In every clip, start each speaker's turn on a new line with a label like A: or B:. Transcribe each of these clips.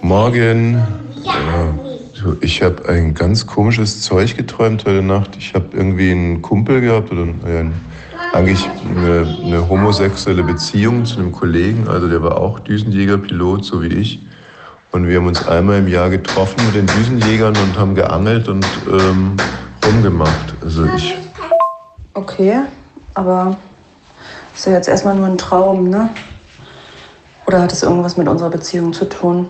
A: Morgen. Ja, du, ich habe ein ganz komisches Zeug geträumt heute Nacht. Ich habe irgendwie einen Kumpel gehabt oder einen, eigentlich eine, eine homosexuelle Beziehung zu einem Kollegen. Also der war auch Düsenjägerpilot, so wie ich. Und wir haben uns einmal im Jahr getroffen mit den Düsenjägern und haben geangelt und ähm, rumgemacht. Also ich
B: Okay, aber ist ja jetzt erstmal nur ein Traum, ne? Oder hat es irgendwas mit unserer Beziehung zu tun?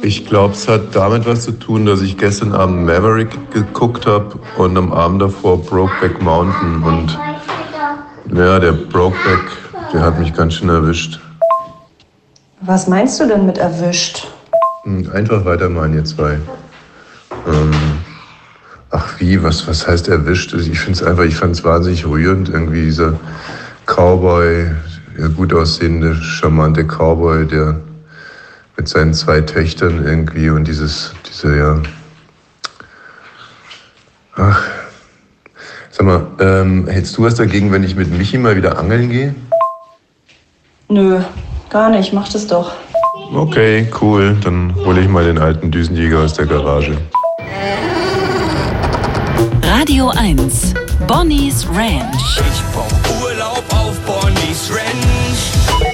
A: Ich glaube, es hat damit was zu tun, dass ich gestern Abend Maverick geguckt habe und am Abend davor Brokeback Mountain. Und ja, der Brokeback, der hat mich ganz schön erwischt.
B: Was meinst du denn mit erwischt?
A: Hm, Einfach weitermachen, ihr zwei. Ähm, ach wie, was, was heißt erwischt? Also Ich find's einfach, ich fand's wahnsinnig rührend, irgendwie dieser Cowboy, der gut aussehende, charmante Cowboy, der mit seinen zwei Töchtern irgendwie und dieses, diese, ja. Ach. Sag mal, ähm, hättest du was dagegen, wenn ich mit Michi mal wieder angeln gehe?
B: Nö, gar nicht, mach das doch.
A: Okay, cool. Dann hole ich mal den alten Düsenjäger aus der Garage.
C: Radio 1. Bonnie's Ranch
D: Ich brauch Urlaub auf Bonnie's Ranch.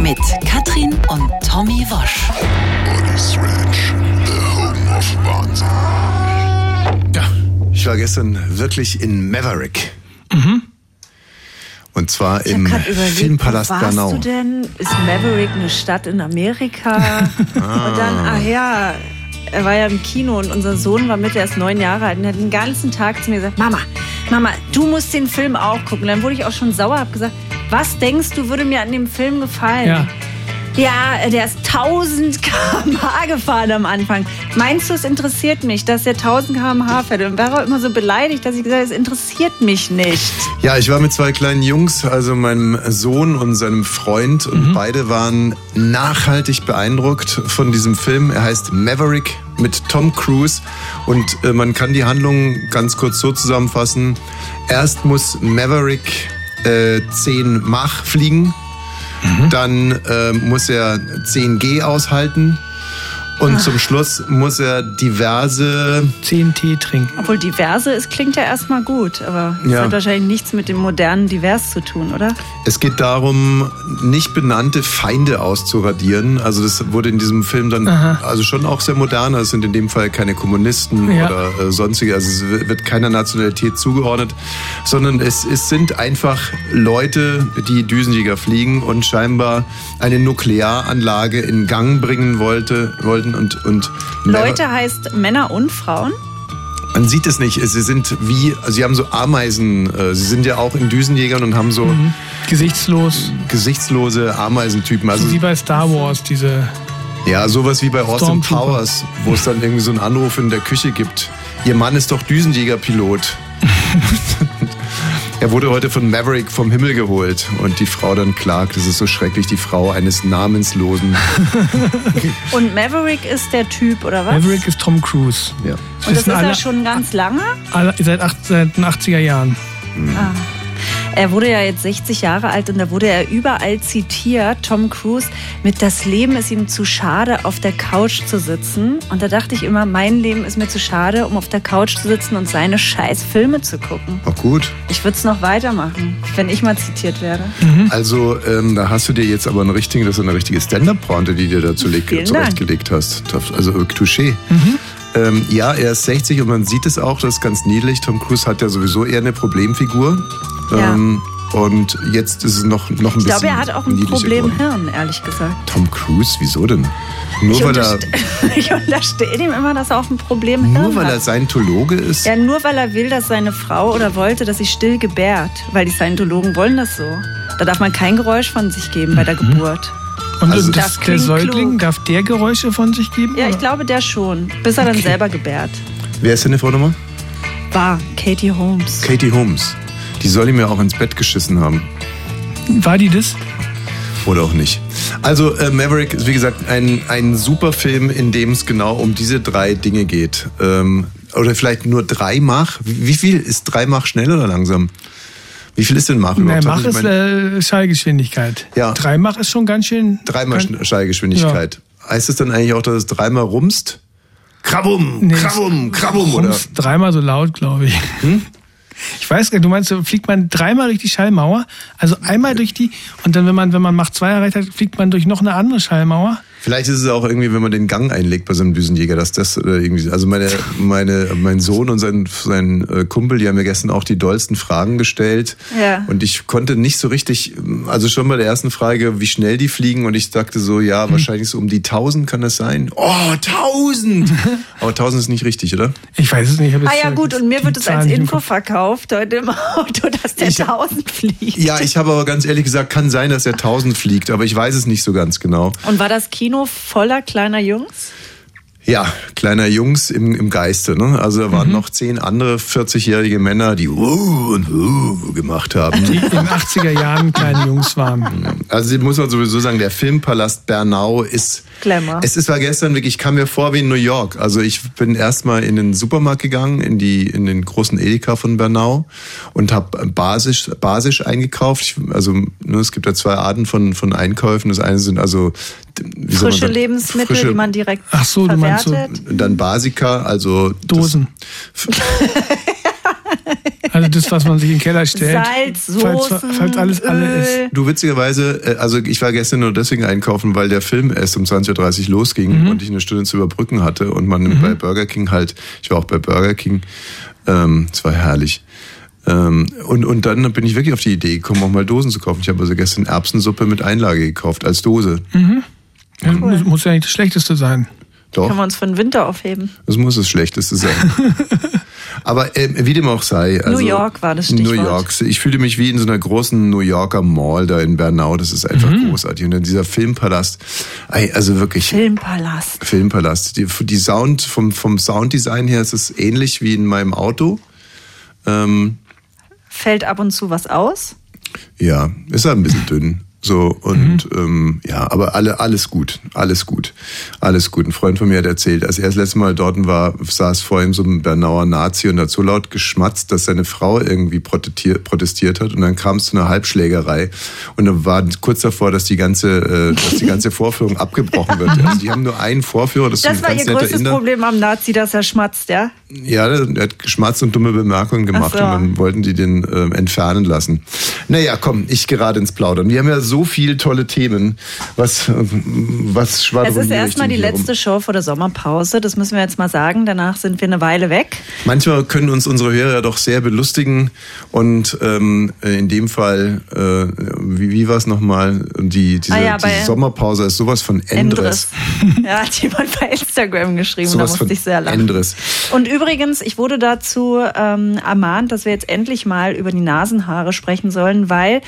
C: mit Katrin und Tommy Wosch.
E: Ja, ich war gestern wirklich in Maverick. Und zwar
F: Ich hab
E: Mhm. im
F: grad überlegt,
E: Filmpalast
F: wo warst
E: Bernau.
F: du denn? Ist Maverick eine Stadt in Amerika? Und dann,
E: Ah.
F: ach ja, er war ja im Kino und unser Sohn war mit, der ist neun Jahre alt und hat den ganzen Tag zu mir gesagt, Mama, Mama, du musst den Film auch gucken. Dann wurde ich auch schon sauer, hab gesagt, was denkst du, würde mir an dem Film gefallen?
G: Ja.
F: Ja, äh, der ist 1000 km/h gefahren am Anfang. Meinst du, es interessiert mich, dass der 1000 km/h fährt? Und war auch immer so beleidigt, dass ich gesagt habe, es interessiert mich nicht.
E: Ja, ich war mit zwei kleinen Jungs, also meinem Sohn und seinem Freund.
G: Mhm.
E: Und beide waren nachhaltig beeindruckt von diesem Film. Er heißt Maverick mit Tom Cruise. Und äh, man kann die Handlung ganz kurz so zusammenfassen. Erst muss Maverick äh, 10 Mach fliegen.
G: Mhm.
E: Dann äh, muss er 10G aushalten. Und
G: Ah.
E: zum Schluss muss er diverse
G: 10 Tee trinken.
F: Obwohl diverse ist, klingt ja erstmal gut, aber es
E: Ja.
F: hat wahrscheinlich nichts mit dem modernen Divers zu tun, oder?
E: Es geht darum, nicht benannte Feinde auszuradieren. Also das wurde in diesem Film dann also schon auch sehr modern. Es sind in dem Fall keine Kommunisten
G: Ja.
E: oder äh, sonstige. Also es wird keiner Nationalität zugeordnet, sondern es, es sind einfach Leute, die Düsenjäger fliegen und scheinbar eine Nuklearanlage in Gang bringen wollte, wollten und und
F: Leute heißt Männer und Frauen.
E: man sieht es nicht. Sie sind wie also sie haben so Ameisen. äh, Sie sind ja auch in Düsenjägern und haben so
G: Mhm. Gesichtslos.
E: gesichtslose Ameisentypen. Also
G: Wie bei Star Wars, diese.
E: Ja, sowas wie bei Austin
G: Stormtrooper.
E: Powers, wo es dann irgendwie so einen Anruf in der Küche gibt. Ihr Mann ist doch Düsenjägerpilot. er wurde heute von Maverick vom Himmel geholt und die Frau dann klagt, es ist so schrecklich, die Frau eines namenslosen.
F: Und Maverick ist der Typ, oder was?
G: Maverick ist Tom Cruise.
E: Ja.
F: und das ist
G: wissen
F: er
G: alle-
F: schon ganz lange.
G: Alle, seit, acht, seit den 80er Jahren.
F: Mhm. Ah. Er wurde ja jetzt 60 Jahre alt und da wurde er überall zitiert, Tom Cruise, mit das Leben ist ihm zu schade, auf der Couch zu sitzen. Und da dachte ich immer, mein Leben ist mir zu schade, um auf der Couch zu sitzen und seine scheiß Filme zu gucken.
E: Auch gut.
F: Ich würde es noch weitermachen, wenn ich mal zitiert werde.
E: Also, ähm, da hast du dir jetzt aber eine richtige, das ist eine richtige Stand-Up-Pointe, die dir dazu leg-
F: Vielen Dank.
E: zurechtgelegt hast. Das- Also, äh, Touché. Ähm, ja, er ist 60 und man sieht es auch, das ist ganz niedlich. Tom Cruise hat ja sowieso eher eine Problemfigur.
F: Ja.
E: Ähm, und jetzt ist es noch, noch ein bisschen.
F: Ich glaube, er hat auch ein
E: niedlicher
F: Problem
E: geworden.
F: Hirn, ehrlich gesagt.
E: Tom Cruise, wieso denn? Nur,
F: Ich,
E: weil er,
F: unterste ich unterstehe ihm immer, dass er auch ein Problem
E: nur
F: Hirn
E: weil er
F: hat.
E: Scientologe ist?
F: Ja, nur weil er will, dass seine Frau oder wollte, dass sie still gebärt. Weil die Scientologen wollen das so. Da darf man kein Geräusch von sich geben bei der Geburt.
G: Mhm. Und
E: Also-
G: das,
F: Das
G: der
F: klingt
G: Säugling,
F: klug.
G: darf der Geräusche von sich geben?
F: Ja, ich
G: oder?
F: glaube, der schon. Bis er dann selber gebärt.
E: Wer ist deine Frau nochmal?
F: War Katie Holmes.
E: Katie Holmes. Die soll ihm ja auch ins Bett geschissen haben.
G: War die das?
E: Oder auch nicht. Also äh, Maverick ist wie gesagt ein, ein super Film, in dem es genau um diese drei Dinge geht. Ähm, oder vielleicht nur drei Mach. Wie, wie viel ist drei Mach schnell oder langsam? Wie viel ist denn Mach
G: Nein,
E: überhaupt?
G: Mach
E: also Ich
G: ist
E: mein,
G: äh, Schallgeschwindigkeit.
E: Ja.
G: Drei Mach ist schon ganz schön.
E: dreimal
G: ganz-
E: Schallgeschwindigkeit. Heißt es dann eigentlich auch, dass es dreimal rumst? Krabum,
G: Nee,
E: krabum,
G: es
E: krabum, oder?
G: rumst dreimal so laut, glaube ich.
E: Hm?
G: Ich weiß gar nicht, du meinst, so fliegt man dreimal durch die Schallmauer, also einmal durch die, und dann, wenn man, wenn man Macht 2 erreicht hat, fliegt man durch noch eine andere Schallmauer.
E: Vielleicht ist es auch irgendwie, wenn man den Gang einlegt bei so einem Düsenjäger, dass das äh, irgendwie. Also meine, meine, mein Sohn und sein, sein äh, Kumpel, die haben mir gestern auch die dollsten Fragen gestellt.
G: Ah.
F: Ja.
E: Und ich konnte nicht so richtig, also schon bei der ersten Frage, wie schnell die fliegen, und ich dachte so, ja,
G: Hm.
E: wahrscheinlich so um die 1000 kann das sein. Oh, 1000! Aber 1000 ist nicht richtig, oder?
G: Ich weiß es nicht. ich hab
F: Ah
G: jetzt,
F: ja
G: äh,
F: gut, und mir
G: die
F: wird es
G: Zahlen
F: als
G: nicht im
F: Info
G: Kopf.
F: verkauft heute im Auto, dass der 1000 fliegt.
E: Ja, ich habe aber ganz ehrlich gesagt, kann sein, dass er 1000 fliegt, aber ich weiß es nicht so ganz genau.
F: Und war das Kino voller kleiner Jungs?
E: Ja, kleiner Jungs im, im Geiste. Ne? Also da
G: Mhm.
E: waren noch zehn andere 40-jährige Männer, die uh und uh gemacht haben.
G: Die in den 80er Jahren kleine Jungs waren.
E: Also muss man sowieso sagen, der Filmpalast Bernau ist...
F: Glamour.
E: Es ist, war gestern wirklich, ich kam mir vor wie in New York. Also ich bin erstmal in den Supermarkt gegangen, in, die, in den großen Edeka von Bernau und habe basisch, basisch eingekauft. Ich, also ne, es gibt ja zwei Arten von, von Einkäufen. Das eine sind also... wie soll man
F: Frische
E: sagen,
F: Lebensmittel,
E: frische-
F: die man direkt
G: Ach so, du meinst so-
F: verwertet.
E: dann Basica, also das-
G: Dosen. Also das, was man sich in den Keller stellt.
F: Salz,
G: falls,
F: Soßen,
G: falls alles alle
F: Öl.
G: ist.
E: Du witzigerweise, äh, also ich war gestern nur deswegen einkaufen, weil der Film erst um 20.30 Uhr losging
G: Mhm.
E: und ich eine Stunde zu überbrücken hatte und man bei Burger King halt, ich war auch bei Burger King, ähm, es war herrlich. Ähm, und, und dann bin ich wirklich auf die Idee gekommen, auch mal Dosen zu kaufen. Ich habe also gestern Erbsensuppe mit Einlage gekauft, als Dose.
G: Ja, Muss, muss ja nicht das Schlechteste sein.
E: Doch.
F: Können wir uns für den Winter aufheben.
E: Das muss das Schlechteste sein. Aber ähm, wie dem auch sei. Also,
F: New York war das Stichwort.
E: New York. Ich fühle mich wie in so einer großen New Yorker Mall da in Bernau. Das ist einfach
F: Mhm.
E: großartig. Und dann dieser Filmpalast. Ey, Also wirklich.
F: Filmpalast.
E: Filmpalast. Die, die Sound, vom, vom Sounddesign her ist es ähnlich wie in meinem Auto. Ähm,
F: Fällt ab und zu was aus?
E: Ja, ist halt ein bisschen dünn. So, und
F: Mhm.
E: ähm, ja, aber alle, alles gut. Alles gut. Alles gut. Ein Freund von mir hat erzählt, als er das letzte Mal dort war, saß vor ihm so ein Bernauer Nazi und hat so laut geschmatzt, dass seine Frau irgendwie protestiert, protestiert hat. Und dann kam es zu einer Halbschlägerei. Und dann war kurz davor, dass die ganze, äh, dass die ganze Vorführung abgebrochen wird. Also die haben nur einen Vorführer, das, ist
F: Das
E: ein
F: war
E: ganz
F: ihr
E: netter
F: größtes
E: Inder.
F: Problem am Nazi, dass er schmatzt, ja?
E: Ja, er hat geschmatzt und dumme Bemerkungen gemacht
F: Ach so.
E: und dann wollten die den ähm, entfernen lassen. Naja, komm, ich gerade ins Plaudern. Wir haben ja so viele tolle Themen. Was, ähm, was
F: Es
E: schwadroniere
F: ist
E: ich
F: erstmal
E: denn
F: die
E: hier
F: letzte Show vor der Sommerpause, das müssen wir jetzt mal sagen. Danach sind wir eine Weile weg.
E: Rum? Manchmal können uns unsere Hörer ja doch sehr belustigen und ähm, in dem Fall, äh, wie, wie war es nochmal, die, diese,
F: Ah ja, bei-
E: diese Sommerpause ist sowas von Endres.
F: Endres. Ja, hat jemand bei Instagram geschrieben, da
E: Sowas
F: musste
E: von
F: ich sehr lachen.
E: Endres.
F: Und übrigens, ich wurde dazu ähm, ermahnt, dass wir jetzt endlich mal über die Nasenhaare sprechen sollen, weil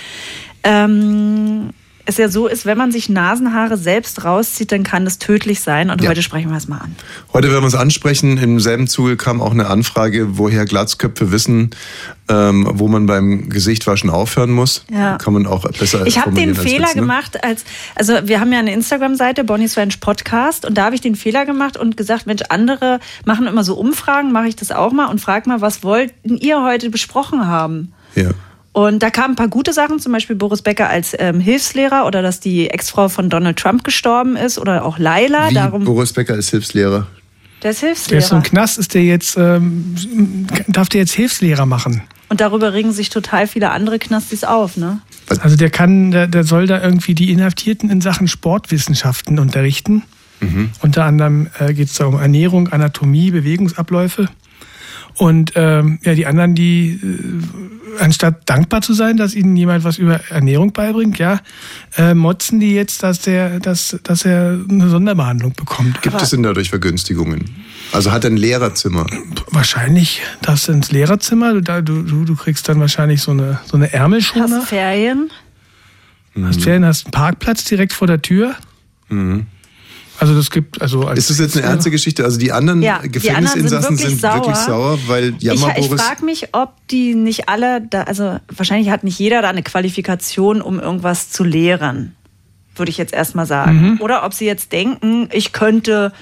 F: ähm, es ja so ist, wenn man sich Nasenhaare selbst rauszieht, dann kann das tödlich sein. Und
E: Ja.
F: heute sprechen wir es mal an.
E: Heute werden wir uns ansprechen. Im selben Zuge kam auch eine Anfrage, woher Glatzköpfe wissen, ähm, wo man beim Gesichtwaschen aufhören muss.
F: Ja.
E: Kann man auch besser
F: Ich habe
E: formulieren
F: den
E: als
F: Fehler
E: Witz, ne?
F: gemacht, als also wir haben ja eine Instagram-Seite, Bonnie's Ranch Podcast, und da habe ich den Fehler gemacht und gesagt, Mensch, andere machen immer so Umfragen, mache ich das auch mal und frag mal, was wollten ihr heute besprochen haben?
E: Ja.
F: Und da kamen ein paar gute Sachen, zum Beispiel Boris Becker als ähm, Hilfslehrer oder dass die Ex-Frau von Donald Trump gestorben ist oder auch Laila.
E: Wie
F: Darum,
E: Boris Becker ist Hilfslehrer.
F: der ist
G: Der ist so
F: Hilfslehrer.
G: im Knast, ist der jetzt, ähm, darf der jetzt Hilfslehrer machen?
F: Und darüber regen sich total viele andere Knastis auf, ne?
G: Also der kann, der, der soll da irgendwie die Inhaftierten in Sachen Sportwissenschaften unterrichten.
E: Mhm.
G: Unter anderem äh, geht es da um Ernährung, Anatomie, Bewegungsabläufe. Und ähm, ja, die anderen, die äh, anstatt dankbar zu sein, dass ihnen jemand was über Ernährung beibringt, ja, äh, motzen die jetzt, dass der, dass, dass er eine Sonderbehandlung bekommt.
E: Gibt es denn dadurch Vergünstigungen? Also hat er ein Lehrerzimmer.
G: Wahrscheinlich darfst du ins Lehrerzimmer, du, da- du, du du kriegst dann wahrscheinlich so eine, so eine Ärmelschoner.
F: Hast Ferien.
G: Hast Ferien, hast einen Parkplatz direkt vor der Tür.
E: Mhm.
G: Also das gibt, also als
E: Ist das jetzt eine ernste Geschichte? Also die anderen
F: Ja, die anderen sind
E: Gefängnisinsassen
F: wirklich
E: sind wirklich,
F: sauer.
E: sauer, weil Jammer
F: ich ich
E: Boris.
F: frage mich, ob die nicht alle, da, also wahrscheinlich hat nicht jeder da eine Qualifikation, um irgendwas zu lehren, würde ich jetzt erstmal sagen. Oder ob sie jetzt denken, ich könnte,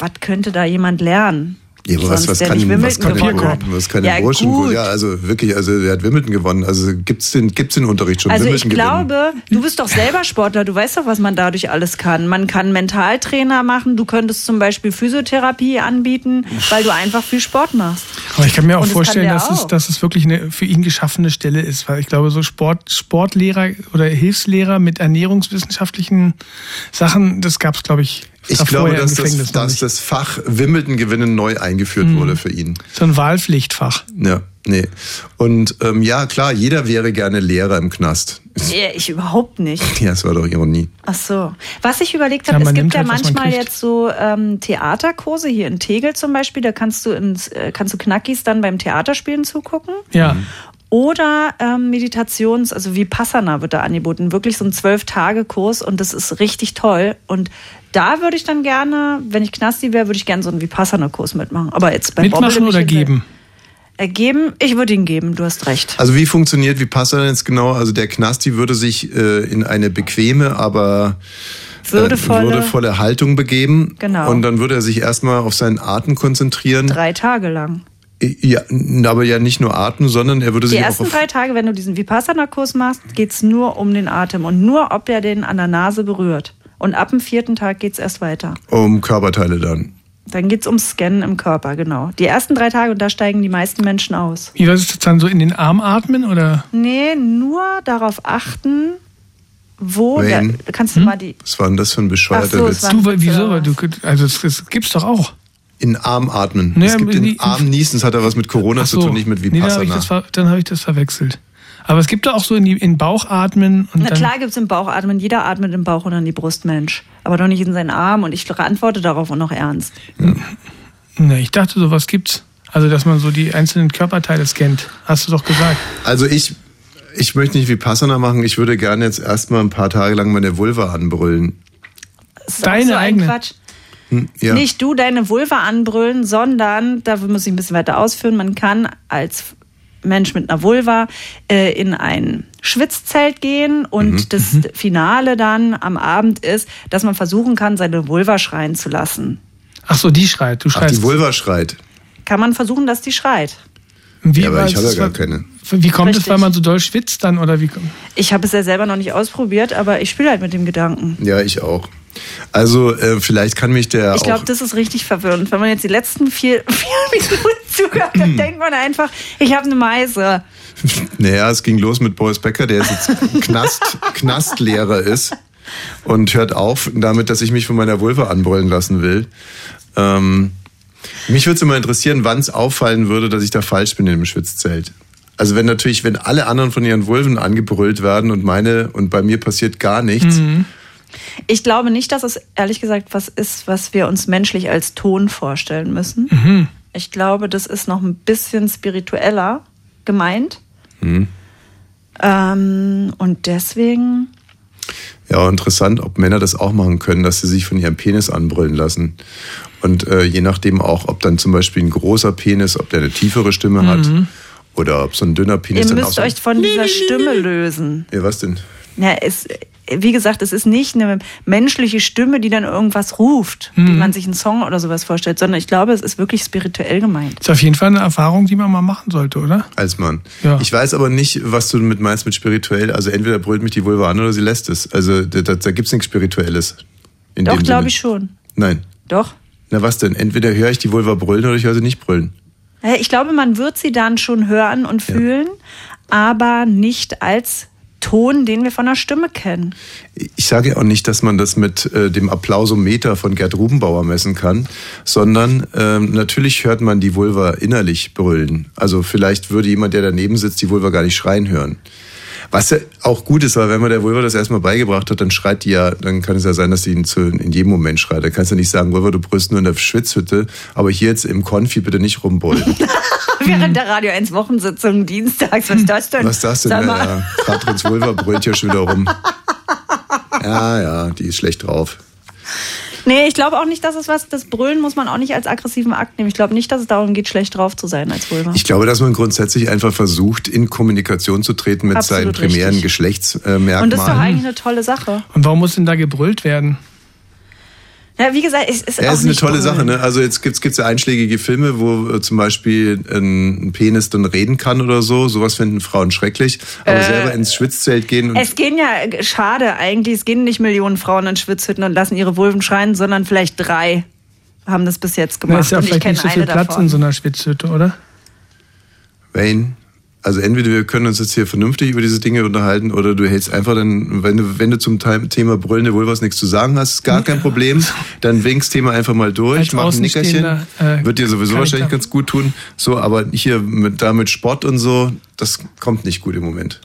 F: was könnte da jemand lernen?
E: Ja, aber was,
F: Sonst
E: was
F: der
E: kann,
F: nicht
E: was
F: Wimbledon
E: kann
F: gewonnen
E: der
F: hat.
E: Burschen, was kann der
F: Ja,
E: Burschen gut?
F: gut.
E: Ja, also wirklich, also der hat Wimbledon gewonnen. Also gibt's den, gibt's den Unterricht schon?
F: Also ich
E: Wimbledon gewinnen.
F: glaube, du bist doch selber Sportler, du weißt doch, was man dadurch alles kann. Man kann Mentaltrainer machen, du könntest zum Beispiel Physiotherapie anbieten, weil du einfach viel Sport machst.
G: Aber ich kann mir auch
F: Und das
G: vorstellen,
F: kann der
G: dass, Es,
F: auch.
G: dass es wirklich eine für ihn geschaffene Stelle ist, weil ich glaube, so Sport, Sportlehrer oder Hilfslehrer mit ernährungswissenschaftlichen Sachen, das gab es, glaube ich,
E: Ich
G: davor
E: glaube,
G: ja im
E: dass das,
G: Gefängnis noch
E: dass
G: nicht. Mhm.
E: das Fach Wimbledon gewinnen neu eingeführt wurde für ihn.
G: so ein Wahlpflichtfach.
E: Ja, nee. Und ähm, ja, klar, jeder wäre gerne Lehrer im Knast.
F: Ja, Ich überhaupt nicht.
E: Ja, es war doch Ironie.
F: Ach so. Was ich überlegt
G: Ja,
F: habe,
G: man
F: es
G: nimmt
F: gibt ja
G: halt, was man
F: manchmal
G: kriegt.
F: jetzt so ähm, Theaterkurse hier in Tegel zum Beispiel. Da kannst du ins, äh, kannst du Knackis dann beim Theaterspielen zugucken.
G: Ja.
F: Oder ähm, Meditations, also Vipassana wird da angeboten. Wirklich so ein Zwölf-Tage-Kurs und das ist richtig toll. Und da würde ich dann gerne, wenn ich Knasti wäre, würde ich gerne so einen Vipassana-Kurs mitmachen. Aber jetzt bei Bobbele
G: Mitmachen
F: bin ich
G: oder
F: jetzt-
G: geben?
F: Äh, geben? Ich würde ihn geben, du hast recht.
E: Also wie funktioniert, wie passt er denn jetzt genau? Also der Knasti würde sich äh, in eine bequeme, aber äh,
F: Würdevolle-
E: würdevolle Haltung begeben.
F: Genau.
E: Und dann würde er sich erstmal auf seinen Atem konzentrieren.
F: Drei Tage lang.
E: Ja, n- aber ja nicht nur Atem, sondern er würde
F: Die
E: sich auch
F: ersten
E: auf,
F: drei Tage, wenn du diesen Vipassana-Kurs machst, geht's nur um den Atem und nur, ob er den an der Nase berührt. Und ab dem vierten Tag geht's erst weiter.
E: um Körperteile dann.
F: Dann geht's ums Scannen im Körper, genau. Die ersten drei Tage und da steigen die meisten Menschen aus.
G: Wie was ist das dann so in den Arm atmen oder?
F: Nee, nur darauf achten, wo. Der,
E: Wayne?
F: kannst
G: Hm?
F: du mal die.
E: Was war denn das für ein
F: Ach so,
E: bescheuerter
F: es
E: Witz?
F: war-
G: Du,
F: Wahnsinn,
G: wieso?
F: oder
G: Weil
F: was?
G: Du, könnt- also es, es gibt's doch auch.
E: In Arm atmen.
G: Naja,
E: es gibt
G: in
E: den
G: die-
E: Arm niesen, das hat ja was mit Corona
G: Ach
E: zu tun, nicht mit
G: Nee, dann habe ich,
E: Vipassana.
G: das ver- dann hab ich das verwechselt. Aber es gibt doch auch so in, die, in Bauch atmen und
F: Na
G: dann,
F: klar gibt's im Bauchatmen. Jeder atmet im Bauch und an die Brust, Mensch. Aber doch nicht in seinen Arm und ich antworte darauf auch noch ernst.
G: Na, ich dachte, sowas gibt's. Also dass man so die einzelnen Körperteile scannt, hast du doch gesagt.
E: also ich, ich möchte nicht Vipassana machen, ich würde gerne jetzt erstmal ein paar Tage lang meine Vulva anbrüllen.
F: Das ist auch
G: Deine
F: so ein
G: eigene.
F: Quatsch.
E: Ja.
F: Nicht du deine Vulva anbrüllen, sondern, da muss ich ein bisschen weiter ausführen, man kann als Mensch mit einer Vulva äh, in ein Schwitzzelt gehen und das Finale dann am Abend ist, dass man versuchen kann, seine Vulva schreien zu lassen.
G: Ach so, die schreit. Du
E: Ach,
G: schreist.
E: die Vulva schreit.
F: Kann man versuchen, dass die schreit.
G: Wie,
E: Ja, aber
G: war
E: ich
G: das-
E: habe ja gar
G: war-
E: keine.
G: Wie kommt es,
F: Richtig.
G: weil man so doll schwitzt dann oder wie?
F: Ich habe es ja selber noch nicht ausprobiert, aber ich spiele halt mit dem Gedanken.
E: Ja, ich auch. Also äh, vielleicht kann mich der
F: Ich
E: auch...
F: glaube, das ist richtig verwirrend. Wenn man jetzt die letzten vier, vier Minuten zuhört,
E: Hm.
F: dann denkt man einfach, ich habe eine Meise.
E: Naja, es ging los mit Boris Becker, der jetzt Knast, Knastlehrer ist und hört auf damit, dass ich mich von meiner Vulva anbrüllen lassen will. Ähm, mich würde es immer interessieren, wann es auffallen würde, dass ich da falsch bin in dem Schwitzzelt. Also wenn natürlich, wenn alle anderen von ihren Vulven angebrüllt werden und meine und bei mir passiert gar nichts,
F: Ich glaube nicht, dass es ehrlich gesagt was ist, was wir uns menschlich als Ton vorstellen müssen.
E: Mhm.
F: Ich glaube, das ist noch ein bisschen spiritueller gemeint.
E: Mhm.
F: Ähm, und deswegen,
E: Ja, interessant, ob Männer das auch machen können, dass sie sich von ihrem Penis anbrüllen lassen. Und äh, je nachdem auch, ob dann zum Beispiel ein großer Penis, ob der eine tiefere Stimme hat oder ob so ein dünner Penis
F: ihr
E: dann auch
F: müsst
E: so,
F: euch von dieser Stimme lösen.
E: Ja, was denn?
F: Ja, es, wie gesagt, es ist nicht eine menschliche Stimme, die dann irgendwas ruft, wie
E: Mhm.
F: man sich einen Song oder sowas vorstellt, sondern ich glaube, es ist wirklich spirituell gemeint.
G: Ist auf jeden Fall eine Erfahrung, die man mal machen sollte, oder?
E: Als Mann.
G: Ja.
E: Ich weiß aber nicht, was du mit meinst mit spirituell. Also entweder brüllt mich die Vulva an oder sie lässt es. Also da, da, da gibt's nichts Spirituelles. In
F: Doch,
E: dem
F: glaube
E: Sinne.
F: ich schon.
E: Nein.
F: Doch.
E: Na was denn? Entweder höre ich die Vulva brüllen oder ich höre sie nicht brüllen.
F: Äh, Ich glaube, man wird sie dann schon hören und fühlen, aber nicht als Ton, den wir von der Stimme kennen.
E: Ich sage ja auch nicht, dass man das mit äh, dem Applausometer von Gerd Rubenbauer messen kann, sondern ähm, natürlich hört man die Vulva innerlich brüllen. Also vielleicht würde jemand, der daneben sitzt, die Vulva gar nicht schreien hören. Was ja auch gut ist, aber wenn man der Vulva das erstmal beigebracht hat, dann schreit die ja, dann kann es ja sein, dass die in, zu, in jedem Moment schreit. Da kannst du nicht sagen, Vulva, du brüllst nur in der Schwitzhütte, aber hier jetzt im Konfi bitte nicht rumbrüllen.
F: Während der Radio 1 Wochensitzung dienstags, was ist das denn?
E: Was ist das denn?
F: Sag mal,
E: Ja, Katrins Vulva brüllt hier schon wieder rum. Ja, ja, die ist schlecht drauf.
F: Nee, ich glaube auch nicht, dass es was, das Brüllen muss man auch nicht als aggressiven Akt nehmen. Ich glaube nicht, dass es darum geht, schlecht drauf zu sein als Vulva.
E: Ich glaube, dass man grundsätzlich einfach versucht, in Kommunikation zu treten mit
F: Absolut
E: seinen primären
F: richtig.
E: Geschlechtsmerkmalen.
F: Und das ist doch eigentlich eine tolle Sache.
G: Und warum muss denn da gebrüllt werden?
F: Ja, wie gesagt, es ist
E: Ja,
F: auch
E: es ist eine
F: nicht
E: tolle
F: cool.
E: Sache. Ne? Also jetzt gibt's gibt's ja einschlägige Filme, wo äh, zum Beispiel ein Penis dann reden kann oder so. Sowas finden Frauen schrecklich. Aber selber ins Schwitzzelt gehen und
F: Äh, Es gehen ja, schade eigentlich, es gehen nicht Millionen Frauen in Schwitzhütten und lassen ihre Vulven schreien, sondern vielleicht drei haben das bis jetzt
G: Da
F: gemacht.
G: ist ja
F: und ich
G: vielleicht
F: kenne
G: nicht so
F: eine
G: viel Platz
F: davon.
G: in so einer Schwitzhütte, oder?
E: Wayne, also entweder wir können uns jetzt hier vernünftig über diese Dinge unterhalten oder du hältst einfach dann, wenn du, wenn du zum Teil- Thema brüllende Vulvas nichts zu sagen hast, ist gar kein Problem, dann winkst Thema einfach mal durch,
G: Als
E: mach ein Nickerchen,
G: Außenstehender, äh,
E: wird dir sowieso
G: kann ich
E: wahrscheinlich
G: da-
E: ganz gut tun, so, aber hier mit, da mit Sport und so, das kommt nicht gut im Moment.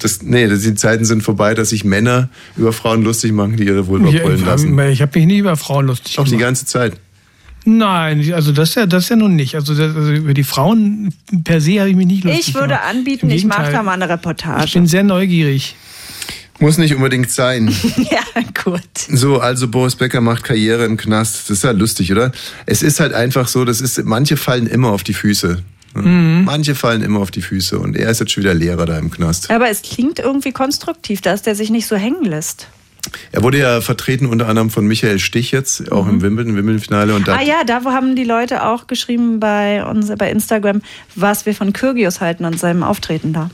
E: Das, nee, das, die Zeiten sind vorbei, dass sich Männer über Frauen lustig machen, die ihre Vulva
G: Ich,
E: brüllen lassen.
G: ich habe mich nie über Frauen lustig
E: Auch die
G: gemacht.
E: ganze Zeit.
G: Nein, also das ja, das ja nun nicht. Also, das, also über die Frauen per se habe ich mich nicht lustig
F: Ich würde
G: gemacht.
F: anbieten,
G: Im
F: ich mache
G: Gegenteil.
F: da mal eine
G: Ich
F: Reportage.
G: bin sehr neugierig.
E: Muss nicht unbedingt sein.
F: ja, gut.
E: So, also Boris Becker macht Karriere im Knast. Das ist ja lustig, oder? Es ist halt einfach so, das ist, manche fallen immer auf die Füße.
F: Mhm.
G: Mhm.
E: Manche fallen immer auf die Füße und er ist jetzt schon wieder Lehrer da im Knast.
F: Aber es klingt irgendwie konstruktiv, dass der sich nicht so hängen lässt.
E: Er wurde ja vertreten unter anderem von Michael Stich jetzt, auch im Wimbledon, Wimbledon-Finale und da
F: Mhm. Ah ja, da wo haben die Leute auch geschrieben bei uns bei Instagram, was wir von Kyrgios halten und seinem Auftreten da.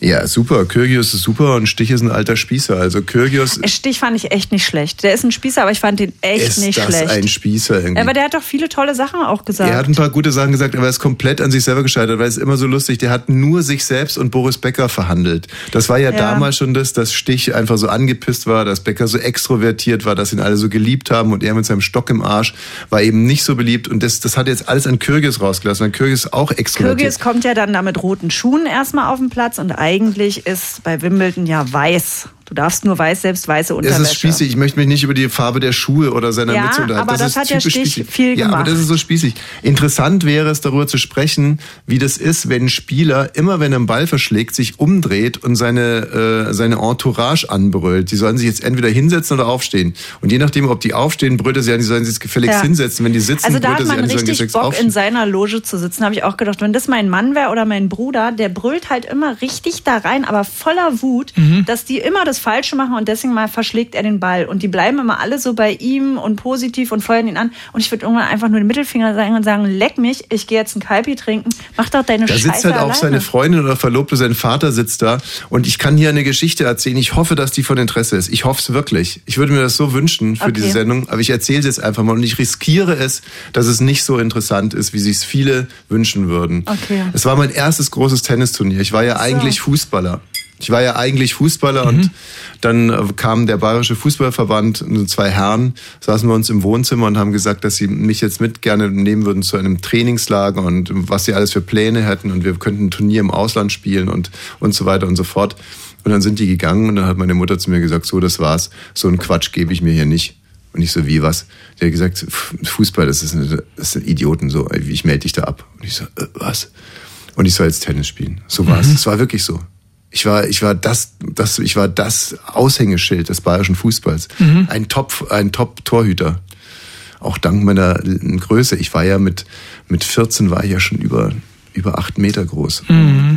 E: Ja, super. Kyrgios ist super und Stich ist ein alter Spießer. Also Kyrgios
F: Stich fand ich echt nicht schlecht. Der ist ein Spießer, aber ich fand den echt
E: ist
F: nicht
E: das
F: schlecht.
E: ein Spießer irgendwie.
F: aber der hat doch viele tolle Sachen auch gesagt.
E: Er hat ein paar gute Sachen gesagt, aber er ist komplett an sich selber gescheitert, weil es ist immer so lustig. Der hat nur sich selbst und Boris Becker verhandelt. Das war ja, damals schon das, dass Stich einfach so angepisst war, dass Becker so extrovertiert war, dass ihn alle so geliebt haben und er mit seinem Stock im Arsch war eben nicht so beliebt. Und das, das hat er jetzt alles an Kyrgios rausgelassen, weil Kyrgios ist auch extrovertiert.
F: Kyrgios kommt ja dann da mit roten Schuhen erstmal auf den Platz und eigentlich ist bei Wimbledon ja weiß. Du darfst nur weiß, selbst weiße
E: Es
F: Unterwäsche.
E: ist spießig. Ich möchte mich nicht über die Farbe der Schuhe oder seiner
F: Ja,
E: Mütze unterhalten.
F: aber das
E: ist
F: hat ja
E: typisch
F: Stich
E: spießig.
F: viel
E: Ja, aber
F: gemacht.
E: das ist so spießig. Interessant wäre es, darüber zu sprechen, wie das ist, wenn ein Spieler immer, wenn er einen Ball verschlägt, sich umdreht und seine, äh, seine Entourage anbrüllt. Die sollen sich jetzt entweder hinsetzen oder aufstehen. Und je nachdem, ob die aufstehen, brüllt er sie an, die sollen sich gefälligst
F: Ja.
E: hinsetzen. Wenn die sitzen,
F: also da
E: brüllt
F: hat
E: er sie
F: man
E: an, die sollen
F: richtig
E: gefälligst
F: Bock, in
E: aufstehen.
F: seiner Loge zu sitzen, habe ich auch gedacht. Wenn das mein Mann wäre oder mein Bruder, der brüllt halt immer richtig da rein, aber voller Wut,
E: Mhm.
F: dass die immer das Falsche machen und deswegen mal verschlägt er den Ball. Und die bleiben immer alle so bei ihm und positiv und feuern ihn an. Und ich würde irgendwann einfach nur den Mittelfinger sagen und sagen, leck mich, ich gehe jetzt einen Kalpi trinken, mach doch deine
E: Da
F: Scheiße
E: sitzt halt auch
F: alleine.
E: seine Freundin oder Verlobte, sein Vater sitzt da. Und ich kann hier eine Geschichte erzählen. Ich hoffe, dass die von Interesse ist. Ich hoffe es wirklich. Ich würde mir das so wünschen für
F: Okay.
E: diese Sendung. Aber ich erzähle es jetzt einfach mal. Und ich riskiere es, dass es nicht so interessant ist, wie sich es viele wünschen würden.
F: Okay.
E: Es war mein erstes großes Tennisturnier. Ich war ja eigentlich Fußballer. Ich war ja eigentlich Fußballer und dann äh, kam der Bayerische Fußballverband, und zwei Herren, saßen wir uns im Wohnzimmer und haben gesagt, dass sie mich jetzt mit gerne nehmen würden zu einem Trainingslager und was sie alles für Pläne hätten und wir könnten ein Turnier im Ausland spielen und, und so weiter und so fort. Und dann sind die gegangen und dann hat meine Mutter zu mir gesagt, so, das war's, so einen Quatsch gebe ich mir hier nicht. Und ich so, wie was? Der hat gesagt, F- Fußball, das ist, eine, das sind Idioten, so, ich melde dich da ab. Und ich so, äh, was? Und ich soll jetzt Tennis spielen. So war es. Es war wirklich so. Ich war, ich war das, das, ich war das Aushängeschild des bayerischen Fußballs. Ein Top, ein Top-Torhüter. Auch dank meiner L- Größe. Ich war ja mit, mit 14 war ich ja schon über, über acht Meter groß.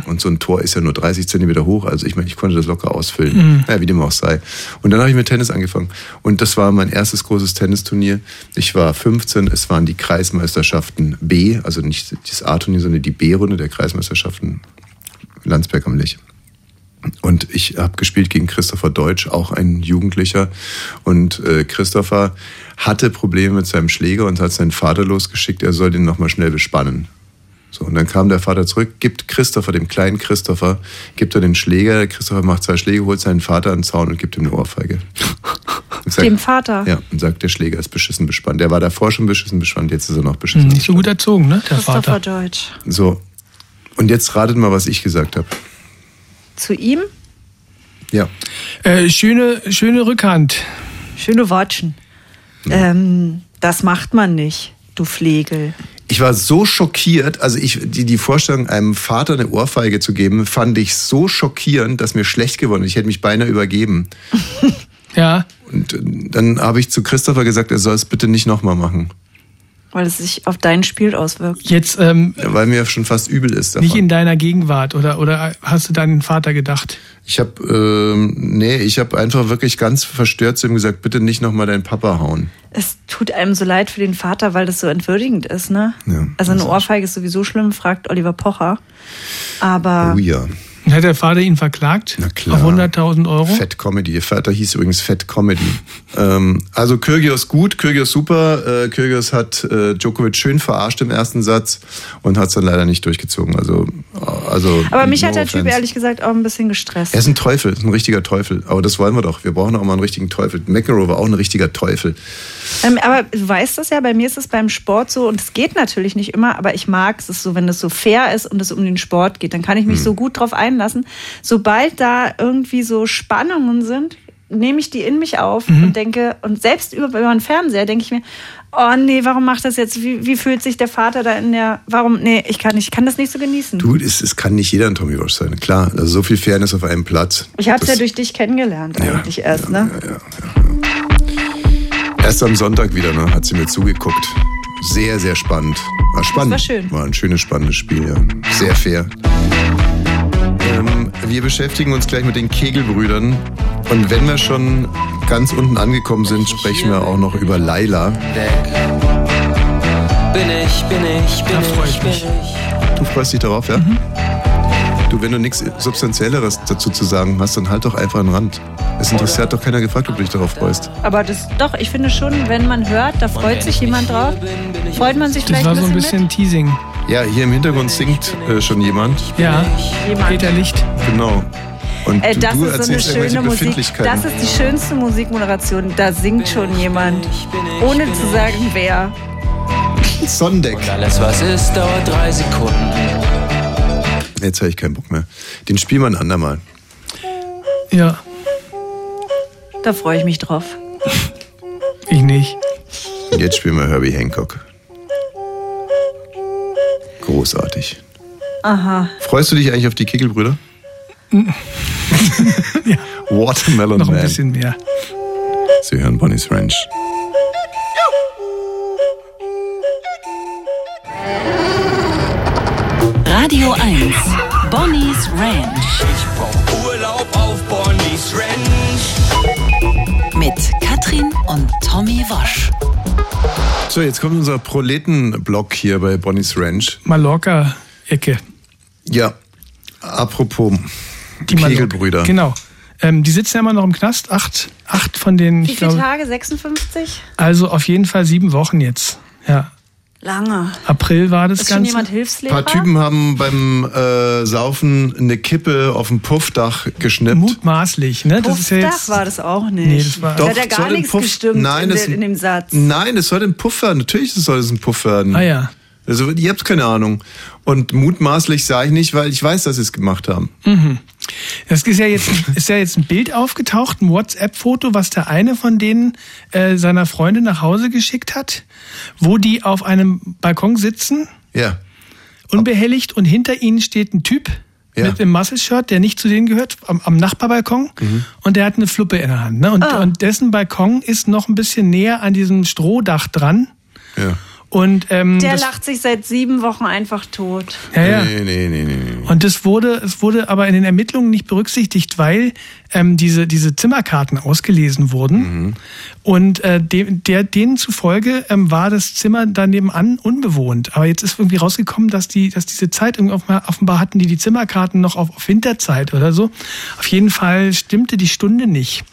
E: Und so ein Tor ist ja nur 30 Zentimeter hoch. Also ich meine, ich konnte das locker ausfüllen. Naja, wie dem auch sei. Und dann habe ich mit Tennis angefangen. Und das war mein erstes großes Tennisturnier. Ich war 15. Es waren die Kreismeisterschaften B, also nicht das A-Turnier, sondern die B-Runde der Kreismeisterschaften Landsberg am Lech. Und ich habe gespielt gegen Christopher Deutsch, auch ein Jugendlicher. Und äh, Christopher hatte Probleme mit seinem Schläger und hat seinen Vater losgeschickt, er soll den nochmal schnell bespannen. So, und dann kam der Vater zurück, gibt Christopher, dem kleinen Christopher, gibt er den Schläger. Christopher macht zwei Schläge, holt seinen Vater an den Zaun und gibt ihm eine Ohrfeige. Und sagt-
F: Dem Vater?
E: Ja, und sagt, der Schläger ist beschissen bespannt. Der war davor schon beschissen bespannt, jetzt ist er noch beschissen
G: Nicht Hm, so gut erzogen, ne? Der
F: Christopher
G: Vater.
F: Deutsch.
E: So, und jetzt ratet mal, was ich gesagt habe.
F: Zu ihm
E: Ja.
G: Äh, schöne, schöne Rückhand.
F: schöne Watschen. Ähm, das macht man nicht, du Flegel.
E: ich war so schockiert, also ich, die, die Vorstellung, einem Vater eine Ohrfeige zu geben, fand ich so schockierend, dass mir schlecht geworden ist. Ich hätte mich beinahe übergeben.
G: Ja.
E: Und äh, dann habe ich zu Christopher gesagt, er soll es bitte nicht nochmal machen.
F: Weil es sich auf dein Spiel auswirkt.
G: Jetzt ähm,
E: Ja, weil mir schon fast übel ist davon.
G: nicht in deiner Gegenwart oder, oder hast du deinen Vater gedacht?
E: Ich habe ähm, nee, ich habe einfach wirklich ganz verstört zu ihm gesagt, bitte nicht nochmal deinen Papa hauen.
F: Es tut einem so leid für den Vater, weil das so entwürdigend ist, ne?
E: Ja,
F: also eine Ohrfeige ist sowieso schlimm, fragt Oliver Pocher. Aber
E: Oh ja.
G: Und hat der Vater ihn verklagt?
E: Na klar.
G: Auf 100.000 Euro?
E: Fat Comedy. Ihr Vater hieß übrigens Fat Comedy. ähm, also Kyrgios gut, Kyrgios super. Äh, Kyrgios hat äh, Djokovic schön verarscht im ersten Satz und hat es dann leider nicht durchgezogen. Also, also
F: Aber mich
E: no
F: hat der Typ
E: offense.
F: ehrlich gesagt auch ein bisschen gestresst.
E: Er ist ein Teufel, ist ein richtiger Teufel. Aber das wollen wir doch. Wir brauchen auch mal einen richtigen Teufel. McEnroe war auch ein richtiger Teufel.
F: Ähm, aber du weißt das ja, bei mir ist es beim Sport so und es geht natürlich nicht immer, aber ich mag es so, wenn es so fair ist und es um den Sport geht, dann kann ich mich
G: Hm.
F: so gut drauf einlassen. Sobald da irgendwie so Spannungen sind, nehme ich die in mich auf
G: Mhm.
F: und denke, und selbst über, über den Fernseher denke ich mir, oh nee, warum macht das jetzt, wie, wie fühlt sich der Vater da in der, warum, nee, ich kann nicht, ich kann das nicht so genießen.
E: Du, es, es kann nicht jeder ein Tommy Walsh sein. Klar, also so viel Fairness auf einem Platz.
F: ich habe es ja
E: Das-
F: durch dich kennengelernt eigentlich erst, ne?
E: Erst am Sonntag wieder, ne, hat sie mir zugeguckt. Sehr, sehr spannend. War spannend.
F: war schön.
E: War ein schönes, spannendes Spiel, ja. Sehr fair. Ähm, wir beschäftigen uns gleich mit den Kegelbrüdern. Und wenn wir schon ganz unten angekommen sind, sprechen wir auch noch über Laila.
D: Bin ich, bin ich, bin
G: Da freu
D: ich,
G: ich
D: bin
G: mich.
D: ich.
E: Du freust dich darauf, ja?
F: Mhm.
E: Du, wenn du nichts Substanzielleres dazu zu sagen hast, dann halt doch einfach einen Rand. Es interessiert hat doch keiner gefragt, ob du dich darauf freust.
F: Aber das, doch, ich finde schon, wenn man hört, da freut sich jemand drauf, freut man sich
G: Das
F: vielleicht
G: war so ein
F: mit.
G: bisschen Teasing.
E: Ja, hier im Hintergrund singt äh, schon jemand.
G: Ja,
F: Jemand.
G: Peter Licht.
E: Genau. Und
F: Äh, das
E: du
F: ist so eine
E: erzählst irgendwelche
F: schöne Musik.
E: Befindlichkeiten.
F: Das ist die schönste Musikmoderation. Da singt schon jemand, ohne zu sagen, wer.
E: Sonnendeck.
D: Alles was ist, dauert drei Sekunden.
E: Jetzt habe ich keinen Bock mehr. Den spielen wir ein andermal.
G: Ja,
F: Da freue ich mich drauf.
G: ich nicht.
E: Und jetzt spielen wir Herbie Hancock. Großartig. Aha. Freust du dich eigentlich auf die Kegelbrüder? Watermelon
G: Noch ein
E: Man.
G: bisschen mehr.
E: Sie hören Bonnie's Ranch.
C: Radio 1. Bonnie's Ranch
D: Ich brauch Urlaub auf Bonnie's Ranch.
C: mit Katrin und Tommy Wasch.
E: So, jetzt kommt unser Proletenblock hier bei Bonnie's Ranch.
G: Mallorca-Ecke.
E: Ja. Apropos die
G: Mallorca-
E: Kegelbrüder.
G: Genau. Ähm, die sitzen ja immer noch im Knast. Acht, acht von den,
F: Wie
G: ich
F: viele
G: glaube,
F: Tage? 56?
G: also auf jeden Fall sieben Wochen jetzt. Ja.
F: Lange.
G: April war das
F: Ist schon
G: Ganze.
F: jemand
E: Ein
F: Hilfslehrer?
E: paar Typen haben beim äh, Saufen eine Kippe auf dem Puffdach geschnippt.
G: Mutmaßlich, ne? Das ist ja
F: Puffdach
G: jetzt.
F: war das auch nicht.
G: Nee, das war-
F: da hat ja
E: soll
F: gar
E: im
F: nichts
E: Puff-
F: gestimmt
E: Nein,
F: in,
E: das,
F: der- in dem Satz.
E: Nein, das soll ein Puff werden. Natürlich soll es ein Puff werden.
G: Ah ja.
E: Also ihr habt keine Ahnung. Und mutmaßlich sage ich nicht, weil ich weiß, dass sie es gemacht haben.
G: Mhm. Das ist ja jetzt, ist ja jetzt ein Bild aufgetaucht, ein WhatsApp-Foto, was der eine von denen äh, seiner Freundin nach Hause geschickt hat, wo die auf einem Balkon sitzen,
E: Ja.
G: unbehelligt, und hinter ihnen steht ein Typ
E: Ja.
G: mit einem Muscle-Shirt, der nicht zu denen gehört, am, am Nachbarbalkon, und der hat eine Fluppe in der Hand. Ne? Und,
F: Ah.
G: und dessen Balkon ist noch ein bisschen näher an diesem Strohdach dran.
E: ja.
G: Und ähm,
F: Der
G: das,
F: lacht sich seit sieben Wochen einfach tot.
G: ja, ja.
E: Nee, nee, nee, nee, nee.
G: Und das wurde, es wurde aber in den Ermittlungen nicht berücksichtigt, weil ähm, diese, diese Zimmerkarten ausgelesen wurden.
E: Mhm.
G: Und äh, de, der, denen zufolge ähm, war das Zimmer daneben an unbewohnt. Aber jetzt ist irgendwie rausgekommen, dass, die, dass diese Zeit irgendwie offenbar, offenbar hatten die die Zimmerkarten noch auf, auf Winterzeit oder so. Auf jeden Fall stimmte die Stunde nicht.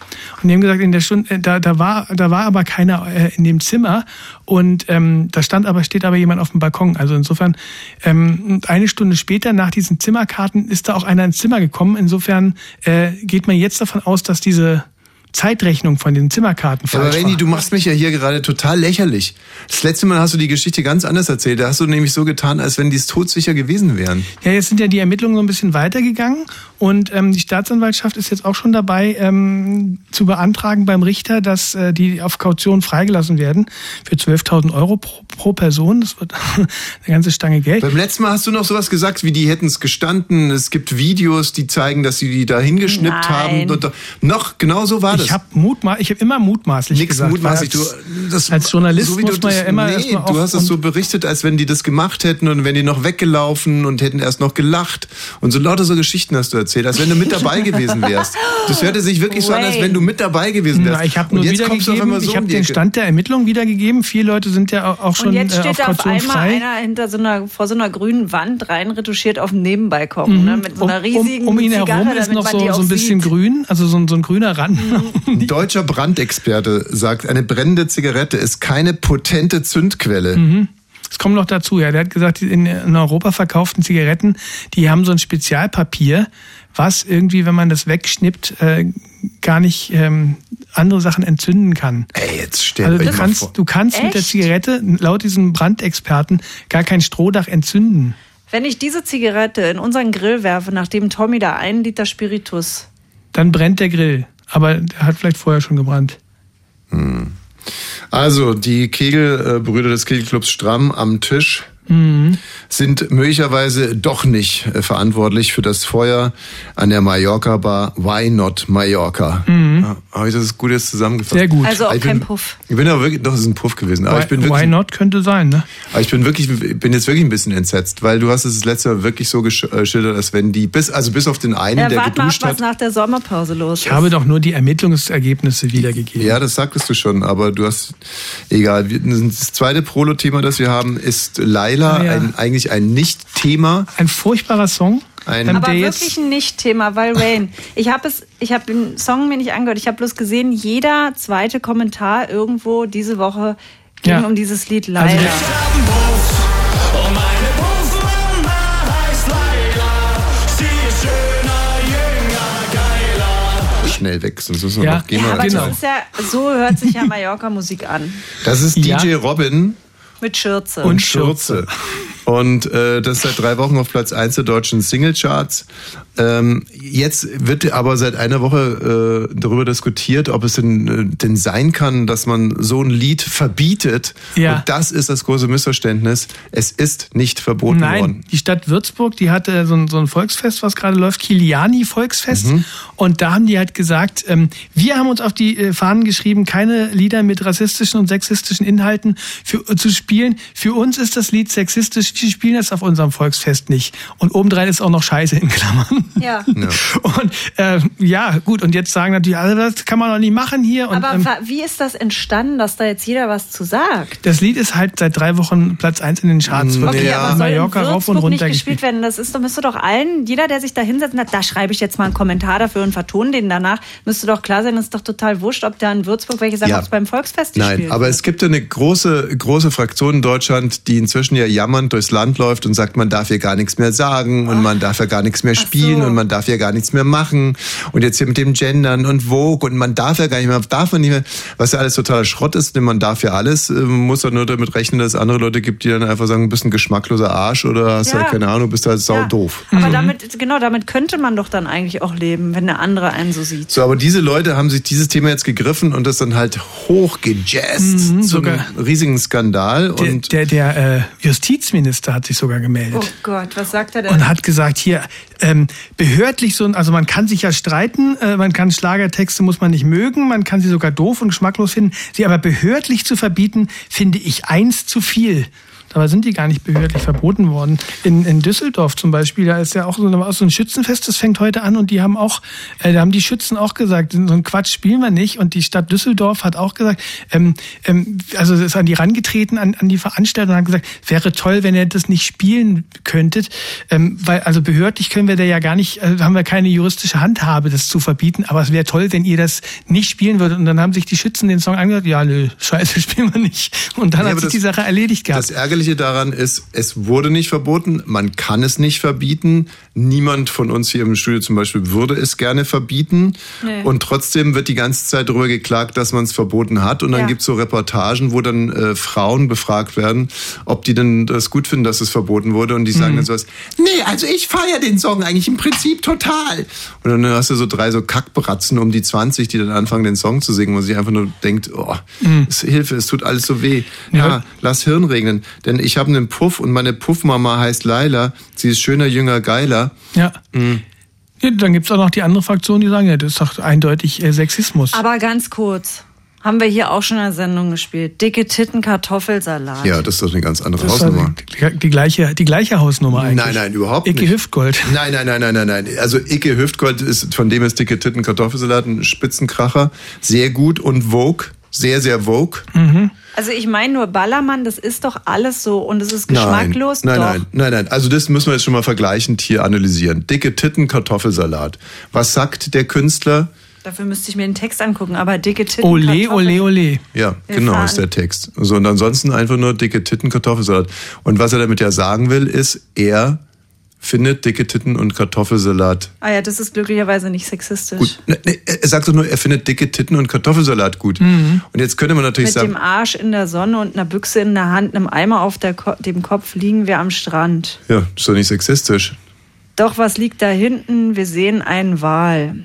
G: Und die haben gesagt, in der Stunde, äh, da, da, war, da war aber keiner äh, in dem Zimmer. Und ähm, da stand aber, steht aber jemand auf dem Balkon. Also insofern, ähm, eine Stunde später nach diesen Zimmerkarten ist da auch einer ins Zimmer gekommen. Insofern äh, geht man jetzt davon aus, dass diese Zeitrechnung von den Zimmerkarten
E: Aber
G: falsch
E: Randy,
G: war.
E: du machst mich ja hier gerade total lächerlich. Das letzte Mal hast du die Geschichte ganz anders erzählt. Da hast du nämlich so getan, als wenn die es todsicher gewesen wären.
G: Ja, jetzt sind ja die Ermittlungen so ein bisschen weitergegangen und ähm, die Staatsanwaltschaft ist jetzt auch schon dabei ähm, zu beantragen beim Richter, dass äh, die auf Kaution freigelassen werden für 12.000 Euro pro, pro Person. Das wird eine ganze Stange Geld.
E: Beim letzten Mal hast du noch sowas gesagt, wie die hätten es gestanden. Es gibt Videos, die zeigen, dass sie die da hingeschnippt
F: Nein.
E: haben. Und doch- noch, genau so war das?
G: Ich habe mutma ich hab immer mutmaßlich
E: Nix
G: gesagt.
E: mutmaßlich. Du,
G: weil als-
E: das,
G: als Journalist
E: so wie
G: muss
E: du
G: man
E: das,
G: ja immer
E: Nee,
G: erstmal
E: du
G: auf-
E: hast es so
G: und-
E: berichtet, als wenn die das gemacht hätten und wenn die noch weggelaufen und hätten erst noch gelacht. Und so lauter so Geschichten hast du erzählt, als wenn du mit dabei gewesen wärst. Das hörte sich wirklich so an, als
F: Wayne.
E: wenn du mit dabei gewesen wärst.
G: Na, ich habe
E: und
G: nur
E: jetzt kommst du auf
G: wiedergegeben,
E: einmal so
G: ich
E: um
G: habe
E: die
G: den
E: Ecke.
G: Stand der Ermittlungen wiedergegeben. Viele Leute sind ja au- auch schon
F: Und jetzt
G: äh, auf
F: steht da auf
G: Kaution
F: einmal
G: frei.
F: einer hinter so einer, vor so einer grünen Wand rein retuschiert auf dem Nebenbalkon, ne? mit so einer riesigen
G: Mhm. um, um ihn
F: Zigarre,
G: herum ist
F: damit
G: noch
F: man
G: so,
F: die auch
G: so ein bisschen
F: sieht.
G: grün, also so ein, so ein grüner Rand.
E: Ein deutscher Brandexperte sagt, eine brennende Zigarette ist keine potente Zündquelle.
G: Es kommt noch dazu, ja. Der hat gesagt, die in, in Europa verkauften Zigaretten, die haben so ein Spezialpapier, was irgendwie, wenn man das wegschnippt, äh, gar nicht ähm, andere Sachen entzünden kann.
E: Ey, jetzt stell
G: Also
E: euch
G: du
E: mal vor.
G: kannst, du kannst mit der
F: Echt?
G: Zigarette laut diesem Brandexperten gar kein Strohdach entzünden.
F: Wenn ich diese Zigarette in unseren Grill werfe, nachdem Tommy da einen Liter Spiritus.
G: Dann brennt der Grill. Aber der hat vielleicht vorher schon gebrannt.
E: Mhm. Also, die Kegel, äh, Brüder des Kegelclubs Stramm am Tisch
G: Mhm.
E: sind möglicherweise doch nicht äh, verantwortlich für das Feuer an der Mallorca-Bar Why Not Mallorca.
G: Mhm.
E: Ja, Habe ich das gut jetzt zusammengefasst?
G: Sehr gut.
F: Also auch
E: ich
F: kein
E: bin,
F: Puff.
E: Ich bin aber wirklich, doch, es ist ein Puff gewesen. Aber
G: why,
E: ich bin
G: why
E: wirklich,
G: not könnte sein, ne?
E: aber ich bin wirklich, bin jetzt wirklich ein bisschen entsetzt, weil du hast es das letzte Mal wirklich so gesch- äh, geschildert, als wenn die, bis, also bis auf den einen,
F: Ja,
E: der
F: wart mal ab,
E: geduscht
F: was
E: hat.
F: nach der Sommerpause los
G: Ich habe doch nur die Ermittlungsergebnisse wiedergegeben.
E: Ja, das sagtest du schon, aber du hast, egal. Wir- Das zweite Prolo-Thema, das wir haben, ist Laila,
G: Ah, ja.
E: ein, eigentlich ein Nicht-Thema.
G: Ein furchtbarer Song.
E: Ein-
G: ähm,
E: Aber
F: Aber
G: der
F: wirklich ein Nicht-Thema, weil Wayne, ich habe es, ich habe den Song mir nicht angehört. Ich habe bloß gesehen, jeder zweite Kommentar irgendwo diese Woche ging
G: Ja.
F: um dieses Lied
G: Also-
F: leider.
D: Und meine Puffmama heißt Leila. Sie ist schöner, jünger, geiler.
E: Schnell weg, sonst müssen wir
G: Ja.
E: noch gehen.
G: Ja,
F: aber
G: genau.
F: das ist ja, so hört sich ja Mallorca-Musik an.
E: Das ist
G: Ja.
E: DJ Robin
F: Mit Schürze.
G: Und
E: Schürze. Und äh, das ist seit drei Wochen auf Platz 1 der deutschen Singlecharts. Ähm, jetzt wird aber seit einer Woche äh, darüber diskutiert, ob es denn, äh, denn sein kann, dass man so ein Lied verbietet.
G: Ja.
E: Und das ist das große Missverständnis. Es ist nicht verboten
G: Nein,
E: worden.
G: die Stadt Würzburg, die hatte so ein, so ein Volksfest, was gerade läuft, Kiliani-Volksfest. Und da haben die halt gesagt, ähm, wir haben uns auf die äh, Fahnen geschrieben, keine Lieder mit rassistischen und sexistischen Inhalten für, äh, zu spielen. Für uns ist das Lied sexistisch, wir spielen das auf unserem Volksfest nicht. Und obendrein ist auch noch Scheiße in Klammern.
F: ja.
G: Und äh, ja, gut, und jetzt sagen natürlich, alle, das kann man doch nicht machen hier. Und,
F: Aber
G: ähm,
F: wa- wie ist das entstanden, dass da jetzt jeder was zu sagt?
G: das Lied ist halt seit drei Wochen Platz eins in den Charts. Wird
F: Okay,
E: Ja.
F: aber soll
G: Mallorca
F: in
G: rauf und
F: Würzburg
G: runter
F: nicht
G: gespielt.
F: gespielt werden? Das ist, doch- müsste doch allen, jeder, der sich da hinsetzt und sagt, da schreibe ich jetzt mal einen Kommentar dafür und vertone den danach, müsste doch klar sein, das ist doch total wurscht, ob da in Würzburg welche sagen,
E: Ja.
F: ob es beim Volksfest
E: Nein,
F: gespielt
E: aber
F: wird.
E: es gibt ja eine große, große Fraktion in Deutschland, die inzwischen ja jammernd durchs Land läuft und sagt, man darf hier gar nichts mehr sagen und man darf ja gar nichts mehr spielen
F: so.
E: und man darf ja gar nichts mehr machen und jetzt hier mit dem Gendern und Vogue und man darf ja gar nicht mehr, darf man nicht mehr, was ja alles totaler Schrott ist, denn man darf ja alles, äh, man muss ja nur damit rechnen, dass es andere Leute gibt, die dann einfach sagen, du bist ein geschmackloser Arsch oder hast ja,
F: Ja.
E: keine Ahnung, bist halt sau
F: Ja,
E: doof.
F: Aber
G: Mhm.
F: damit, genau, damit könnte man doch dann eigentlich auch leben, wenn der andere einen so sieht.
E: So, aber diese Leute haben sich dieses Thema jetzt gegriffen und das dann halt hochgejazzt zu
G: sogar.
E: einem riesigen Skandal
G: Der,
E: und
G: der, der äh, Justizminister hat sich sogar gemeldet.
F: Oh Gott, was sagt er denn?
G: Und hat gesagt, hier, ähm, behördlich so, ein- also man kann sich ja streiten, äh, man kann Schlagertexte muss man nicht mögen, man kann sie sogar doof und geschmacklos finden. Sie aber behördlich zu verbieten, finde ich eins zu viel. Dabei sind die gar nicht behördlich verboten worden. In, in Düsseldorf zum Beispiel, da ist ja auch so, eine, auch so ein Schützenfest, das fängt heute an und die haben auch, äh, da haben die Schützen auch gesagt, so einen Quatsch spielen wir nicht. Und die Stadt Düsseldorf hat auch gesagt, ähm, ähm, also ist an die rangetreten, an, an die Veranstalter und hat gesagt, wäre toll, wenn ihr das nicht spielen könntet, ähm, weil also behördlich können wir da ja gar nicht, äh, haben wir keine juristische Handhabe, das zu verbieten, aber es wäre toll, wenn ihr das nicht spielen würdet. Und dann haben sich die Schützen den Song angehört, ja, nö, scheiße, spielen wir nicht. Und dann
E: Ja,
G: hat
E: aber
G: sich
E: das-
G: die Sache erledigt
E: Das
G: gehabt.
E: Ärgerliche daran ist, es wurde nicht verboten, man kann es nicht verbieten. Niemand von uns hier im Studio zum Beispiel würde es gerne verbieten. Und trotzdem wird die ganze Zeit darüber geklagt, dass man es verboten hat. Und dann
F: Ja.
E: gibt es so Reportagen, wo dann äh, Frauen befragt werden, ob die denn das gut finden, dass es verboten wurde. Und die
G: Mhm.
E: sagen dann sowas, nee, also ich feiere den Song eigentlich im Prinzip total. Und dann hast du so drei so Kackbratzen um die 20, die dann anfangen, den Song zu singen, wo sich einfach nur denkt, oh,
G: Mhm.
E: es, Hilfe, es tut alles so weh. Ja, lass Hirn regnen. Denn ich habe einen Puff und meine Puffmama heißt Laila. Sie ist schöner, jünger, geiler.
G: Ja. Ja, dann gibt es auch noch die andere Fraktion, die sagen, ja, das ist doch eindeutig äh, Sexismus.
F: Aber ganz kurz. Haben wir hier auch schon in der Sendung gespielt. Dicke Titten Kartoffelsalat.
E: Ja, das ist doch eine ganz andere
G: das ist doch
E: Hausnummer. Mhm.
G: die, die, gleiche, die gleiche Hausnummer eigentlich.
E: Nein, nein, überhaupt
G: Icke
E: nicht.
G: Hüftgold.
E: Nein, nein, nein, nein, nein, nein. Also Icke Hüftgold ist, von dem ist dicke Titten Kartoffelsalat ein Spitzenkracher. Sehr gut und Vogue. Sehr, sehr Vogue.
G: Hm.
F: Also ich meine nur Ballermann, das ist doch alles so und es ist geschmacklos.
E: Nein,
F: doch.
E: nein, nein, nein. Also das müssen wir jetzt schon mal vergleichend hier analysieren. Dicke Titten Kartoffelsalat. Was sagt der Künstler?
F: Dafür müsste ich mir den Text angucken, aber dicke Titten
G: Ole,
F: Kartoffeln-
G: ole, ole.
E: Ja,
F: Wir
E: genau,
F: fahren.
E: ist der Text. So, und ansonsten einfach nur dicke Titten Kartoffelsalat. Und was er damit ja sagen will, ist, er findet dicke Titten und Kartoffelsalat
F: Ah ja, das ist glücklicherweise nicht sexistisch.
E: gut. Ne, ne, er sagt doch nur, er findet dicke Titten und Kartoffelsalat gut. Und jetzt könnte man natürlich
F: Mhm. Mit dem
E: sagen,
F: Arsch in der Sonne und einer Büchse in der Hand, einem Eimer auf der Ko dem Kopf liegen wir am Strand.
E: ja, ist doch nicht sexistisch.
F: Doch was liegt da hinten? Wir sehen einen Wal.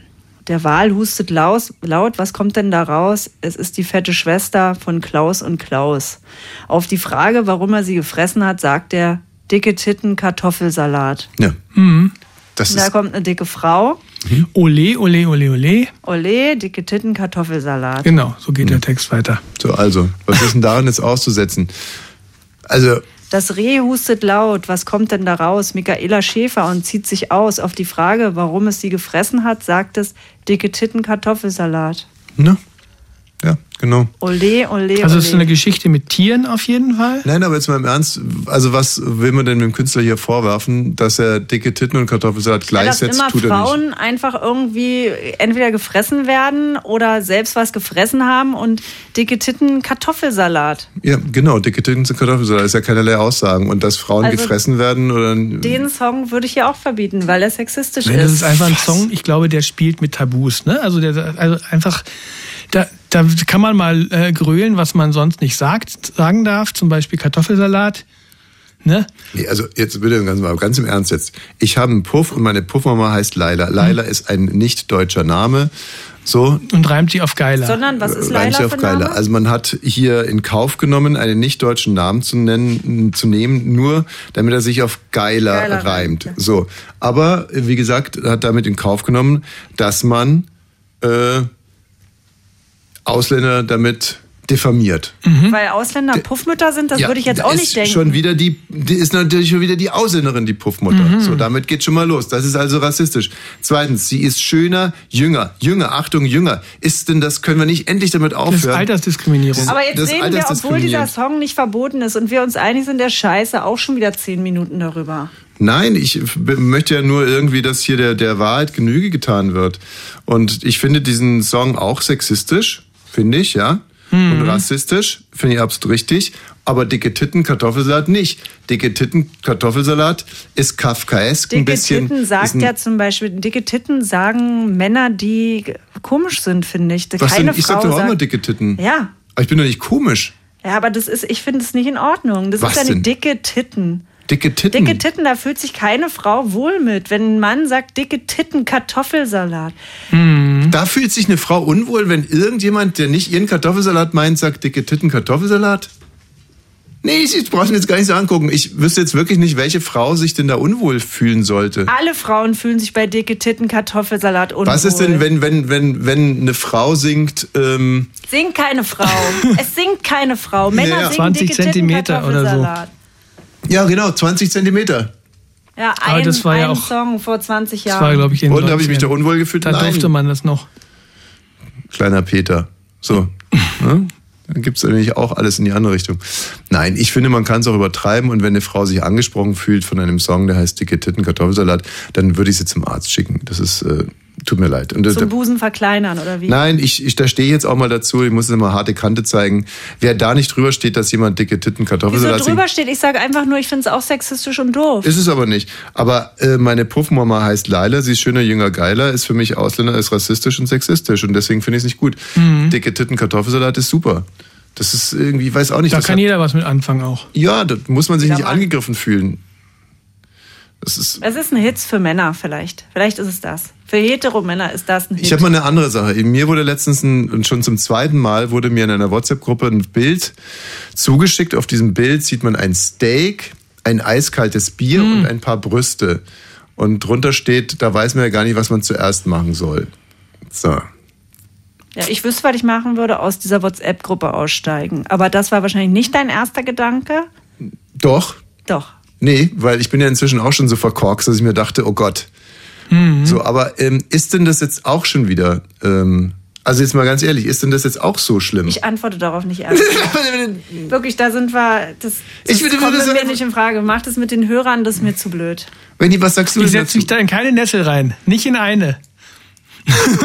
F: Der Wal hustet laus, laut. Was kommt denn da raus? Es ist die fette Schwester von Klaus und Klaus. Auf die Frage, warum er sie gefressen hat, sagt er, dicke Titten, Kartoffelsalat.
E: Ja. Das
F: Und da
E: ist, Mhm.
F: kommt eine dicke Frau.
G: Mhm. Ole, ole, ole, ole.
F: Ole, dicke Titten, Kartoffelsalat.
G: Genau, so geht der Text weiter.
E: so, also, was ist denn daran jetzt auszusetzen? Also,
F: Das Reh hustet laut. Was kommt denn da raus? Michaela Schäfer und zieht sich aus. Auf die Frage, warum es sie gefressen hat, sagt es dicke Titten, Kartoffelsalat.
E: ne? Ja, genau.
F: Ole, ole, ole.
G: Also es ist eine Geschichte mit Tieren auf jeden Fall.
E: Nein, aber jetzt mal im Ernst, also was will man denn dem Künstler hier vorwerfen, dass er dicke Titten und Kartoffelsalat
F: Ja, dass
E: gleichsetzt,
F: immer
E: tut er nicht.
F: Frauen einfach irgendwie entweder gefressen werden oder selbst was gefressen haben und dicke Titten Kartoffelsalat.
E: Ja, genau, dicke Titten und Kartoffelsalat ist ja keinerlei Aussagen. Und dass Frauen
F: Also,
E: gefressen werden oder...
F: Den Song würde ich ja auch verbieten, weil er sexistisch
G: Nein,
F: ist.
G: das ist einfach ein Song, ich glaube, der spielt mit Tabus. Ne? Also, der, also einfach, da, da kann man mal äh, grölen, was man sonst nicht sagt, sagen darf. Zum Beispiel Kartoffelsalat. Ne?
E: Nee, also jetzt bitte ganz, mal, ganz im Ernst jetzt. Ich habe einen Puff und meine Puffmama heißt Laila. Laila ist ein nicht deutscher Name. So,
G: Mhm. Und reimt sie auf Geiler.
F: Sondern was ist
E: reimt sich
F: Leila
E: auf
F: für
E: Laila.
F: Name?
E: Also man hat hier in Kauf genommen, einen nicht deutschen Namen zu nennen, zu nehmen, nur damit er sich auf Geiler,
F: Geiler reimt,
E: reimt.
F: ja.
E: So, aber wie gesagt, hat damit in Kauf genommen, dass man äh, Ausländer damit diffamiert.
F: Weil Ausländer Puffmütter sind, das
E: Mhm. Ja,
F: würde ich jetzt
E: da
F: auch
E: ist
F: nicht denken.
E: Schon wieder die, die ist natürlich schon wieder die Ausländerin, die Puffmutter.
F: Mhm.
E: So, damit geht schon mal los. Das ist also rassistisch. Zweitens, sie ist schöner, jünger, jünger, Achtung, jünger. Ist denn das, können wir nicht endlich damit
G: das ist
E: aufhören?
G: Altersdiskriminierung.
F: Aber jetzt
E: Das
F: reden wir, obwohl
E: Altersdiskriminierung.
F: dieser Song nicht verboten ist und wir uns einig sind, der Scheiße, auch schon wieder zehn Minuten darüber.
E: Nein, ich f- möchte ja nur irgendwie, dass hier der, der Wahrheit Genüge getan wird. Und ich finde diesen Song auch sexistisch, finde ich, ja.
F: Mhm.
E: Und rassistisch, finde ich absolut richtig. Aber dicke Titten, Kartoffelsalat nicht. Dicke Titten, Kartoffelsalat ist kafkaesk ein
F: Dicke
E: bisschen.
F: Titten
E: ist
F: sagt
E: ein,
F: ja zum Beispiel, dicke Titten sagen Männer, die komisch sind, finde ich.
E: Was
F: Keine
E: denn? Ich
F: Frau
E: sag doch auch
F: sagt,
E: immer dicke Titten.
F: Ja.
E: Aber ich bin doch nicht komisch.
F: Ja, aber das ist, ich finde es nicht in Ordnung. Das
E: Was
F: ist ja eine
E: denn?
F: dicke Titten.
E: Dicke Titten.
F: Dicke Titten, da fühlt sich keine Frau wohl mit, wenn ein Mann sagt, dicke Titten, Kartoffelsalat.
E: Da fühlt sich eine Frau unwohl, wenn irgendjemand, der nicht ihren Kartoffelsalat meint, sagt, dicke Titten Kartoffelsalat? Nee, ich, ich brauch's mir jetzt gar nicht so angucken. Ich wüsste jetzt wirklich nicht, welche Frau sich denn da unwohl fühlen sollte.
F: Alle Frauen fühlen sich bei dicke Titten, Kartoffelsalat unwohl.
E: Äh. Was ist denn, wenn, wenn, wenn, wenn eine Frau singt, ähm,
F: Singt keine Frau. es singt keine Frau. Männer
E: ja.
F: singen
G: 20
F: dicke
G: Zentimeter
F: Titten,
G: oder so.
F: Kartoffelsalat.
E: ja genau, 20 Zentimeter.
F: Ja,
G: Aber
F: ein,
G: das war ja
F: ein
G: auch-
F: Song vor 20
G: das
F: Jahren.
G: war, glaube ich, in
E: Und habe ich mich da
G: 19.
E: unwohl gefühlt?
G: Da
E: Nein.
G: durfte man das noch.
E: kleiner Peter. So. ne? Dann gibt's nämlich auch alles in die andere Richtung. Nein, ich finde, man kann es auch übertreiben und wenn eine Frau sich angesprochen fühlt von einem Song, der heißt Dicke Titten Kartoffelsalat, dann würde ich sie zum Arzt schicken. Das ist, äh, tut mir leid. Und das,
F: Zum Busen verkleinern oder wie?
E: Nein, ich, ich da stehe jetzt auch mal dazu, ich muss jetzt mal harte Kante zeigen. Wer da nicht drüber steht, dass jemand dicke Titten
F: Wieso
E: Kartoffelsalat
F: drüber steht, ich sage einfach nur, ich finde es auch sexistisch und doof.
E: ist es aber nicht. Aber äh, meine Puffmama heißt Laila, sie ist schöner, jünger, geiler, ist für mich Ausländer, ist rassistisch und sexistisch und deswegen finde ich es nicht gut.
G: Mhm.
E: Dicke Titten Kartoffelsalat ist super. Das ist irgendwie, ich weiß auch nicht.
G: Da
E: das
G: kann
E: hat,
G: jeder was mit anfangen auch.
E: ja, da muss man sich
F: Ja,
E: nicht
F: Mann.
E: angegriffen fühlen. Das ist,
F: Es ist ein Hitz für Männer vielleicht. Vielleicht ist es das. Für hetero Männer ist das ein Hit.
E: ich habe mal eine andere Sache. Mir wurde letztens ein, und schon zum zweiten Mal wurde mir in einer WhatsApp-Gruppe ein Bild zugeschickt.
G: Mhm.
E: Auf diesem Bild sieht man ein Steak, ein eiskaltes Bier und ein paar Brüste. Und drunter steht, da weiß man ja gar nicht, was man zuerst machen soll. So.
F: Ja, ich wüsste, was ich machen würde, aus dieser WhatsApp-Gruppe aussteigen. Aber das war wahrscheinlich nicht dein erster Gedanke.
E: Doch,
F: Doch.
E: nee, weil ich bin ja inzwischen auch schon so verkorkst, dass ich mir dachte, oh Gott.
G: Mhm.
F: Mhm.
E: So, aber ähm, ist denn das jetzt auch schon wieder, ähm, also jetzt mal ganz ehrlich, ist denn das jetzt auch so schlimm?
F: Ich antworte darauf nicht ernst. Wirklich, da sind wir. Das, das
E: Ich würde-
F: kommt
E: würde
F: bei mir
E: sagen-
F: nicht in Frage. Mach das mit den Hörern, das ist mir zu blöd.
E: Wendy, was sagst du
G: Ich
E: denn
G: setze
E: dazu?
G: mich da in keine Nessel rein. Nicht in eine.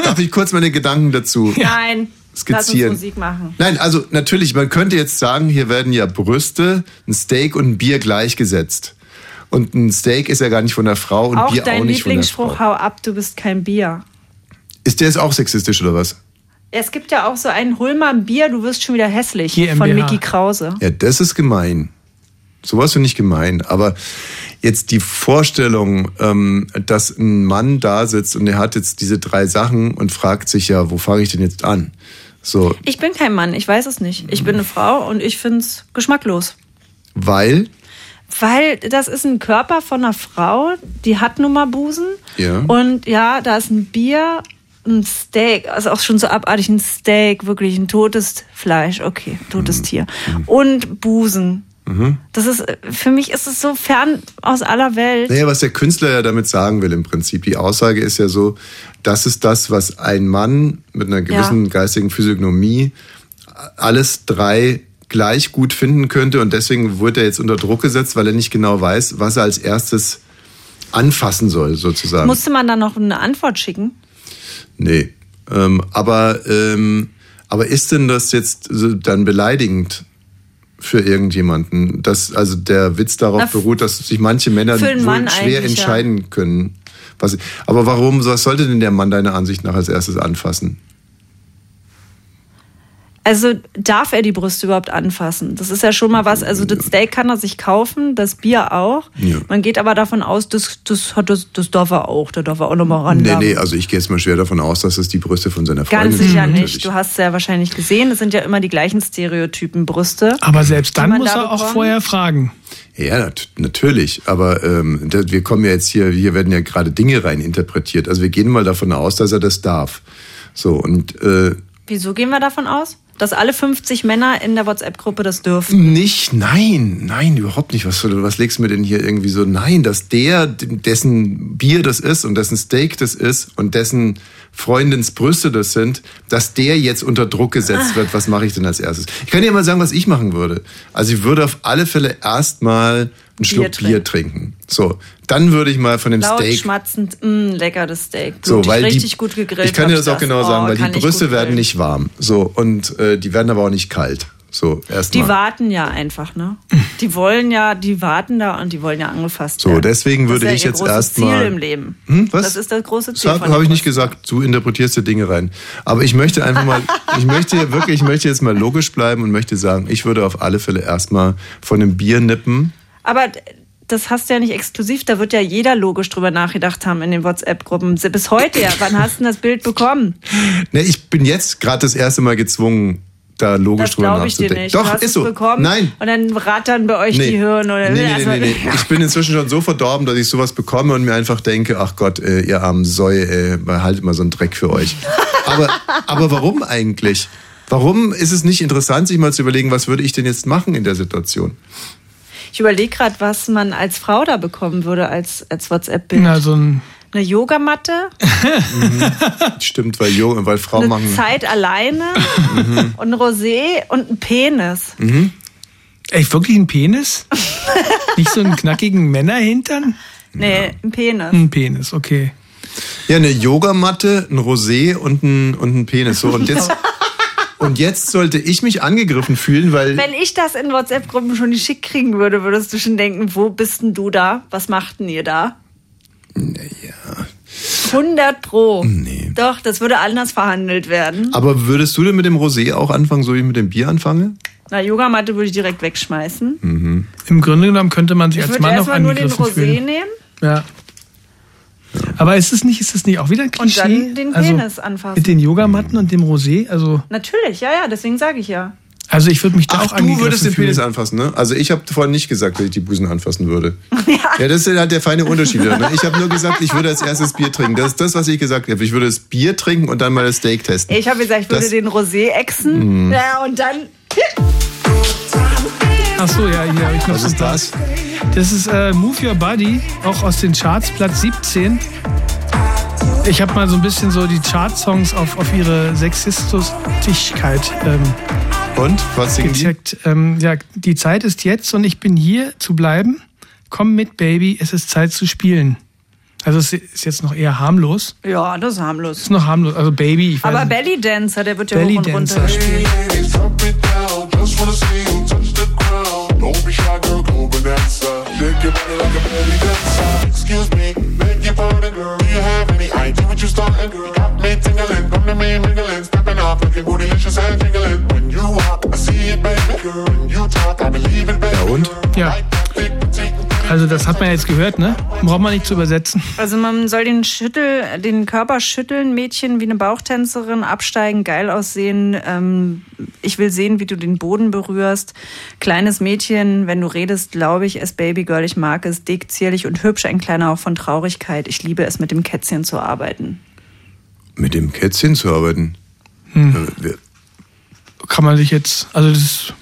E: Darf ich kurz meine Gedanken dazu?
F: Nein.
E: skizzieren.
F: Lass uns Musik machen.
E: Nein, also natürlich, man könnte jetzt sagen, hier werden ja Brüste, ein Steak und ein Bier gleichgesetzt. Und ein Steak ist ja gar nicht von der Frau und
F: auch
E: Bier auch
F: dein
E: nicht von der
F: Lieblingsspruch,
E: Frau.
F: hau ab, du bist kein Bier.
E: Ist der jetzt auch sexistisch oder was?
F: Es gibt ja auch so einen, hol mal ein Bier, du wirst schon wieder hässlich.
G: GmbH.
F: Von Mickey Krause.
E: Ja, das ist gemein. Sowas finde ich gemein. Aber jetzt die Vorstellung, ähm, dass ein Mann da sitzt und er hat jetzt diese drei Sachen und fragt sich ja, wo fange ich denn jetzt an? So,
F: Ich bin kein Mann, ich weiß es nicht. Ich bin eine Frau und ich find's geschmacklos.
E: weil
F: Weil das ist ein Körper von einer Frau, die hat nun mal Busen.
E: Ja.
F: Und ja, da ist ein Bier, ein Steak, also auch schon so abartig ein Steak, wirklich ein totes Fleisch, okay, totes
E: Mhm.
F: Tier. Und Busen. Das ist, für mich ist es so fern aus aller Welt.
E: Naja, was der Künstler ja damit sagen will im Prinzip. Die Aussage ist ja so, das ist das, was ein Mann mit einer gewissen
F: Ja.
E: geistigen Physiognomie alles drei gleich gut finden könnte und deswegen wird er jetzt unter Druck gesetzt, weil er nicht genau weiß, was er als erstes anfassen soll, sozusagen.
F: Musste man dann noch eine Antwort schicken?
E: nee. Ähm, aber, ähm, aber ist denn das jetzt so dann beleidigend? für irgendjemanden. Das, also der Witz darauf
F: Na, f-
E: beruht, dass sich manche Männer
F: für einen
E: wohl
F: Mann
E: schwer
F: eigentlich, ja.
E: entscheiden können. Was, aber warum was sollte denn der Mann deiner Ansicht nach als erstes anfassen?
F: Also darf er die Brüste überhaupt anfassen? Das ist ja schon mal was. Also das Steak kann er sich kaufen, das Bier auch.
E: Ja.
F: Man geht aber davon aus, das, das, hat, das, das darf er auch, da darf er auch nochmal ran.
E: Nee, nee, also ich gehe jetzt mal schwer davon aus, dass es die Brüste von seiner Freundin
F: Oh, Ganz
E: sind.
F: sicher
E: natürlich.
F: nicht. Du hast es ja wahrscheinlich gesehen. Es sind ja immer die gleichen Stereotypen Brüste.
G: Aber selbst dann
F: man
G: muss
F: da
G: er auch
F: bekommen?
G: vorher fragen.
E: Ja, nat natürlich. Aber ähm, da, wir kommen ja jetzt hier, hier werden ja gerade Dinge rein interpretiert. Also wir gehen mal davon aus, dass er das darf. So, und äh,
F: Wieso gehen wir davon aus? Dass alle 50 Männer in der WhatsApp-Gruppe das dürfen.
E: Nicht, nein, nein, überhaupt nicht. Was, was legst du mir denn hier irgendwie so? Nein, dass der, dessen Bier das ist und dessen Steak das ist und dessen Freundins Brüste das sind, dass der jetzt unter Druck
F: Ah.
E: gesetzt wird. Was mache ich denn als erstes? Ich kann dir mal sagen, was ich machen würde. Also ich würde auf alle Fälle erstmal einen Schluck
F: trinken.
E: Bier trinken. So, dann würde ich mal von dem
F: Laut,
E: Steak
F: schmatzend, mh, lecker das Steak.
E: so,
F: Blutig,
E: weil
F: richtig
E: die,
F: gut gegrillt.
E: Ich kann
F: hab
E: dir das auch genau
F: Oh,
E: sagen, weil
F: kann
E: die
F: ich
E: Brüste
F: gut
E: werden
F: grillen.
E: nicht warm. So, und äh, die werden aber auch nicht kalt. So, erstmal.
F: Die warten ja einfach, ne? Die wollen ja, die warten da und die wollen ja angefasst
E: So,
F: werden.
E: deswegen würde
F: das ist
E: ich
F: ja ihr
E: jetzt
F: großes
E: erstmal-
F: Ziel im Leben.
E: Hm, was?
F: Das ist das große Ziel.
E: Das
F: von den
E: habe ich nicht
F: Brüsten.
E: gesagt. Du interpretierst dir Dinge rein. Aber ich möchte einfach mal, ich möchte hier wirklich, ich möchte jetzt mal logisch bleiben und möchte sagen, ich würde auf alle Fälle erstmal von einem Bier nippen.
F: Aber d- das hast du ja nicht exklusiv, da wird ja jeder logisch drüber nachgedacht haben in den WhatsApp-Gruppen. Bis heute ja. Wann hast du denn das Bild bekommen?
E: Ne, ich bin jetzt gerade das erste Mal gezwungen, da logisch
F: Das
E: drüber
F: glaube ich dir
E: nachzudenken.
F: nicht. du
E: Doch,
F: hast
E: ist
F: es
E: so.
F: bekommen
E: Nein.
F: Und dann rattern bei euch die Hirn oder
E: nee, nee,
F: Also-
E: nee, nee, nee. Ich bin inzwischen schon so verdorben, dass ich sowas bekomme und mir einfach denke, ach Gott, äh, ihr armen Säue, äh, behaltet mal so einen Dreck für euch. Aber, aber warum eigentlich? Warum ist es nicht interessant, sich mal zu überlegen, was würde ich denn jetzt machen in der Situation?
F: Ich überlege gerade, was man als Frau da bekommen würde als, als WhatsApp-Bild.
G: Na, so ein,
F: Eine Yogamatte,
E: Mhm. Stimmt, weil, Jo- weil Frauen
F: eine
E: machen.
F: Zeit alleine
E: Mhm.
F: und ein Rosé und ein Penis.
G: echt wirklich ein Penis? nicht so einen knackigen Männerhintern?
F: Nee, ein Penis.
G: Ein Penis, okay.
E: Ja, eine Yogamatte, ein Rosé und ein, und ein Penis. So, und jetzt. Und jetzt sollte ich mich angegriffen fühlen, weil
F: Wenn ich das in WhatsApp-Gruppen schon nicht schick kriegen würde, würdest du schon denken, wo bist denn du da? Was macht denn ihr da? Naja. 100 Pro. Nee. Doch, das würde anders verhandelt werden.
E: Aber würdest du denn mit dem Rosé auch anfangen, so wie ich mit dem Bier anfange?
F: Na, Yogamatte würde ich direkt wegschmeißen.
G: Im Grunde genommen könnte man sich
F: Ich
G: als
F: würde
G: Mann auch
F: erstmal nur den
G: angegriffen
F: Rosé
G: fühlen.
F: nehmen
G: Ja. Aber ist es nicht, ist es nicht auch wieder ein
F: und
G: Klischee?
F: dann den
G: also
F: Penis anfassen.
G: Mit den Yogamatten und dem Rosé, also
F: Natürlich, ja, ja, deswegen sage ich ja.
G: Also ich würde mich da
E: Ach,
G: auch
E: du würdest den
G: angegriffen
E: Penis
G: fühlen.
E: anfassen, ne? Also ich habe vorhin nicht gesagt, dass ich die Busen anfassen würde. Ja, das ist halt der feine Unterschied. Ne? Ich habe nur gesagt, ich würde als erstes Bier trinken. Das ist das, was ich gesagt habe. Ich würde das Bier trinken und dann mal das Steak testen.
F: Ich habe gesagt, ich würde
E: Das-
F: den Rosé exen. Ja, und dann.
G: Ach so, ja, hier habe ich noch
E: Was ist
G: ein
E: das?
G: paar. Das ist äh, Move Your Body, auch aus den Charts, Platz 17. Ich habe mal so ein bisschen so die Chart-Songs auf, auf ihre Sexistischkeit ähm,
E: Und? Was singen die?
G: gecheckt. Ähm, ja, die Zeit ist jetzt und ich bin hier zu bleiben. Komm mit, Baby, es ist Zeit zu spielen. Also es ist jetzt noch eher harmlos.
F: Ja, das ist harmlos.
G: Ist noch harmlos. Also Baby, ich weiß
F: Aber
G: nicht.
F: Belly Dancer, der wird ja
G: Belly
F: hoch und runter
G: Dancer.
F: gespielt.
H: Excuse me, make your party girl. Do you have any idea what you starting, girl? You got me tingling, come to me mingling, stepping off, looking bootylicious and jingling. When you walk, I see it, baby girl. When you talk, I believe it, baby
E: Ja, und?
H: girl.
G: Ja.
H: Like that big petite
G: Also das hat man jetzt gehört, ne? Braucht man nicht zu übersetzen.
F: Also man soll den Schüttel, den Körper schütteln, Mädchen wie eine Bauchtänzerin, absteigen, geil aussehen. Ähm, ich will sehen, wie du den Boden berührst. Kleines Mädchen, wenn du redest, glaube ich es, Babygirl, ich mag es, dick, zierlich und hübsch, ein kleiner Hauch von Traurigkeit. Ich liebe es, mit dem Kätzchen zu arbeiten.
E: Mit dem Kätzchen zu arbeiten. Äh, wir-
G: Hm. Kann man sich jetzt, also das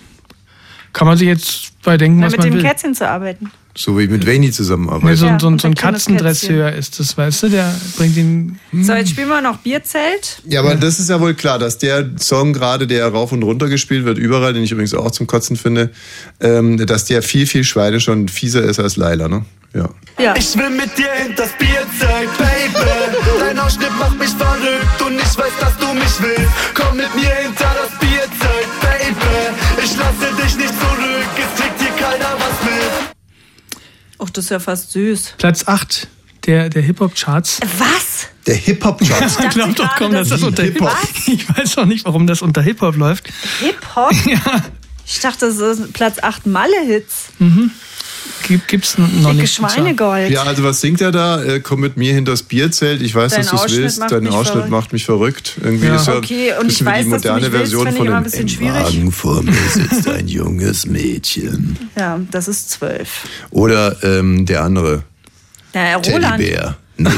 G: kann man sich jetzt bei denken,
F: Na,
G: Hm, was
F: mit
G: man
F: dem
G: will.
F: Kätzchen zu arbeiten.
E: So wie mit Wayne
G: Ja,
E: zusammenarbeiten.
G: so, ein- so, ein-
F: und
G: so ein
F: ein kleines
G: Katzendresseur ist das, weißt du? Der bringt ihn.
F: So, jetzt spielen wir noch Bierzelt.
E: Ja, aber das ist ja wohl klar, dass der Song gerade, der rauf und runter gespielt wird, überall, den ich übrigens auch zum Kotzen finde, ähm, dass der viel, viel schweinischer und fieser ist als Laila, ne? Ja.
F: Ja.
D: Ich will mit dir hinters Bierzeug, Baby. Dein Ausschnitt macht mich verrückt und ich weiß, dass du mich willst. Komm mit mir hinter das Bierzeug, Baby. Ich lasse dich nicht zurück, es kriegt dir keiner was mit.
F: Och, das ist ja fast süß.
G: Platz 8 der, der Hip-Hop-Charts.
F: Was?
E: Der Hip-Hop-Chart.
G: Ich glaube doch
F: gerade,
G: kaum, dass
F: dass
G: das unter Hip-Hop. Ich weiß auch nicht, warum das unter Hip-Hop läuft.
F: Hip-Hop? Ich dachte, das ist Platz 8 Malle-Hits.
G: Gibt, gibt's n- Mhm. noch
F: Dicke
G: nicht.
F: Schweinegold.
E: ja, also was singt er da? Äh, komm mit mir hinters Bierzelt. Ich weiß,
F: Dein
E: dass du es
F: Ausschnitt
E: willst.
F: macht
E: Dein
F: mich
E: Ausschnitt
F: verrückt.
E: macht mich verrückt. Irgendwie
G: Ja.
E: ist ja
F: Okay, und
E: bisschen
F: ich
E: wie
F: weiß,
E: die
F: dass du
E: moderne
F: mich willst,
E: Version
F: finde ich
E: von
F: immer
E: dem
F: ein bisschen
E: Im
F: schwierig.
E: Wagen vor mir sitzt ein junges Mädchen.
F: Ja, das ist 12.
E: Oder ähm, der andere,
F: Naja, Roland.
E: Teddybär. Nee.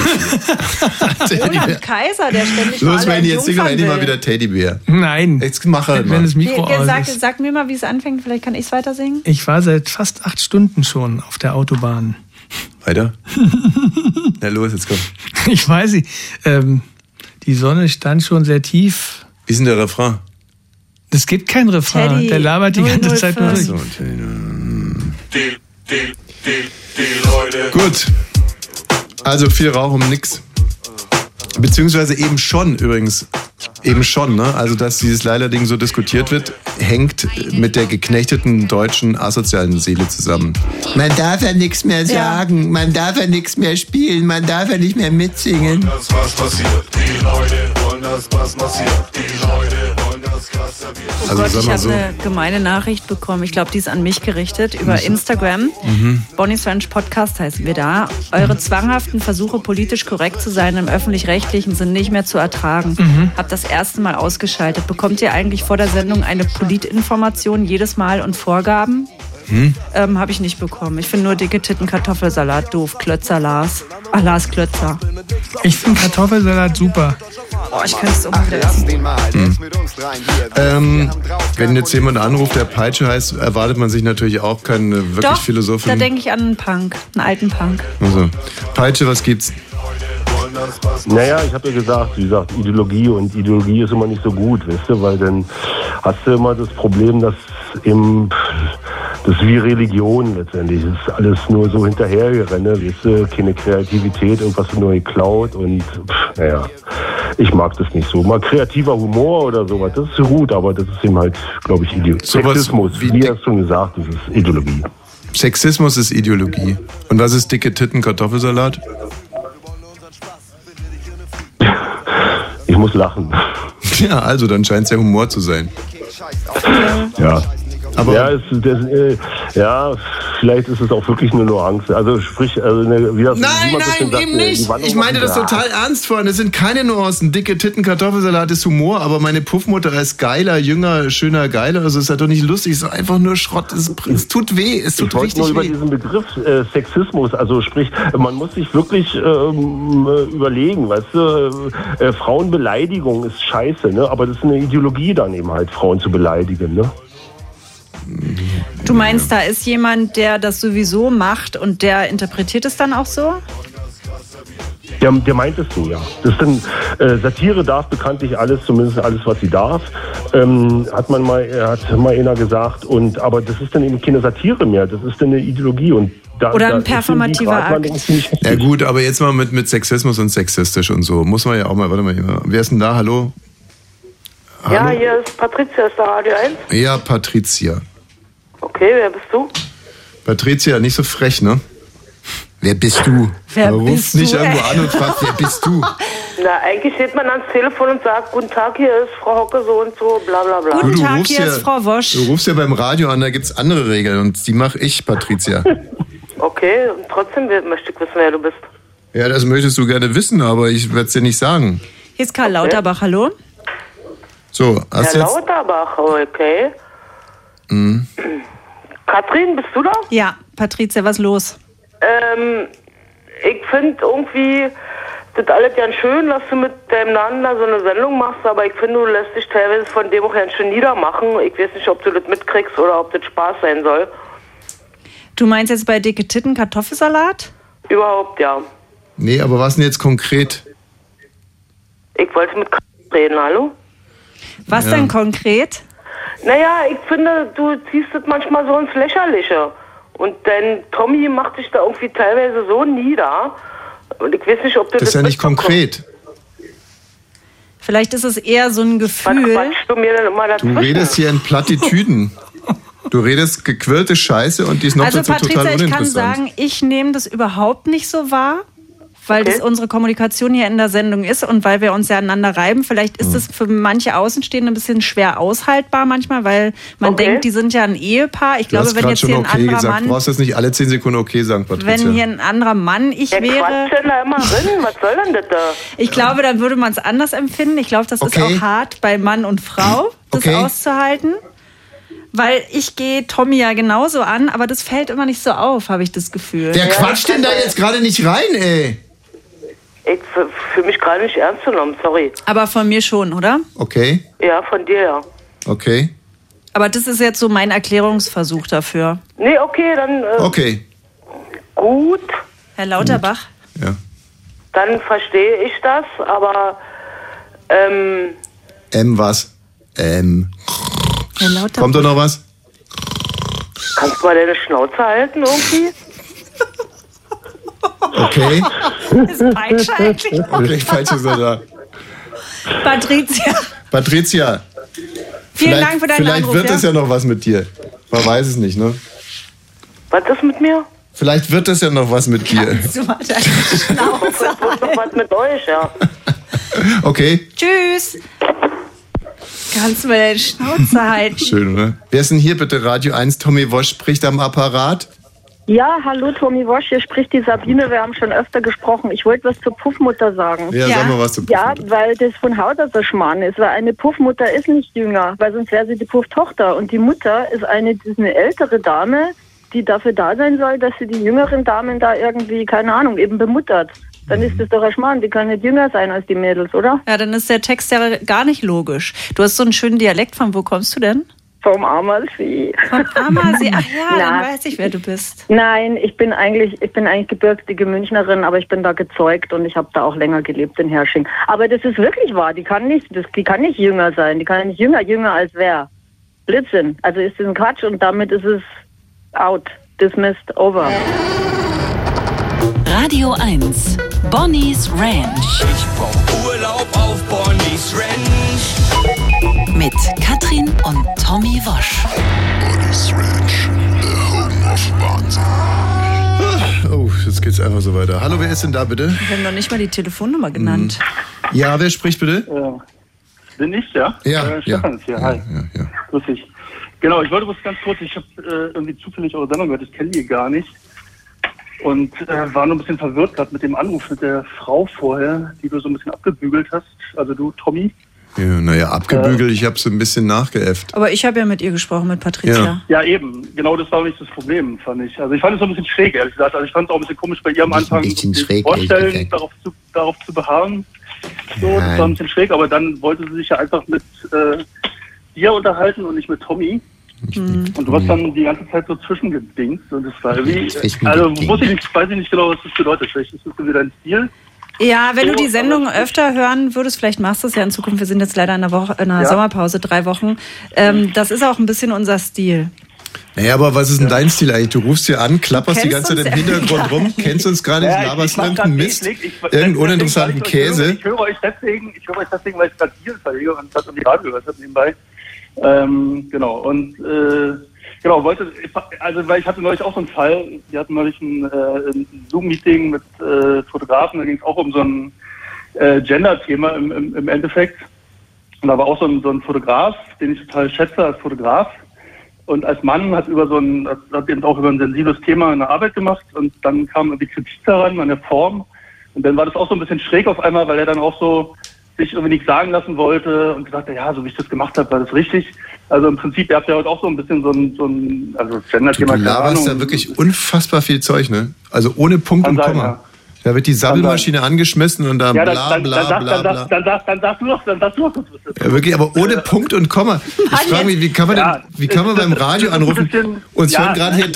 E: Teddybär.
F: Roland Kaiser, der
E: Los,
F: ständig mal alle
E: Mandy, jetzt sing doch endlich mal wieder Teddybär.
G: Nein.
E: Jetzt mach halt
G: Wenn
E: mal.
G: das Mikro aus
F: sag,
G: ist.
F: sag mir mal, wie es anfängt, vielleicht kann ich es weiter singen.
G: Ich war seit fast acht Stunden schon auf der Autobahn.
E: Weiter. Na los, jetzt komm.
G: Ich weiß nicht. Ähm, die Sonne stand schon sehr tief.
E: Wie ist denn der Refrain?
G: Es gibt keinen Refrain.
F: Teddy,
G: Der labert die ganze
F: 005.
G: Zeit nur durch.
E: So, okay.
H: Die, die, die, die Leute.
E: Gut. Also viel Rauch um nix. Beziehungsweise eben schon übrigens. Eben schon, ne? Also, dass dieses Leila-Ding so diskutiert wird, hängt mit der geknechteten deutschen asozialen Seele zusammen. Man darf ja nichts mehr sagen, man darf ja nichts mehr spielen, man darf ja nicht mehr mitsingen.
H: Das was passiert, die Leute und das was passiert, die Leute und das Gras serviert.
F: Oh
E: Also,
F: Gott,
E: sag
F: ich
E: mal
F: habe
E: so.
F: eine gemeine Nachricht bekommen. Ich glaube, die ist an mich gerichtet über Instagram.
E: Mhm.
F: Bonnie's Ranch Podcast heißen wir da. Eure zwanghaften Versuche, politisch korrekt zu sein im Öffentlich-Rechtlichen, sind nicht mehr zu ertragen.
G: Mhm.
F: Habt das erste Mal ausgeschaltet. Bekommt ihr eigentlich vor der Sendung eine Politinformation jedes Mal und Vorgaben?
E: Hm?
F: Ähm, habe ich nicht bekommen. Ich finde nur dicke Titten Kartoffelsalat doof. Klötzer Lars. Ah, Lars Klötzer.
G: Ich finde Kartoffelsalat super.
F: Oh, ich könnte es umdrehen.
E: Ähm, wenn jetzt jemand anruft, der Peitsche heißt, erwartet man sich natürlich auch keinen äh, wirklich
F: Doch,
E: Philosophen.
F: da denke ich an einen Punk, einen alten Punk.
E: also, Peitsche, was gibt's?
I: Naja, ich habe ja gesagt, wie gesagt, Ideologie und Ideologie ist immer nicht so gut, weißt du, weil dann hast du immer das Problem, dass im das ist wie Religion letztendlich. Es ist alles nur so hinterhergerenne, weißt du, keine Kreativität, irgendwas wird nur geklaut und pff, naja, ich mag das nicht so. Mal kreativer Humor oder sowas, das ist gut, aber das ist eben halt, glaube ich, Ideologie.
E: Sowas
I: Sexismus,
E: wie
I: wie
E: Dick-
I: hast du gesagt, das ist Ideologie.
E: Sexismus ist Ideologie. Und was ist dicke Titten Kartoffelsalat?
I: Ich muss lachen.
E: Ja, also dann scheint es ja Humor zu sein.
I: Ja.
E: Aber
I: ja, es, das, äh, ja, vielleicht ist es auch wirklich eine Nuance. Also sprich, also eine, wie das, wie
E: Nein,
I: man so schön
E: nein,
I: sagt,
E: eben
I: eine- die
E: nicht.
I: Wandlung
E: Ich meine
I: macht-
E: das total ernst, Freunde. Das sind keine Nuancen. Dicke Titten, Kartoffelsalat ist Humor, aber meine Puffmutter ist geiler, jünger, schöner, geiler. Also ist halt doch nicht lustig. Es ist einfach nur Schrott. Es, es tut weh. Es tut
I: Ich wollte
E: richtig
I: nur über
E: weh.
I: diesen Begriff äh, Sexismus, also sprich, man muss sich wirklich ähm, äh, überlegen, weißt du, äh, Frauenbeleidigung ist scheiße, ne? aber das ist eine Ideologie dann eben halt, Frauen zu beleidigen. Ne?
F: Du meinst, da ist jemand, der das sowieso macht und der interpretiert es dann auch so?
I: Der, der meint es so, ja. Das ist dann, äh, Satire darf bekanntlich alles, zumindest alles, was sie darf, ähm, hat man mal, äh, hat mal einer gesagt. Und aber das ist dann eben keine Satire mehr. Das ist dann eine Ideologie und da,
F: Oder ein
I: da ist dann die
F: performativer
I: Gratwanderung
F: Akt.
I: ziemlich heftig.
E: Ja gut, aber jetzt mal mit, mit Sexismus und sexistisch und so. Muss man ja auch mal, warte mal, hier. wer ist denn da? Hallo?
J: Ja, hier ist Patricia, ist der Radio 1.
E: Ja, Patricia.
J: Okay, wer bist du?
E: Patricia, nicht so frech, ne? Wer bist du?
F: Wer
E: Ruf
F: bist
E: nicht
F: du,
E: irgendwo
F: ey?
E: an und fragt, wer bist du?
J: Na, eigentlich steht man ans Telefon und sagt, guten Tag, hier ist Frau Hocke so und so, bla bla bla.
F: Guten
E: du
F: Tag,
E: rufst
F: hier ist Frau Wosch.
E: Du rufst ja beim Radio an, da gibt's andere Regeln und die mache ich, Patricia.
J: Okay, und trotzdem will- möchte ich wissen, wer du bist.
E: Ja, das möchtest du gerne wissen, aber ich werde es dir nicht sagen.
F: Hier ist Karl Lauterbach, hallo?
E: So,
J: Herr
E: hast du jetzt. Hm.
J: Lauterbach, okay. Katrin, bist du da?
F: Ja, Patricia, was los?
J: Ähm, ich finde irgendwie das alles ganz schön, dass du mit deinem Namen da so eine Sendung machst, aber ich finde, du lässt dich teilweise von dem auch ganz schön niedermachen. Ich weiß nicht, ob du das mitkriegst oder ob das Spaß sein soll.
F: Du meinst jetzt bei dicke Titten Kartoffelsalat?
J: Überhaupt, ja.
E: Nee, aber was denn jetzt konkret?
J: Ich wollte mit Katrin reden, hallo?
F: Was denn konkret?
J: Naja, ich finde, du ziehst das manchmal so ins Lächerliche. Und dein Tommy macht dich da irgendwie teilweise so nieder. Und ich weiß nicht, ob du
E: Das ist ja nicht
J: mitbekommst.
E: konkret.
F: Vielleicht ist es eher so ein
J: Was
F: Gefühl.
J: quatschst du mir denn immer
E: Du
J: dazwischen?
E: redest hier in Plattitüden. Du redest gequirlte Scheiße und die ist noch
F: Also
E: dazu
F: Patricia,
E: total
F: ich kann
E: uninteressant.
F: sagen, ich nehme das überhaupt nicht so wahr, weil das unsere Kommunikation hier in der Sendung ist und weil wir uns ja aneinander reiben. Vielleicht
E: Hm.
F: ist das für manche Außenstehende ein bisschen schwer aushaltbar manchmal, weil man
J: Okay.
F: denkt, die sind ja ein Ehepaar. Ich
E: du
F: glaube,
E: hast
F: wenn
E: gerade
F: jetzt
E: schon
F: hier ein
E: okay
F: anderer
E: gesagt. du
F: Mann,
E: brauchst jetzt nicht alle 10 Sekunden okay sagen, Patricia.
F: wenn hier ein anderer Mann ich
J: Der
F: wäre,
J: quatscht denn da immer drin. Was soll denn das da?
F: ich glaube, dann würde man es anders empfinden. Ich glaube, das
E: Okay.
F: ist auch hart bei Mann und Frau, das
E: Okay.
F: auszuhalten. Weil ich gehe Tommy ja genauso an, aber das fällt immer nicht so auf, habe ich das Gefühl.
E: Wer quatscht denn da jetzt gerade nicht rein, ey?
J: Ich fühle äh, mich gerade nicht ernst genommen, sorry.
F: Aber von mir schon, oder?
E: Okay,
J: Ja, von dir ja.
E: okay,
F: Aber das ist jetzt so mein Erklärungsversuch dafür.
J: Nee, okay, dann äh,
E: okay.
J: gut.
F: Herr Lauterbach,
E: Ja.
J: Dann verstehe ich das, aber ähm,
E: M was? M.
F: Herr Lauterbach,
E: Kommt da noch was?
J: kannst du mal deine Schnauze halten irgendwie?
E: Okay.
F: ist Peitsche eigentlich?
E: Okay, falsch ist er da.
F: Patricia,
E: Patricia,
F: vielen Dank für deinen
E: vielleicht
F: Anruf.
E: wird
F: ja?
E: das ja noch was mit dir. Man weiß es nicht, ne?
J: Was ist mit mir?
E: Vielleicht wird das ja noch was mit dir.
F: Du mal deine Schnauze
J: Was ist
F: halten.
J: was mit euch, ja?
E: Okay,
F: Tschüss. Kannst du mal deine Schnauze halten?
E: schön, oder? Wer ist denn hier bitte? Radio 1, Tommy Wosch spricht am Apparat.
K: Ja, hallo Tommy Wosch, hier spricht die Sabine, wir haben schon öfter gesprochen. Ich wollte was zur Puffmutter sagen.
E: Ja,
F: Ja.
E: sag mal was zu
K: Ja, weil das von Haut aus ein Schmarrn ist, weil eine Puffmutter ist nicht jünger, weil sonst wäre sie die Pufftochter. Und die Mutter ist eine, die ist eine ältere Dame, die dafür da sein soll, dass sie die jüngeren Damen da irgendwie, keine Ahnung, eben bemuttert.
E: Mhm.
K: Dann ist das doch ein Schmarrn, die können nicht jünger sein als die Mädels, oder?
F: Ja, dann ist der Text ja gar nicht logisch. Du hast so einen schönen Dialekt. Von wo kommst du denn?
K: Vom Ammersee.
F: Von Ammersee. Ah, Ach ja, dann
K: Na.
F: weiß ich, wer du bist.
K: Nein, ich bin eigentlich, ich bin eigentlich gebürtige Münchnerin, aber ich bin da gezeugt und ich habe da auch länger gelebt in Hersching. Aber das ist wirklich wahr. Die kann nicht, das, die kann nicht jünger sein. Die kann nicht jünger, jünger als wer. Blödsinn. Also ist das ein Quatsch und damit ist es out, dismissed, over.
C: Radio 1. Bonnie's Ranch
D: Ich brauch Urlaub auf Bonnie's Ranch.
C: mit Katrin und Tommy Wosch.
E: Oh, jetzt geht's einfach so weiter. Hallo, wer ist denn da bitte? Hm.
F: Wir haben noch nicht mal die Telefonnummer genannt.
E: Ja, wer spricht bitte?
L: Bin ich, ja?
E: Ja,
L: Äh, Stefan ist hier, hi.
E: ja, ja.
L: Grüß dich. Genau, ich wollte bloß ganz kurz, ich habe äh, irgendwie zufällig eure Sendung gehört, ich kenne die gar nicht. Und äh, war nur ein bisschen verwirrt gerade mit dem Anruf mit der Frau vorher, die du so ein bisschen abgebügelt hast. Also du, Tommy.
E: Ja, naja, abgebügelt, ich habe so ein bisschen nachgeäfft.
M: Aber ich habe ja mit ihr gesprochen, mit Patricia.
E: Ja.
L: Ja, eben. Genau das war nicht das Problem, fand ich. Also ich fand es so ein bisschen schräg, ehrlich gesagt. Also ich fand es auch ein bisschen komisch bei ihr am Anfang,
N: bisschen
L: sich
N: schräg, ehrlich
L: vorstellen,
N: gesagt.
L: darauf zu, darauf zu beharren. So, das war
N: Nein.
L: ein bisschen schräg, aber dann wollte sie sich ja einfach mit äh, dir unterhalten und nicht mit Tommy.
F: Hm.
L: Und du hast dann die ganze Zeit so zwischengedingst und das war irgendwie, also
M: Zwischengedingst.
L: muss ich nicht, weiß ich nicht genau, was das bedeutet. Vielleicht ist das so wieder ein Stil.
M: Ja, wenn
L: So,
M: du die Sendung öfter hören würdest, vielleicht machst du es ja in Zukunft. Wir sind jetzt leider in einer, Woche, in einer
L: Ja.
M: Sommerpause, drei Wochen. Ähm, das ist auch ein bisschen unser Stil.
E: Naja, aber was ist denn dein Stil eigentlich? Du rufst hier an, klapperst die
M: Kennst
E: ganze Zeit im
M: uns ja
E: Hintergrund
M: gar
E: rum,
M: nicht.
E: kennst uns gar nicht,
L: Ja, ich-
E: laberst
L: ich mach
E: irgendeinen
L: grad
E: Mist,
L: Netflix. Ich-
E: irgendeinen
L: deswegen
E: uninteressanten
L: sag ich euch,
E: Käse.
L: Ich höre euch deswegen, ich höre euch deswegen, weil ich gerade Deal verlege und das um die Radio gehört habe nebenbei. Ähm, genau, und äh, genau, wollte, also weil ich hatte neulich auch so einen Fall, wir hatten neulich ein, äh, ein Zoom-Meeting mit äh, Fotografen, da ging es auch um so ein äh, Gender-Thema im, im, im Endeffekt. Und da war auch so ein, so ein Fotograf, den ich total schätze als Fotograf. Und als Mann hat über so ein, hat- hat eben auch über ein sensibles Thema eine Arbeit gemacht und dann kam irgendwie Kritik daran an der Form. Und dann war das auch so ein bisschen schräg auf einmal, weil er dann auch so sich irgendwie nichts sagen lassen wollte und gesagt hat, ja, so wie ich das gemacht habe, war das richtig. Also im Prinzip, ihr habt ja heute auch so ein bisschen so ein, so ein also
E: Du,
L: Gender-Thema.
E: du
L: keine
E: laberst
L: Ahnung.
E: da wirklich unfassbar viel Zeug, ne? Also ohne Punkt
L: Kann
E: und
L: sein,
E: Komma.
L: ja.
E: Da wird die Sabbelmaschine angeschmissen und dann
L: Ja, dann,
E: bla
L: dann, dann,
E: bla
L: sag-
E: bla
L: dann,
E: bla.
L: sag- dann, sag- dann sagst du doch, dann sagst du doch, was das ist.
E: Ja, wirklich, aber ohne Punkt und Komma. Ich
L: Mann,
E: frage mich, wie kann man,
L: Äh, Ja,
E: denn, wie kann man
L: das-
E: beim
L: das-
E: Radio
L: das ist ein
E: anrufen?
L: bisschen-
E: Uns
L: ja,
E: hören gerade hier
L: das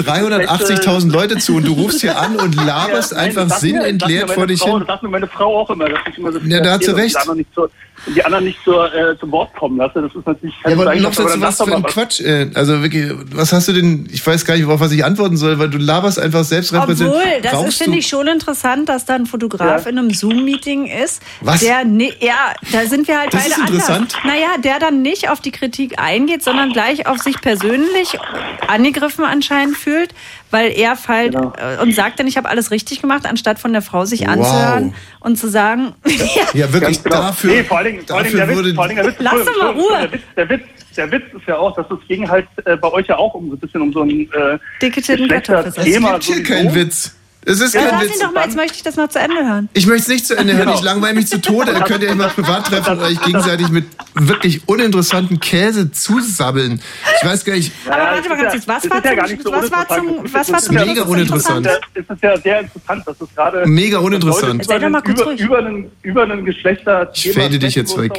L: ist-
E: 380.000 Leute zu und du rufst hier an und laberst
L: Ja,
E: einfach
L: nein, das sagt mir-
E: sinnentleert
L: das sagt mir
E: vor
L: meine
E: dich
L: Frau,
E: hin.
L: Das sagt mir meine Frau auch immer, dass ich immer so viel
E: Ja, da hat sie
L: erzähle und
E: recht.
L: Die anderen nicht, zur, und die anderen nicht zur, äh, zum Wort kommen lasse. Das ist natürlich
E: Ja, aber noch
L: Aber
E: dazu
L: dann
E: was
L: also sag
E: für
L: doch
E: ein
L: mal
E: Quatsch. äh, Also wirklich, was hast du denn? Ich weiß gar nicht, auf was ich antworten soll, weil du laberst einfach selbstreferenziell.
M: Obwohl, das ist,
E: Brauchst
M: finde
E: du-
M: ich schon interessant, dass da ein Fotograf
E: Ja.
M: in einem Zoom-Meeting ist,
E: Was?
M: der ne, ja, da sind wir halt
E: Das
M: beide
E: ist interessant.
M: anders. Naja, der dann nicht auf die Kritik eingeht, sondern gleich auf sich persönlich angegriffen anscheinend fühlt, weil er halt äh, und sagt dann, ich habe alles richtig gemacht, anstatt von der Frau sich
E: Wow.
M: anzuhören und zu sagen,
E: Ja, wirklich,
L: Ganz genau.
E: dafür,
L: Nee, vor allen Dingen, vor allen Dingen
E: dafür
L: der Witz,
E: würde...
L: vor allen Dingen der Witz,
M: Lass doch mal
L: Entschuldigung, Entschuldigung, Der Witz, der Witz, der Witz ist ja auch, dass es ging halt äh, bei euch ja auch um so ein bisschen um so ein äh,
M: Dicke Titten, Kartoffelsalat.
L: Geschlechterthema
M: Es gibt
E: hier
L: sowieso.
E: kein Witz. Es ist
M: ja,
E: kein
M: lass
E: Witz.
M: ihn doch mal, jetzt möchte ich das noch zu Ende hören.
E: Ich möchte es nicht zu Ende hören.
M: Genau.
E: Ich langweile mich zu Tode. Ihr könnt ja immer privat treffen und euch gegenseitig mit wirklich uninteressanten Käse zusabbeln. Ich weiß gar nicht.
M: Aber warte mal ganz kurz, was
L: das
M: war
L: ist ja
M: zum-
L: gar nicht so
M: was war zum-
L: uninteressant. Das
M: was
L: ist-
M: war
L: das
M: zum
L: ist ja-
E: Mega
L: das ist
E: uninteressant.
L: ja- Es ist ja sehr interessant, dass es gerade
E: Mega uninteressant.
L: dass Leute Über, einen- über, über, einen, über einen Geschlechter
E: Ich fade dich jetzt weg.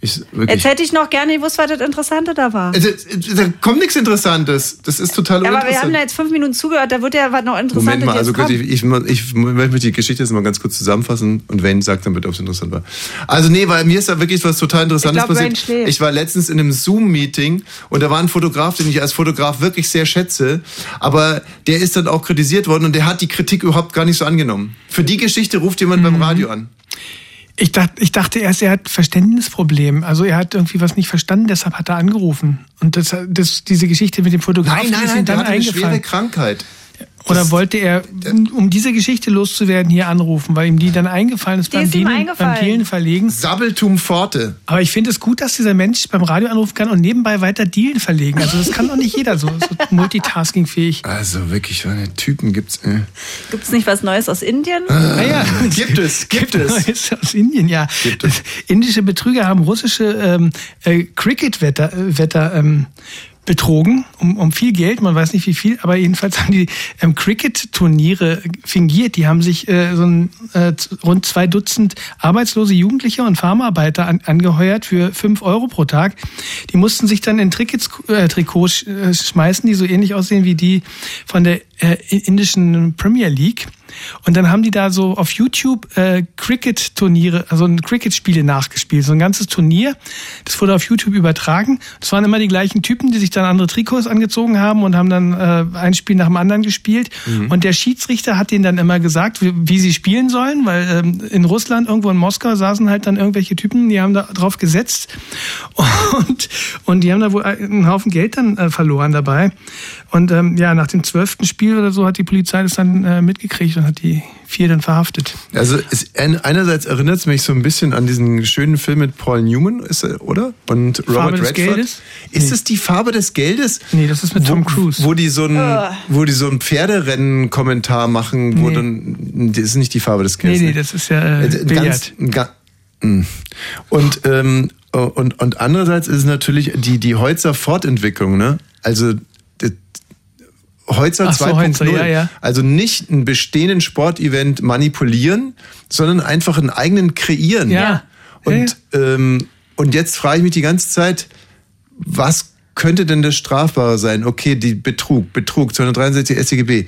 E: Ich,
M: Jetzt
E: wirklich.
M: hätte ich noch gerne gewusst, was das Interessante da war.
E: Also, Da kommt nichts Interessantes. Das ist total
M: Ja, aber wir haben
E: uninteressant.
M: da jetzt fünf Minuten zugehört, da wird ja was noch interessantes.
E: Moment mal, also
M: jetzt
E: kurz, ich,
M: kommen.
E: ich, ich möchte die Geschichte jetzt mal ganz kurz zusammenfassen und Wayne sagt dann bitte, ob es interessant war. Also nee, weil mir ist da wirklich was total Interessantes
M: Ich glaub, Wayne
E: passiert.
M: schläft.
E: Ich war letztens in einem Zoom-Meeting und da war ein Fotograf, den ich als Fotograf wirklich sehr schätze, aber der ist dann auch kritisiert worden und der hat die Kritik überhaupt gar nicht so angenommen. Für die Geschichte ruft jemand
M: Mhm.
E: beim Radio an.
G: Ich dachte, ich dachte erst, er hat Verständnisproblem. Also er hat irgendwie was nicht verstanden, deshalb hat er angerufen. Und das, das, diese Geschichte mit dem
E: Nein,
G: Fotografen
E: nein,
G: ist ihm
E: nein, der
G: dann
E: hatte eine schwere
G: eingefallen.
E: Krankheit.
G: Oder wollte er, um diese Geschichte loszuwerden, hier anrufen, weil ihm die dann eingefallen ist,
M: Die
G: beim,
M: ist ihm
G: Dehnen-
M: eingefallen.
G: beim Dehnen verlegen?
E: Sabbeltum Forte.
G: Aber ich finde es gut, dass dieser Mensch beim Radio anrufen kann und nebenbei weiter Dealen verlegen. Also das kann doch nicht jeder so, so multitaskingfähig.
E: Also wirklich, was für Typen gibt's. Äh.
M: Gibt es nicht was Neues aus Indien?
E: Ah,
F: Also
G: Naja,
E: gibt es, gibt es.
G: Ist aus Indien, ja. Indische Betrüger haben russische ähm, äh, Cricket-Wetter äh, Wetter, ähm, betrogen um, um viel Geld, man weiß nicht wie viel, aber jedenfalls haben die ähm, Cricket-Turniere fingiert. Die haben sich äh, so ein, äh, z- rund zwei Dutzend arbeitslose Jugendliche und Farmarbeiter an, angeheuert für fünf Euro pro Tag. Die mussten sich dann in Trikets, äh, Trikots sch, äh, schmeißen, die so ähnlich aussehen wie die von der äh, indischen Premier League. Und dann haben die da so auf YouTube äh, Cricket-Turniere, also ein Cricket-Spiele nachgespielt. So ein ganzes Turnier. Das wurde auf YouTube übertragen. Das waren immer die gleichen Typen, die sich dann andere Trikots angezogen haben und haben dann äh, ein Spiel nach dem anderen gespielt.
O: Mhm.
G: Und der Schiedsrichter hat denen dann immer gesagt, wie, wie sie spielen sollen, weil ähm, in Russland, irgendwo in Moskau, saßen halt dann irgendwelche Typen, die haben da drauf gesetzt. Und, und die haben da wohl einen Haufen Geld dann äh, verloren dabei. Und ähm, ja, nach dem zwölften Spiel Spiel oder so hat die Polizei das dann äh, mitgekriegt und hat die vier dann verhaftet.
E: Also es, ein- einerseits erinnert es mich so ein bisschen an diesen schönen Film mit Paul Newman, ist er, oder? Und Robert
G: Farbe des
E: Redford.
G: Geldes?
E: Ist es die Farbe des Geldes?
G: Nee, das ist mit Tom Cruise.
E: Wo die so ein,
G: Ah.
E: wo die so ein Pferderennen-Kommentar machen, wo
G: Nee.
E: dann das ist nicht die Farbe des Geldes.
G: Nee, nee,
E: ne?
G: das ist ja, äh,
E: ein ganz, ein ga, Mm. und ähm, und und andererseits ist es natürlich die die Holzer Fortentwicklung, ne? Also das- Holzer
G: Ach so,
E: 2.0.
G: Holzer, ja, ja.
E: Also nicht ein bestehenden Sportevent manipulieren, sondern einfach einen eigenen kreieren.
G: Ja.
E: Und, Ähm, und jetzt frage ich mich die ganze Zeit, was könnte denn das Strafbare sein? Okay, die Betrug, Betrug, 263 StGB.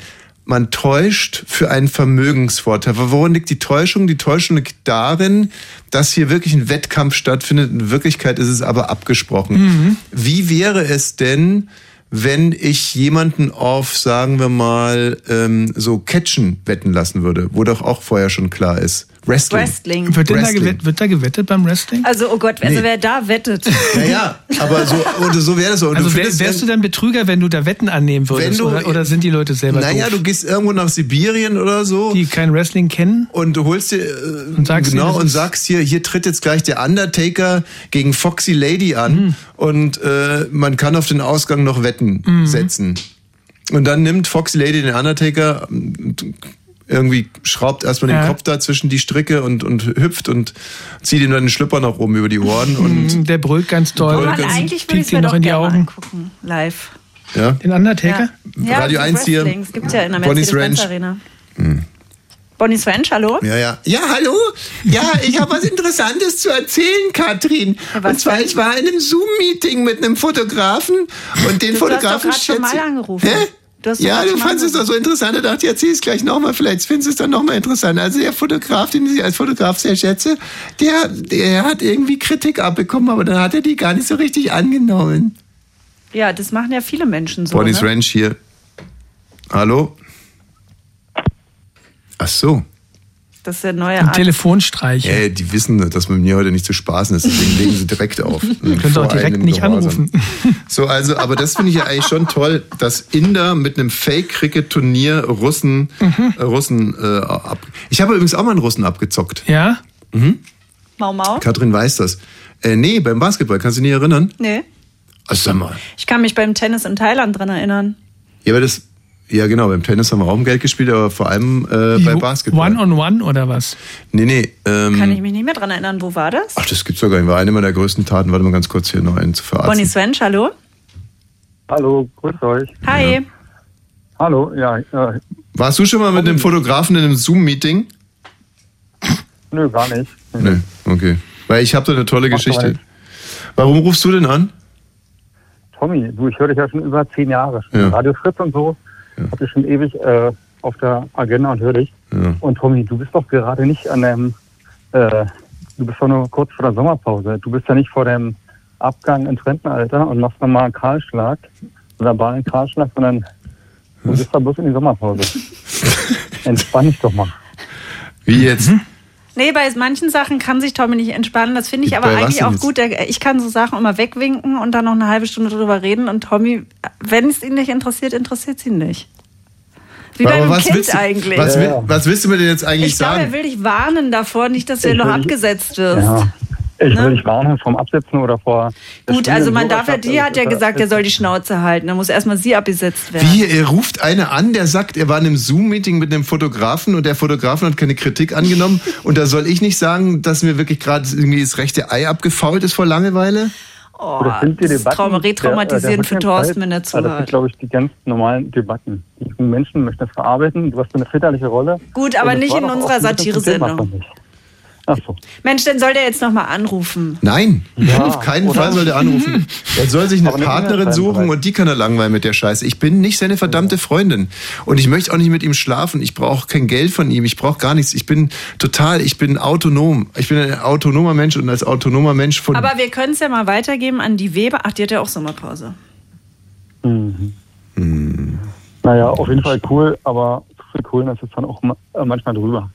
E: Man täuscht für einen Vermögensvorteil. Worin liegt die Täuschung? Die Täuschung liegt darin, dass hier wirklich ein Wettkampf stattfindet. In Wirklichkeit ist es aber abgesprochen.
G: Mhm.
E: Wie wäre es denn, wenn ich jemanden auf, sagen wir mal, ähm, so Catchen wetten lassen würde, wo doch auch vorher schon klar ist. Wrestling.
F: Wrestling.
G: Wird denn da,
E: Wrestling.
G: gewett, wird da gewettet beim Wrestling?
F: Also, oh Gott, also
E: Nee.
F: wer da wettet.
E: Naja, aber so, oder so wäre das so. Und
G: also
E: du
G: wär,
E: findest,
G: wärst du dann Betrüger, wenn du da Wetten annehmen würdest?
E: Wenn du-
G: oder, oder sind die Leute selber
E: Naja,
G: doof?
E: du gehst irgendwo nach Sibirien oder so.
G: Die kein Wrestling kennen.
E: Und du holst dir, äh,
G: Und sagst
E: genau,
G: dir, das
E: und
G: ist-
E: sagst hier, hier tritt jetzt gleich der Undertaker gegen Foxy Lady an und äh, man kann auf den Ausgang noch Wetten
G: Mhm.
E: setzen. Und dann nimmt Foxy Lady den Undertaker und irgendwie schraubt erstmal den
G: Ja.
E: Kopf da zwischen die Stricke und, und hüpft und zieht ihm dann den Schlüpper noch oben über die Ohren und
G: Mhm, der brüllt ganz doll.
E: Brüllt
G: und
E: ganz-
G: dann
F: Eigentlich würde ich
G: piekt
F: es mir
G: ihn noch
F: doch
G: in die
F: gerne mal
G: Augen.
F: angucken. Live.
E: ja.
G: Den Undertaker?
F: Ja,
E: Radio
F: die
E: 1 hier.
F: Wrestling. Es gibt ja in der
E: Bonnie's
F: Mercedes-Benz
E: Ranch.
F: Arena. Bonnie's Ranch, hallo?
E: Ja, ja. Ja, hallo? Ja, ich habe was Interessantes zu erzählen, Katrin. und zwar, ich war in einem Zoom-Meeting mit einem Fotografen und den
F: Du
E: Fotografen
F: hast doch gerade schon
E: schätze-
F: mal angerufen.
E: Hä?
F: Du hast doch
E: ja,
F: gerade
E: du
F: schon mal
E: fandest es doch so interessant. Da dachte ich, erzähl es gleich nochmal. Vielleicht findest du es dann nochmal interessant. Also der Fotograf, den ich als Fotograf sehr schätze, der, der hat irgendwie Kritik abbekommen, aber dann hat er die gar nicht so richtig angenommen.
F: Ja, das machen ja viele Menschen so.
E: Bonnie's
F: ne?
E: Ranch hier. Hallo? Ach so.
F: Das ist der neue Art.
G: Telefonstreich.
E: Ey, Äh, die wissen, dass mit mir heute nicht zu spaßen ist, deswegen legen sie direkt auf.
G: Können sie auch direkt nicht anrufen.
E: So, also, aber das finde ich ja eigentlich schon toll, dass Inder mit einem Fake-Cricket-Turnier Russen,
G: Mhm.
E: äh, Russen äh, ab. Ich habe übrigens auch mal einen Russen abgezockt.
G: Ja?
E: Mhm.
F: Mau Mau?
E: Katrin weiß das. Äh, nee, beim Basketball, kannst du dich nicht erinnern?
F: Nee.
E: Also, sag mal.
F: Ich kann mich beim Tennis in Thailand dran erinnern.
E: Ja, aber das. Ja, genau, beim Tennis haben wir auch um Geld gespielt, aber vor allem äh, bei Basketball.
G: One-on-one oder was?
E: Nee, nee. Ähm,
F: Kann ich mich nicht mehr dran erinnern. Wo war das?
E: ach, das gibt's sogar. War eine meiner größten Taten. Warte mal ganz kurz hier noch einen zu verarzen.
F: Bonnie's Ranch, hallo?
N: Hallo, grüß euch.
F: Hi.
N: Hallo, ja, äh,
E: Warst du schon mal mit dem Fotografen in einem Zoom-Meeting?
N: nö, gar nicht.
F: Mhm.
E: Nee, okay. Weil ich habe da eine tolle
N: Mach doch
E: Geschichte.
N: mal.
E: Warum rufst du denn an?
N: Tommy, du, ich höre dich ja schon über zehn Jahre.
E: Ja.
N: Radio Fritz und so hatte ich schon ewig äh, auf der Agenda und höre dich. Und Tommy, du bist doch gerade nicht an dem, äh, du bist doch nur kurz vor der Sommerpause. Du bist ja nicht vor dem Abgang ins Rentenalter und machst nochmal einen Kahlschlag, einen verbalen Kahlschlag, sondern du bist da bloß in die Sommerpause. Entspann dich doch mal.
E: Wie jetzt?
F: Nee, bei manchen Sachen kann sich Tommy nicht entspannen. Das finde ich
E: Bei
F: aber
E: was
F: eigentlich
E: denn
F: auch
E: jetzt?
F: gut. Der- Ich kann so Sachen immer wegwinken und dann noch eine halbe Stunde drüber reden. Und Tommy, wenn es ihn nicht interessiert, interessiert es ihn nicht. Wie bei
E: Aber
F: einem
E: was
F: Kind
E: willst du,
F: eigentlich.
E: Was, will, was willst du mir denn jetzt eigentlich
F: ich glaube,
E: sagen?
F: er will dich warnen davor, nicht, dass du
N: Ich
F: noch
N: will-
F: abgesetzt wirst.
N: Ja. Ich würde dich warnen vom Absetzen oder vor.
F: Ne? Gut, also man darf ja,
N: Juraschaft,
F: die
N: also
F: hat ja
N: ist ja-
F: gesagt, er soll die Schnauze halten. Da muss erstmal sie abgesetzt werden.
E: Wie, er ruft eine an, der sagt, er war in einem Zoom-Meeting mit einem Fotografen und der Fotografen hat keine Kritik angenommen. und da soll ich nicht sagen, dass mir wirklich gerade irgendwie das rechte Ei abgefault ist vor Langeweile?
F: Oh,
N: Oder sind die
F: das ist
N: Debatten äh,
F: trauma- retraumatisierend für
N: der- der
F: Thorsten,
N: Wirklichkeit-
F: wenn
N: Ja, Ah,
F: er
N: Also Das sind,
F: zuhört.
N: glaube ich, die ganz normalen Debatten. Die jungen Menschen möchten das verarbeiten. Du hast so eine väterliche Rolle.
F: Gut,
N: Und
F: aber
N: das
F: nicht
N: war
F: in
N: doch auch
F: unserer
N: ein bisschen zum
F: Satire-Sendung.
N: Thema, fand ich. Ach so.
F: Mensch, dann soll der jetzt nochmal anrufen.
E: Nein,
N: Ja,
E: auf keinen
N: oder?
E: Fall soll der anrufen. Er soll sich eine
N: Aber eine
E: Partnerin
N: Kinderfreundin
E: suchen
N: vielleicht.
E: und die kann er langweilen mit der Scheiße. Ich bin nicht seine verdammte Freundin und ich möchte auch nicht mit ihm schlafen. Ich brauche kein Geld von ihm, ich brauche gar nichts. Ich bin total, ich bin autonom. Ich bin ein autonomer Mensch und als autonomer Mensch von
F: Aber wir können es ja mal weitergeben an die Weber. Ach, die hat ja auch Sommerpause.
N: Mhm. Naja, auf jeden Fall cool, aber zu viel Kohlen ist es dann auch ma- äh, manchmal drüber.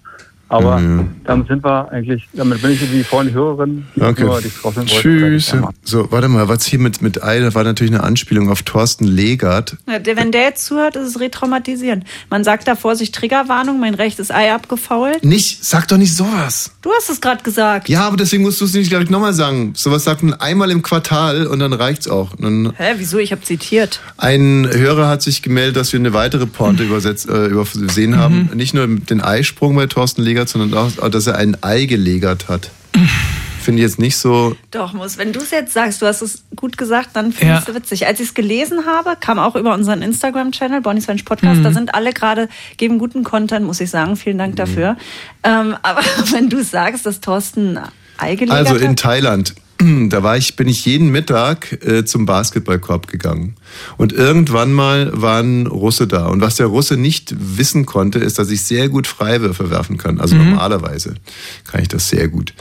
L: Aber
E: Mhm.
L: damit sind wir eigentlich, damit bin ich die vollen Hörerin, die
E: Okay.
L: nur dich drauf sind wollte,
E: Tschüss.
L: weil ich-
E: So, warte mal, was hier mit, mit Ei, das war natürlich eine Anspielung auf Thorsten Legert.
F: Ja, der- Wenn der jetzt zuhört, ist es retraumatisierend. Man sagt da Vorsicht, Triggerwarnung, mein rechtes Ei abgefault.
E: Nicht, sag doch nicht sowas.
F: Du hast es gerade gesagt.
E: Ja, aber deswegen musst du es nicht gleich nochmal sagen. Sowas sagt man einmal im Quartal und dann reicht's auch. Und Dann
F: Hä, wieso? Ich habe zitiert.
E: Ein Hörer hat sich gemeldet, dass wir eine weitere Porte übersetzt, äh, übersehen haben. Nicht nur den Eisprung bei Thorsten Legert, sondern auch, dass er ein Ei gelegert hat. Finde ich jetzt nicht so.
F: Doch, muss. Wenn du es jetzt sagst, du hast es gut gesagt, dann finde
E: Ja.
F: ich es witzig. Als ich es gelesen habe, kam auch über unseren Instagram-Channel, Bonnie Svensch Podcast,
C: Mhm.
F: da sind alle gerade, geben guten Content, muss ich sagen. Vielen Dank dafür. Ähm, aber wenn du sagst, dass Thorsten ein Ei gelegt
E: Also
F: hat,
E: in Thailand, da war ich, bin ich jeden Mittag äh, zum Basketballkorb gegangen. Und irgendwann mal war ein Russe da. Und was der Russe nicht wissen konnte, ist, dass ich sehr gut Freiwürfe werfen kann. Also
D: Mhm.
E: normalerweise kann ich das sehr gut.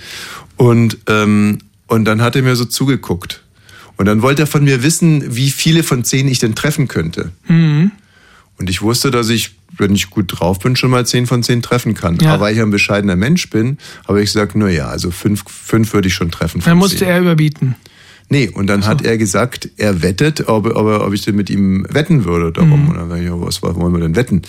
E: Und, ähm, und dann hat er mir so zugeguckt. Und dann wollte er von mir wissen, wie viele von zehn ich denn treffen könnte.
G: Mhm.
E: Und ich wusste, dass ich, wenn ich gut drauf bin, schon mal 10 von 10 treffen kann.
G: Ja.
E: Aber weil ich ein bescheidener Mensch bin, habe ich gesagt, na ja, also fünf, fünf würde ich schon treffen. von
G: Dann musste
E: zehn.
G: er überbieten.
E: Nee, und dann hat er gesagt, er wettet, ob, ob, er- ob ich denn mit ihm wetten würde
G: Mhm.
E: darum. Und dann sag ich, ja, was wollen wir denn wetten?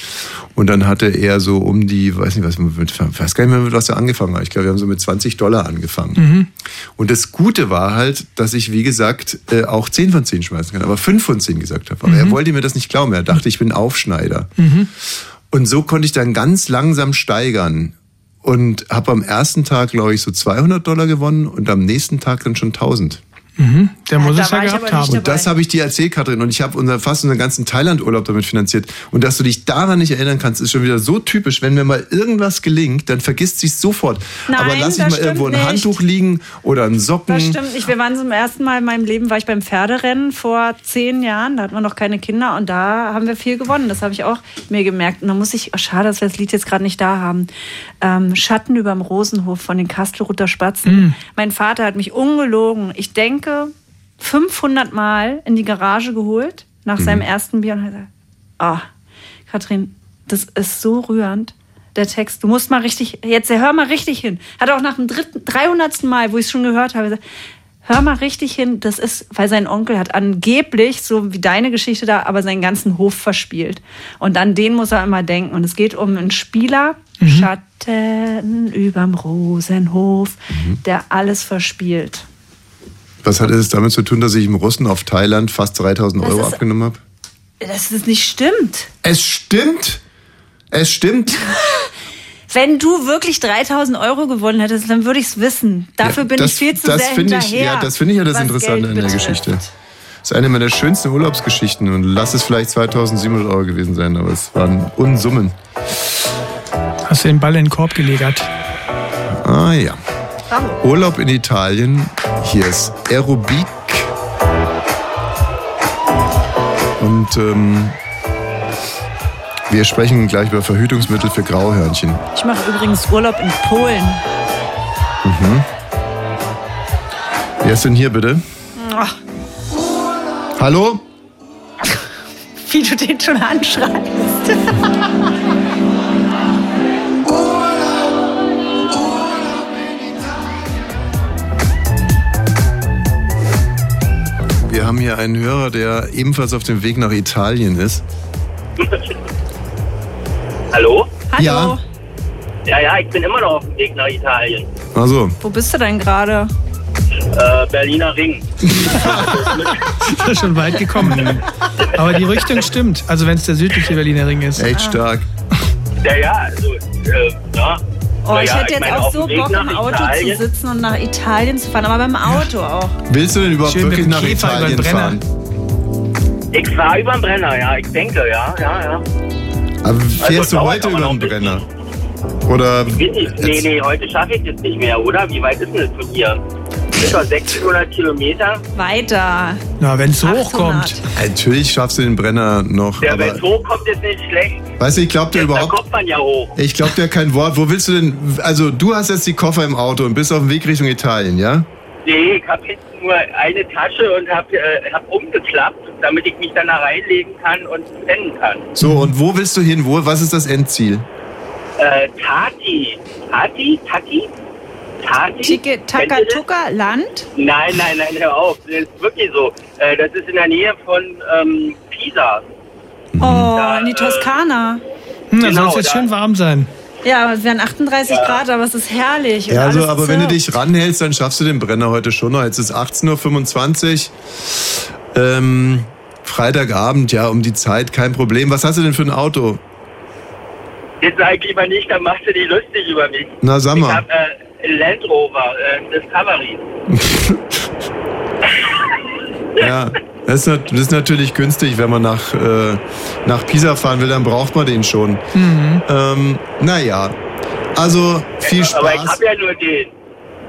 E: Und dann hatte er so um die, weiß nicht, was, mit, weiß gar nicht mehr, mit was er angefangen hat. Ich glaube, wir haben so mit 20 Dollar angefangen.
G: Mhm.
E: Und das Gute war halt, dass ich, wie gesagt, äh, auch 10 von 10 schmeißen kann, aber 5 von 10 gesagt habe. Aber er wollte mir das nicht glauben. Er dachte, ich bin Aufschneider.
G: Mhm.
E: Und so konnte ich dann ganz langsam steigern und habe am ersten Tag, glaube ich, so 200 Dollar gewonnen und am nächsten Tag dann schon 1000.
G: Mhm. Der muss es ja gehabt haben.
E: Und das habe ich dir erzählt, Katrin. Und ich habe unser, fast unseren ganzen Thailand-Urlaub damit finanziert. Und dass du dich daran nicht erinnern kannst, ist schon wieder so typisch. Wenn mir mal irgendwas gelingt, dann vergisst sie es sofort.
F: Nein,
E: Aber lass ich
F: das
E: mal irgendwo ein
F: stimmt nicht.
E: Handtuch liegen oder einen Socken.
F: Das stimmt nicht. Wir waren zum ersten Mal in meinem Leben, war ich beim Pferderennen vor zehn Jahren. Da hatten wir noch keine Kinder und da haben wir viel gewonnen. Das habe ich auch mir gemerkt. Und da muss ich, oh, schade, dass wir das Lied jetzt gerade nicht da haben. Ähm, Schatten überm Rosenhof von den Kastelruther Spatzen.
C: Mm.
F: Mein Vater hat mich ungelogen. Ich denke, 500 Mal in die Garage geholt nach
C: Mhm.
F: seinem ersten Bier und hat gesagt, ah, Katrin, das ist so rührend. Der Text, du musst mal richtig, jetzt hör mal richtig hin. Hat auch nach dem dritten, 300. Mal, wo ich es schon gehört habe, gesagt, hör mal richtig hin. Das ist, weil sein Onkel hat angeblich, so wie deine Geschichte da, aber seinen ganzen Hof verspielt. Und an den muss er immer denken. Und es geht um einen Spieler, Schatten überm Rosenhof, der alles verspielt.
E: Was hat es damit zu tun, dass ich im Russen auf Thailand fast 3000
F: Das
E: Euro
F: ist-
E: abgenommen habe?
F: Dass es nicht stimmt.
E: Es stimmt! Es stimmt!
F: Wenn du wirklich 3000 Euro gewonnen hättest, dann würde ich es wissen. Dafür bin
E: das,
F: ich viel zu
E: das
F: sehr
E: finde ich,
F: hinterher.
E: Ja, das finde ich ja das
F: was
E: Interessante
F: Geld
E: an der
F: betrifft.
E: Geschichte. Das ist eine meiner schönsten Urlaubsgeschichten und lass es vielleicht 2700 Euro gewesen sein, aber es waren Unsummen.
G: Hast du den Ball in den Korb gelegert.
E: Ah ja. Urlaub in Italien. Hier ist Aerobik. Und ähm, wir sprechen gleich über Verhütungsmittel für Grauhörnchen.
F: Ich mache übrigens Urlaub in Polen.
E: Mhm. Wer ist denn hier bitte?
F: Ach,
E: Hallo?
F: wie du den schon anschreibst.
E: Wir haben hier einen Hörer, der ebenfalls auf dem Weg nach Italien ist.
P: Hallo?
F: Hallo.
E: Ja.
P: Ja, ja, ich bin immer noch auf dem Weg nach Italien.
E: Also,
F: Wo bist du denn gerade?
P: Äh, Berliner Ring.
G: Ist ja schon weit gekommen. Aber die Richtung stimmt. Also wenn es der südliche Berliner Ring ist.
E: Echt stark.
P: Ja, ja, also, äh, ja.
F: Oh,
P: Na
F: ich
P: ja,
F: hätte jetzt
P: meine,
F: auch
P: auf
F: so
P: dem Weg
F: Bock,
P: nach
F: im Auto
P: Italien.
F: zu sitzen und nach Italien zu fahren, aber beim Auto auch.
E: willst du denn überhaupt
G: Schön mit
E: wirklich
G: dem
E: nach
G: Käfer über den
E: Italien
G: Brenner.
E: fahren?
P: Ich fahre über den Brenner, ja, ich denke, ja, ja, ja.
E: Aber
P: Also
E: fährst du heute über den Brenner? Oder
P: Bin ich. Nee, nee, heute schaffe ich das nicht mehr, oder? Wie weit ist denn das von hier? Etwa 600 Kilometer.
F: Weiter.
E: Na, wenn es
F: hochkommt.
E: Natürlich schaffst du den Brenner noch.
P: Ja,
E: aber,
P: wenn hoch kommt, ist nicht schlecht.
E: weißt du, ich glaube dir
P: Da
E: überhaupt.
P: kommt man ja hoch.
E: Ich glaube dir kein Wort. Wo willst du denn? Also, du hast jetzt die Koffer im Auto und bist auf dem Weg Richtung Italien, ja?
P: Nee, ich habe jetzt nur eine Tasche und habe äh, hab umgeklappt, damit ich
G: Mhm.
P: mich dann da reinlegen kann und pennen kann.
E: So, und wo willst du hin? Wo, was ist das Endziel?
P: Äh, Tati. Tati? Tati? Tati?
F: Tiki Takatuka Land?
P: Nein, nein, nein, hör auf. Das ist wirklich so. Äh, das ist in der Nähe von ähm, Pisa.
F: Oh, in
P: äh,
F: die Toskana.
G: Hm, da
F: Genau,
G: soll es jetzt schön warm sein.
F: Ja, aber es wären 38 Grad, aber es ist herrlich. und
E: Ja, also,
F: alles
E: aber
F: ist
E: wenn du
F: so.
E: dich ranhältst, dann schaffst du den Brenner heute schon noch. Jetzt ist 18.25 Uhr. Ähm, Freitagabend, ja, um die Zeit, kein Problem. Was hast du denn für ein Auto?
P: Jetzt sag lieber nicht, dann machst du dich lustig über mich.
E: Na, sag mal.
P: Ich hab äh, Land Rover, äh, Discovery.
E: Ja, das ist, nat- das ist natürlich günstig, wenn man nach, äh, nach Pisa fahren will, dann braucht man den schon.
G: Mhm.
E: Ähm, naja, also viel Spaß.
P: Aber ich hab ja nur den.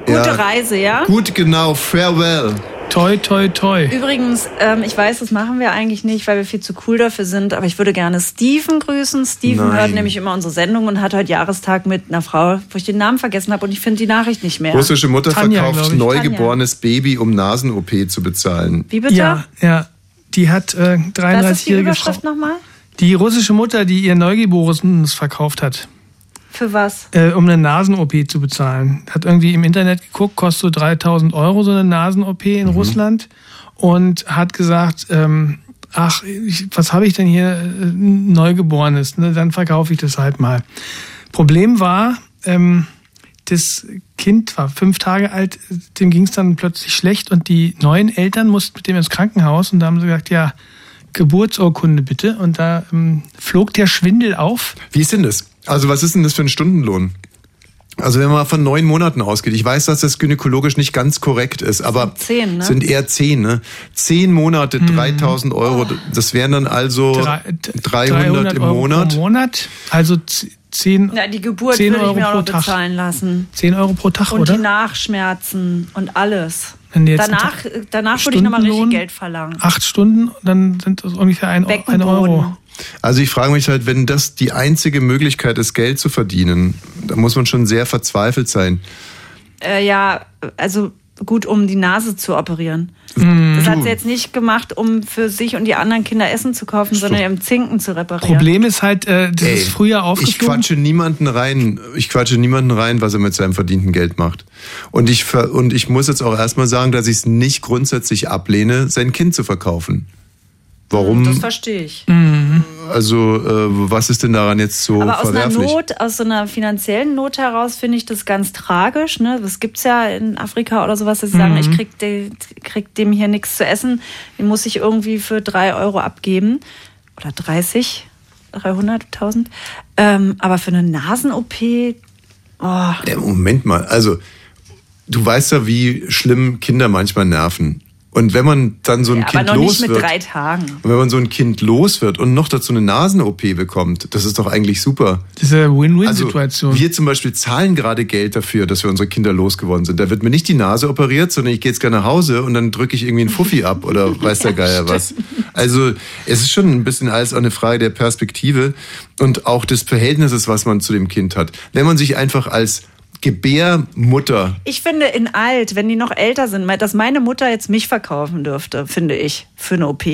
E: Ja.
F: Gute Reise, ja?
E: Gut, genau, farewell.
G: Toi, toi, toi.
F: Übrigens, ähm, ich weiß, das machen wir eigentlich nicht, weil wir viel zu cool dafür sind, aber ich würde gerne Steven grüßen. Steven
E: Nein.
F: hört nämlich immer unsere Sendung und hat heute Jahrestag mit einer Frau, wo ich den Namen vergessen habe und ich finde die Nachricht nicht mehr.
E: Russische Mutter verkauft
F: glaub ich.
E: neugeborenes Baby, um Nasen-OP zu bezahlen.
F: Wie bitte?
G: Ja, ja. Die hat äh,
F: Tanja. Das ist die
G: 33-jährige Frau.
F: Überschrift nochmal?
G: Die russische Mutter, die ihr Neugeborenes verkauft hat,
F: Für was?
G: äh, um eine Nasen-OP zu bezahlen. Hat irgendwie im Internet geguckt, kostet so 3000 Euro so eine Nasen-OP in Russland und hat gesagt, ähm, ach, ich, was habe ich denn hier äh, ein Neugeborenes? Ne? Dann verkaufe ich das halt mal. Problem war, ähm, das Kind war fünf Tage alt, dem ging es dann plötzlich schlecht und die neuen Eltern mussten mit dem ins Krankenhaus und da haben sie gesagt, ja, Geburtsurkunde bitte. Und da ähm, flog der Schwindel auf.
E: Wie ist denn das? Also was ist denn das für ein Stundenlohn? Also wenn man mal von neun Monaten ausgeht, ich weiß, dass das gynäkologisch nicht ganz korrekt ist, aber
F: zehn, ne?
E: sind eher zehn, ne? Zehn Monate,
G: Mhm.
E: 3000 Euro,
F: Oh.
E: das wären dann also 300, im
G: Euro
E: Monat.
G: Pro Monat also z- 10,
F: Na, die Geburt
G: 10
F: würde ich
G: Euro
F: mir auch
G: pro
F: noch
G: Tag.
F: bezahlen lassen.
G: 10 Euro pro Tag,
F: und
G: oder?
F: die Nachschmerzen und alles.
G: Wenn du jetzt
F: danach
G: einen
F: danach würde ich nochmal richtig
G: Stundenlohn-
F: Geld verlangen.
G: Acht Stunden, dann sind das ungefähr ein, Euro- ein Euro.
E: Also ich frage mich halt, wenn das die einzige Möglichkeit ist, Geld zu verdienen, da muss man schon sehr verzweifelt sein.
F: Äh, ja, also gut, um die Nase zu operieren.
G: Mhm.
F: Das hat sie jetzt nicht gemacht, um für sich und die anderen Kinder Essen zu kaufen, sondern im Zinken zu reparieren.
G: Problem ist halt, äh, das ist früher
E: Ich quatsche niemanden rein, ich quatsche niemanden rein, was er mit seinem verdienten Geld macht. Und ich, ver und ich muss jetzt auch erstmal sagen, dass ich es nicht grundsätzlich ablehne, sein Kind zu verkaufen. Warum?
F: Das verstehe ich.
E: also, äh, was ist denn daran jetzt so
F: Aber aus einer
E: Oh, verwerflich?
F: Not, aus so einer finanziellen Not heraus finde ich das ganz tragisch. Ne? Das gibt es ja in Afrika oder sowas, dass sie sagen,
M: Mhm.
F: ich krieg, de, krieg dem hier nichts zu essen, den muss ich irgendwie für drei Euro abgeben. Oder 30, 300, 1000. Ähm, aber für eine Nasen-OP, oh,
E: Ja, Äh, Moment mal, also du weißt ja, wie schlimm Kinder manchmal nerven. Und wenn man dann so ein
F: aber
E: Kind
F: noch
E: los
F: nicht mit
E: wird,
F: drei Tagen.
E: Und wenn man so ein Kind los wird und noch dazu eine Nasen-OP bekommt, das ist doch eigentlich super.
G: Das ist eine
E: Win-Win-Situation.
G: Mhm.
E: Also wir zum Beispiel zahlen gerade Geld dafür, dass wir unsere Kinder losgeworden sind. Da wird mir nicht die Nase operiert, sondern ich gehe jetzt gerne nach Hause und dann drücke ich irgendwie einen Fuffi ab oder weiß der Geier was. Also es ist schon ein bisschen alles auch eine Frage der Perspektive und auch des Verhältnisses, was man zu dem Kind hat. Wenn man sich einfach als Gebärmutter
F: Ich finde in alt, wenn die noch älter sind, dass meine Mutter jetzt mich verkaufen dürfte, finde ich, für eine OP.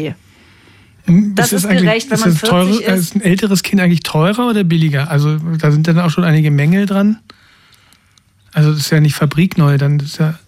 F: Das ist
G: eigentlich-
F: gerecht, wenn
G: Hm, ist
F: man
G: das
F: 40
G: teure, äh,
F: ist.
G: Ist ein älteres Kind eigentlich teurer oder billiger? Also da sind dann auch schon einige Mängel dran. Also das ist ja nicht fabrikneu, dann ist ja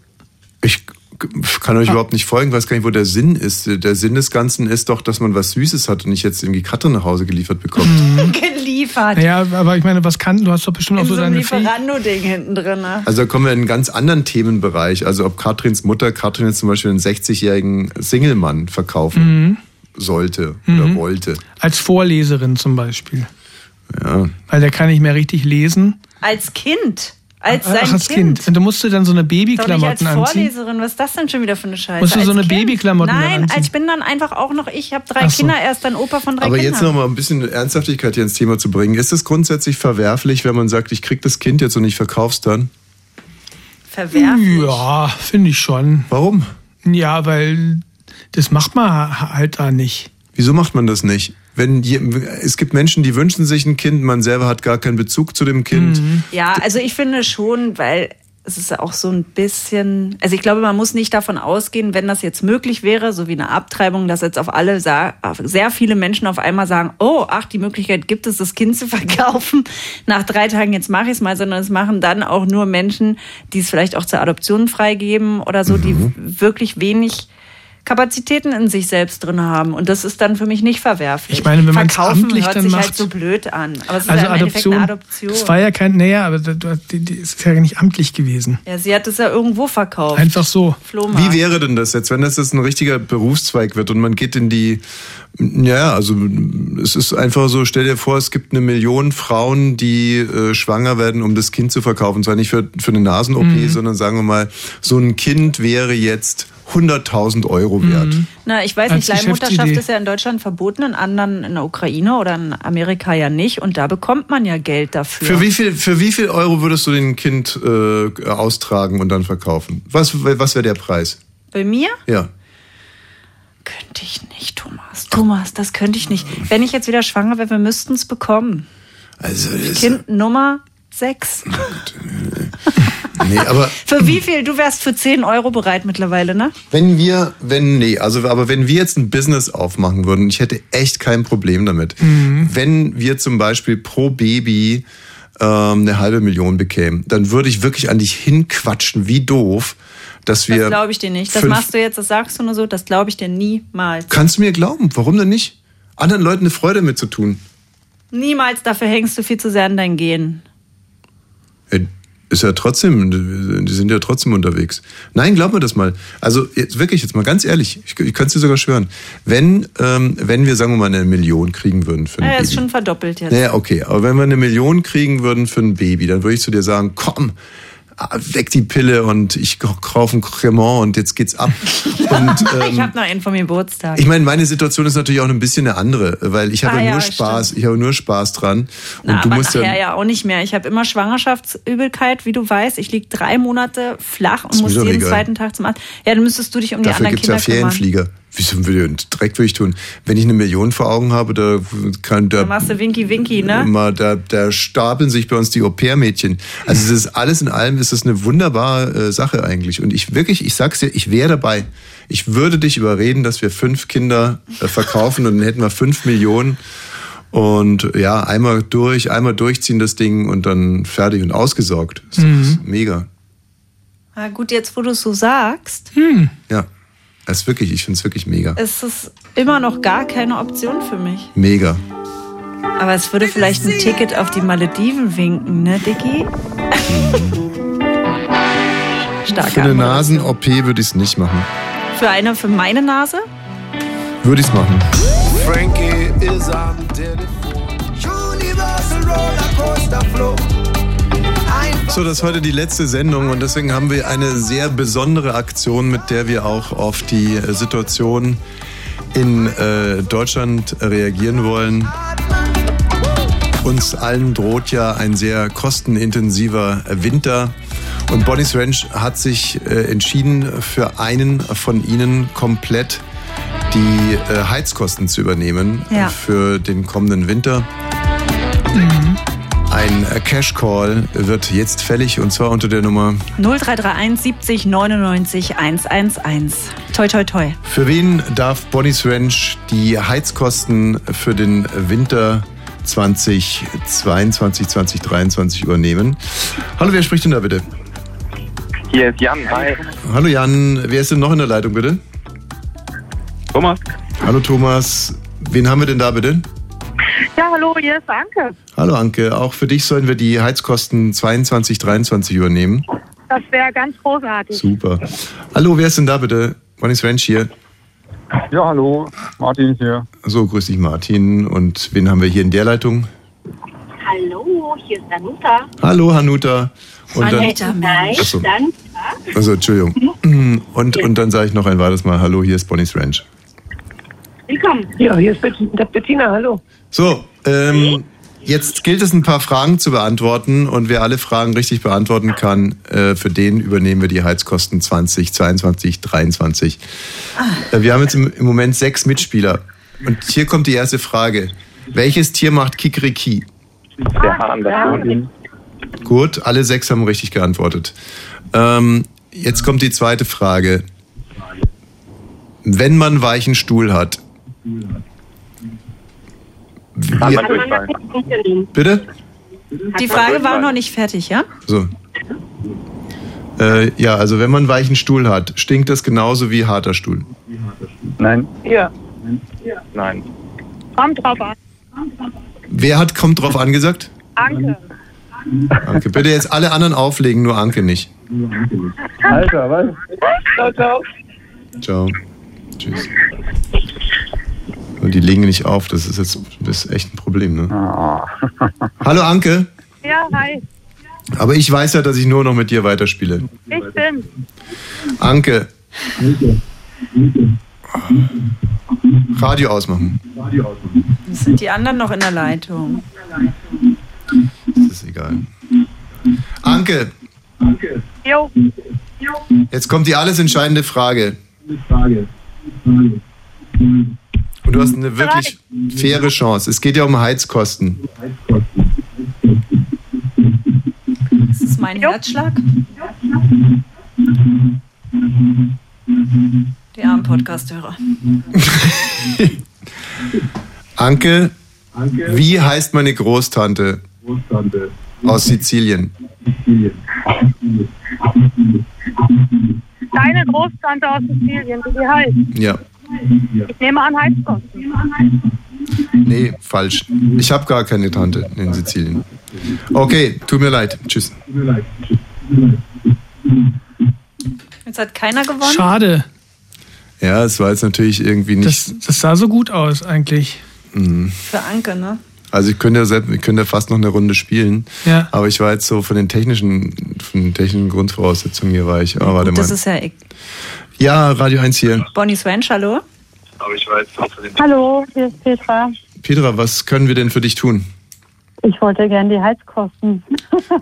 E: kann
G: Ah.
E: euch überhaupt nicht folgen, weiß gar nicht, wo der Sinn ist. Der Sinn des Ganzen ist doch, dass man was Süßes hat und nicht jetzt irgendwie Katte nach Hause geliefert bekommt.
F: geliefert.
G: Naja, aber ich meine, was kann, du hast doch bestimmt auch
F: In
G: so
F: so einem
G: deine Fähigkeiten.
F: Lieferando-Ding hinten drin. ne?
E: Also da kommen wir in einen ganz anderen Themenbereich. Also ob Katrins Mutter Katrin jetzt zum Beispiel einen 60-jährigen Single-Mann verkaufen
G: Mhm.
E: sollte
G: Mhm.
E: oder wollte.
G: Als Vorleserin zum Beispiel.
E: Ja.
G: Weil der kann nicht mehr richtig lesen.
F: Als Kind. Als sein
G: Ach, als
F: Kind.
G: kind. Und du musst du dann so eine
F: Doch nicht als
G: Babyklamotten anziehen.
F: Vorleserin, was ist das denn schon wieder für eine Scheiße?
G: Musst du
F: als
G: so eine
F: kind?
G: Babyklamotten dann
F: Nein,
G: anziehen?
F: als ich bin dann einfach auch noch, ich habe drei
E: Ach so.
F: Kinder, er ist dann Opa von drei
E: Aber
F: Kindern.
E: jetzt noch mal ein bisschen Ernsthaftigkeit hier ins Thema zu bringen. Ist es grundsätzlich verwerflich, wenn man sagt, ich krieg das Kind jetzt und ich verkauf's dann?
F: Verwerflich.
G: Ja, finde ich schon.
E: Warum?
G: Ja, weil das macht man ha- halt da nicht.
E: Wieso macht man das nicht? Wenn je, es gibt Menschen, die
G: Mhm.
E: wünschen sich ein Kind, man selber hat gar keinen Bezug zu dem Kind.
F: Ja, also ich finde schon, weil es ist auch so ein bisschen, also ich glaube, man muss nicht davon ausgehen, wenn das jetzt möglich wäre, so wie eine Abtreibung, dass jetzt auf alle sa- auf sehr viele Menschen auf einmal sagen, oh, ach, die Möglichkeit gibt es, das Kind zu verkaufen. Nach drei Tagen jetzt mache ich es mal, sondern es machen dann auch nur Menschen, die es vielleicht auch zur Adoption freigeben oder so,
G: Mhm.
F: die wirklich wenig Kapazitäten in sich selbst drin haben. Und das ist dann für mich nicht verwerflich.
G: Ich meine, wenn man's
F: Verkaufen
G: amtlich
F: hört
G: dann
F: sich halt
G: macht-
F: so blöd an. Aber es ist
G: also
F: ja im Endeffekt
G: Adoption,
F: eine Adoption.
G: Das war ja kein, naja, aber da- du- die, die, es ist ja nicht amtlich gewesen.
F: Ja, sie hat es ja irgendwo verkauft.
G: Einfach so.
F: Flohmarkt.
E: Wie wäre denn das jetzt, wenn das jetzt ein richtiger Berufszweig wird und man geht in die, ja, also es ist einfach so, stell dir vor, es gibt eine Million Frauen, die äh, schwanger werden, um das Kind zu verkaufen. Zwar nicht für, für eine Nasen-OP, sondern sagen wir mal, so ein Kind wäre jetzt 100.000 Euro wert.
F: Na, ich weiß
E: Als
F: nicht, Leihmutterschaft
E: Geschäftsidee.
F: ist ja in Deutschland verboten, in anderen, in der Ukraine oder in Amerika ja nicht. Und da bekommt man ja Geld dafür.
E: Für wie, viel, für wie viel Euro würdest du den Kind äh, austragen und dann verkaufen? Was, was wäre der Preis?
F: Bei mir?
E: Ja.
F: Könnte ich nicht, Thomas. Thomas, das könnte ich nicht. Wenn ich jetzt wieder schwanger wäre, wir müssten es bekommen.
E: Also, das-
F: Kind Nummer 6.
E: nee, aber
F: Für wie viel? Du wärst für 10 Euro bereit mittlerweile, ne?
E: Wenn wir, wenn, nee, also, aber wenn wir jetzt ein Business aufmachen würden, ich hätte echt kein Problem damit.
F: Mhm.
E: Wenn wir zum Beispiel pro Baby ähm, eine halbe Million bekämen, dann würde ich wirklich an dich hinquatschen, wie doof, dass wir.
F: Das glaube ich dir nicht. Das
E: fünf-
F: machst du jetzt, das sagst du nur so, das glaube ich dir niemals.
E: Kannst du mir glauben? Warum denn nicht? Anderen Leuten eine Freude mit zu tun.
F: Niemals, dafür hängst du viel zu sehr an dein Gehen.
E: Ist ja trotzdem, die sind ja trotzdem unterwegs. Nein, glaub mir das mal. Also jetzt wirklich, jetzt mal ganz ehrlich, ich, ich kann es dir sogar schwören. Wenn, ähm, wenn wir, sagen wir mal, eine Million kriegen würden für ein
F: Er
E: Baby.
F: ist schon verdoppelt jetzt.
E: Naja, okay, aber wenn wir eine Million kriegen würden für ein Baby, dann würde ich zu dir sagen, komm, ah, weg die Pille und ich k- kaufe ein Cremant und jetzt geht's ab. Und, ähm,
F: ich habe noch einen vom Geburtstag.
E: ich meine, meine Situation ist natürlich auch ein bisschen eine andere, weil ich habe
F: Ah, ja,
E: nur Spaß, ich habe nur Spaß dran. Und
F: Na,
E: du
F: aber
E: musst
F: nachher
E: ja,
F: ja auch nicht mehr. Ich habe immer Schwangerschaftsübelkeit, wie du weißt. Ich liege drei Monate flach und
E: Ist mir
F: muss
E: doch
F: jeden
E: egal.
F: zweiten Tag zum Arzt. Ja, dann müsstest du dich um die
E: dafür
F: anderen
E: gibt's ja
F: Kinder kümmern.
E: Ferienflieger. Wieso würde ich direkt würde ich tun? Wenn ich eine Million vor Augen habe, da kann da
F: Dann machst du Winky Winky, ne?
E: Immer, da, da stapeln sich bei uns die Au-pair-Mädchen. Also es ist alles in allem ist es eine wunderbare äh, Sache eigentlich. Und ich wirklich, ich sag's dir, ich wäre dabei. Ich würde dich überreden, dass wir fünf Kinder äh, verkaufen und dann hätten wir fünf Millionen. Und ja, einmal durch, einmal durchziehen das Ding und dann fertig und ausgesorgt. Das ist mega.
F: Na gut, jetzt wo du es so sagst,
E: Ja. Das ist wirklich, ich find's wirklich mega.
F: ist es immer noch gar keine Option für mich.
E: Mega.
F: Aber es würde vielleicht ein Ticket auf die Malediven winken, ne, Dicky? Stark.
E: Mhm. Für eine Nasen-OP würde ich's nicht machen.
F: Für eine, für meine Nase?
E: Würde ich's machen.
H: Frankie is am Telefon. Universal Rollercoaster Flow.
E: So, das ist heute die letzte Sendung und deswegen haben wir eine sehr besondere Aktion, mit der wir auch auf die äh, Situation in äh, Deutschland reagieren wollen. Uns allen droht ja ein sehr kostenintensiver Winter. Und Bonnie's Ranch hat sich äh, entschieden, für einen von ihnen komplett die äh, Heizkosten zu übernehmen
H: Ja.
E: äh, für den kommenden Winter. Ein äh, Cash Call wird jetzt fällig und zwar unter der Nummer.
F: 0331 70 99 111. Toi, toi, toi.
E: Für wen darf Bonnie's Ranch die Heizkosten für den Winter 2022, 2023 übernehmen? Hallo, wer spricht denn da bitte?
Q: Hier ist Jan, hi.
E: Hallo Jan, wer ist denn noch in der Leitung bitte?
Q: Thomas.
E: Hallo Thomas, wen haben wir denn da bitte?
R: Ja, hallo, hier ist Anke.
E: Hallo Anke, auch für dich sollen wir die Heizkosten 22, 23 übernehmen.
R: Das wäre ganz großartig.
E: Super. Hallo, wer ist denn da bitte? Bonnie's Ranch hier.
L: Ja, hallo, Martin hier.
E: So, grüß dich Martin. Und wen haben wir hier in der Leitung?
S: Hallo, hier ist Danuta.
E: Hallo Hanuta. Und dann,
S: Nein,
E: Ach so.
S: dann
E: also, Entschuldigung. Und, und dann sage ich noch ein weiteres Mal, hallo, hier ist Bonnie's Ranch.
S: willkommen. Ja, hier ist Bettina. Bettina hallo.
E: So, ähm, jetzt gilt es ein paar Fragen zu beantworten und wer alle Fragen richtig beantworten kann, äh, für den übernehmen wir die Heizkosten 20, 22, 23.
F: Ah,
E: Äh, wir haben jetzt im, im Moment sechs Mitspieler und hier kommt die erste Frage. Welches Tier macht Kikriki?
Q: Der Hahn, das Hahn.
E: Gut, alle sechs haben richtig geantwortet. Ähm, jetzt kommt die zweite Frage. Wenn man weichen Stuhl hat,
R: Kann
E: wie-
R: man das gut funktionieren?
E: bitte?
F: Die Frage war noch nicht fertig, ja?
E: So. Äh, ja, also wenn man weichen Stuhl hat, stinkt das genauso wie harter Stuhl.
N: Nein.
R: Ja.
E: Nein.
R: Kommt drauf an.
E: Wer hat kommt drauf angesagt?
R: Anke.
E: Anke. Bitte jetzt alle anderen auflegen, nur Anke nicht.
N: Alter, was?
S: Ciao, ciao.
E: Ciao. Tschüss. Und die legen nicht auf, das ist jetzt das ist echt ein Problem, ne? Hallo Anke,
R: Ja, hi.
E: aber ich weiß ja, dass ich nur noch mit dir weiterspiele.
R: Ich bin.
E: Anke. Radio ausmachen.
F: Es Sind die anderen noch in der Leitung?
E: Ist egal. Anke,
R: Jo.
E: jetzt kommt die alles entscheidende Frage. Und du hast eine wirklich faire Chance. Es geht ja um Heizkosten.
F: Ist es mein Herzschlag? Die armen Podcast-Hörer.
E: Anke, wie heißt meine Großtante? Aus Sizilien.
R: Deine Großtante aus Sizilien, wie die heißt.
E: Ja,
R: Ich nehme an Heizkosten.
E: nee, falsch. Ich habe gar keine Tante in Sizilien. Okay, tut mir leid. Tschüss.
F: Jetzt hat keiner gewonnen.
G: Schade.
E: Ja, es war jetzt natürlich irgendwie nicht.
G: Das sah so gut aus eigentlich.
E: Mhm.
F: Für Anke, ne?
E: Also ich könnte ja selbst, wir können ja fast noch eine Runde spielen.
G: Ja.
E: Aber ich war jetzt so von den technischen, von den technischen Grundvoraussetzungen hier war ich. Ah, warte
F: Gut,
E: mal.
F: das ist ja ich.
E: ja, Radio 1 hier.
F: Bonnie's Ranch, hallo?
O: Aber ich weiß, was für den
R: Hallo, hier ist Petra.
E: Petra, was können wir denn für dich tun?
R: Ich wollte gerne die Heizkosten.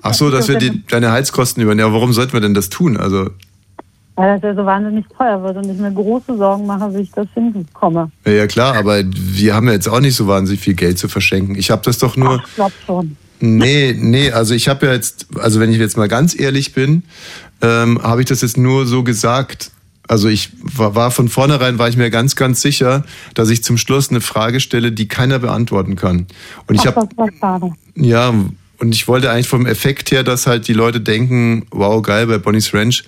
E: Ach so, dass wir die, deine Heizkosten übernehmen. Ja, warum sollten wir denn das tun? Also,
R: Weil das ja so wahnsinnig teuer wird und ich mir große Sorgen mache, wie ich das hinbekomme.
E: ja, ja klar, aber wir haben ja jetzt auch nicht so wahnsinnig viel Geld zu verschenken. Ich habe das doch nur.
R: Ich glaube schon.
E: Nee, nee, also ich habe ja jetzt, also wenn ich jetzt mal ganz ehrlich bin, ähm, habe ich das jetzt nur so gesagt. Also ich war, war von vornherein, war ich mir ganz, ganz sicher, dass ich zum Schluss eine Frage stelle, die keiner beantworten kann. Und ich
R: Ach,
E: habe,
R: das war schade.
E: ja, und ich wollte eigentlich vom Effekt her, dass halt die Leute denken, wow, geil, bei Bonnie's Ranch,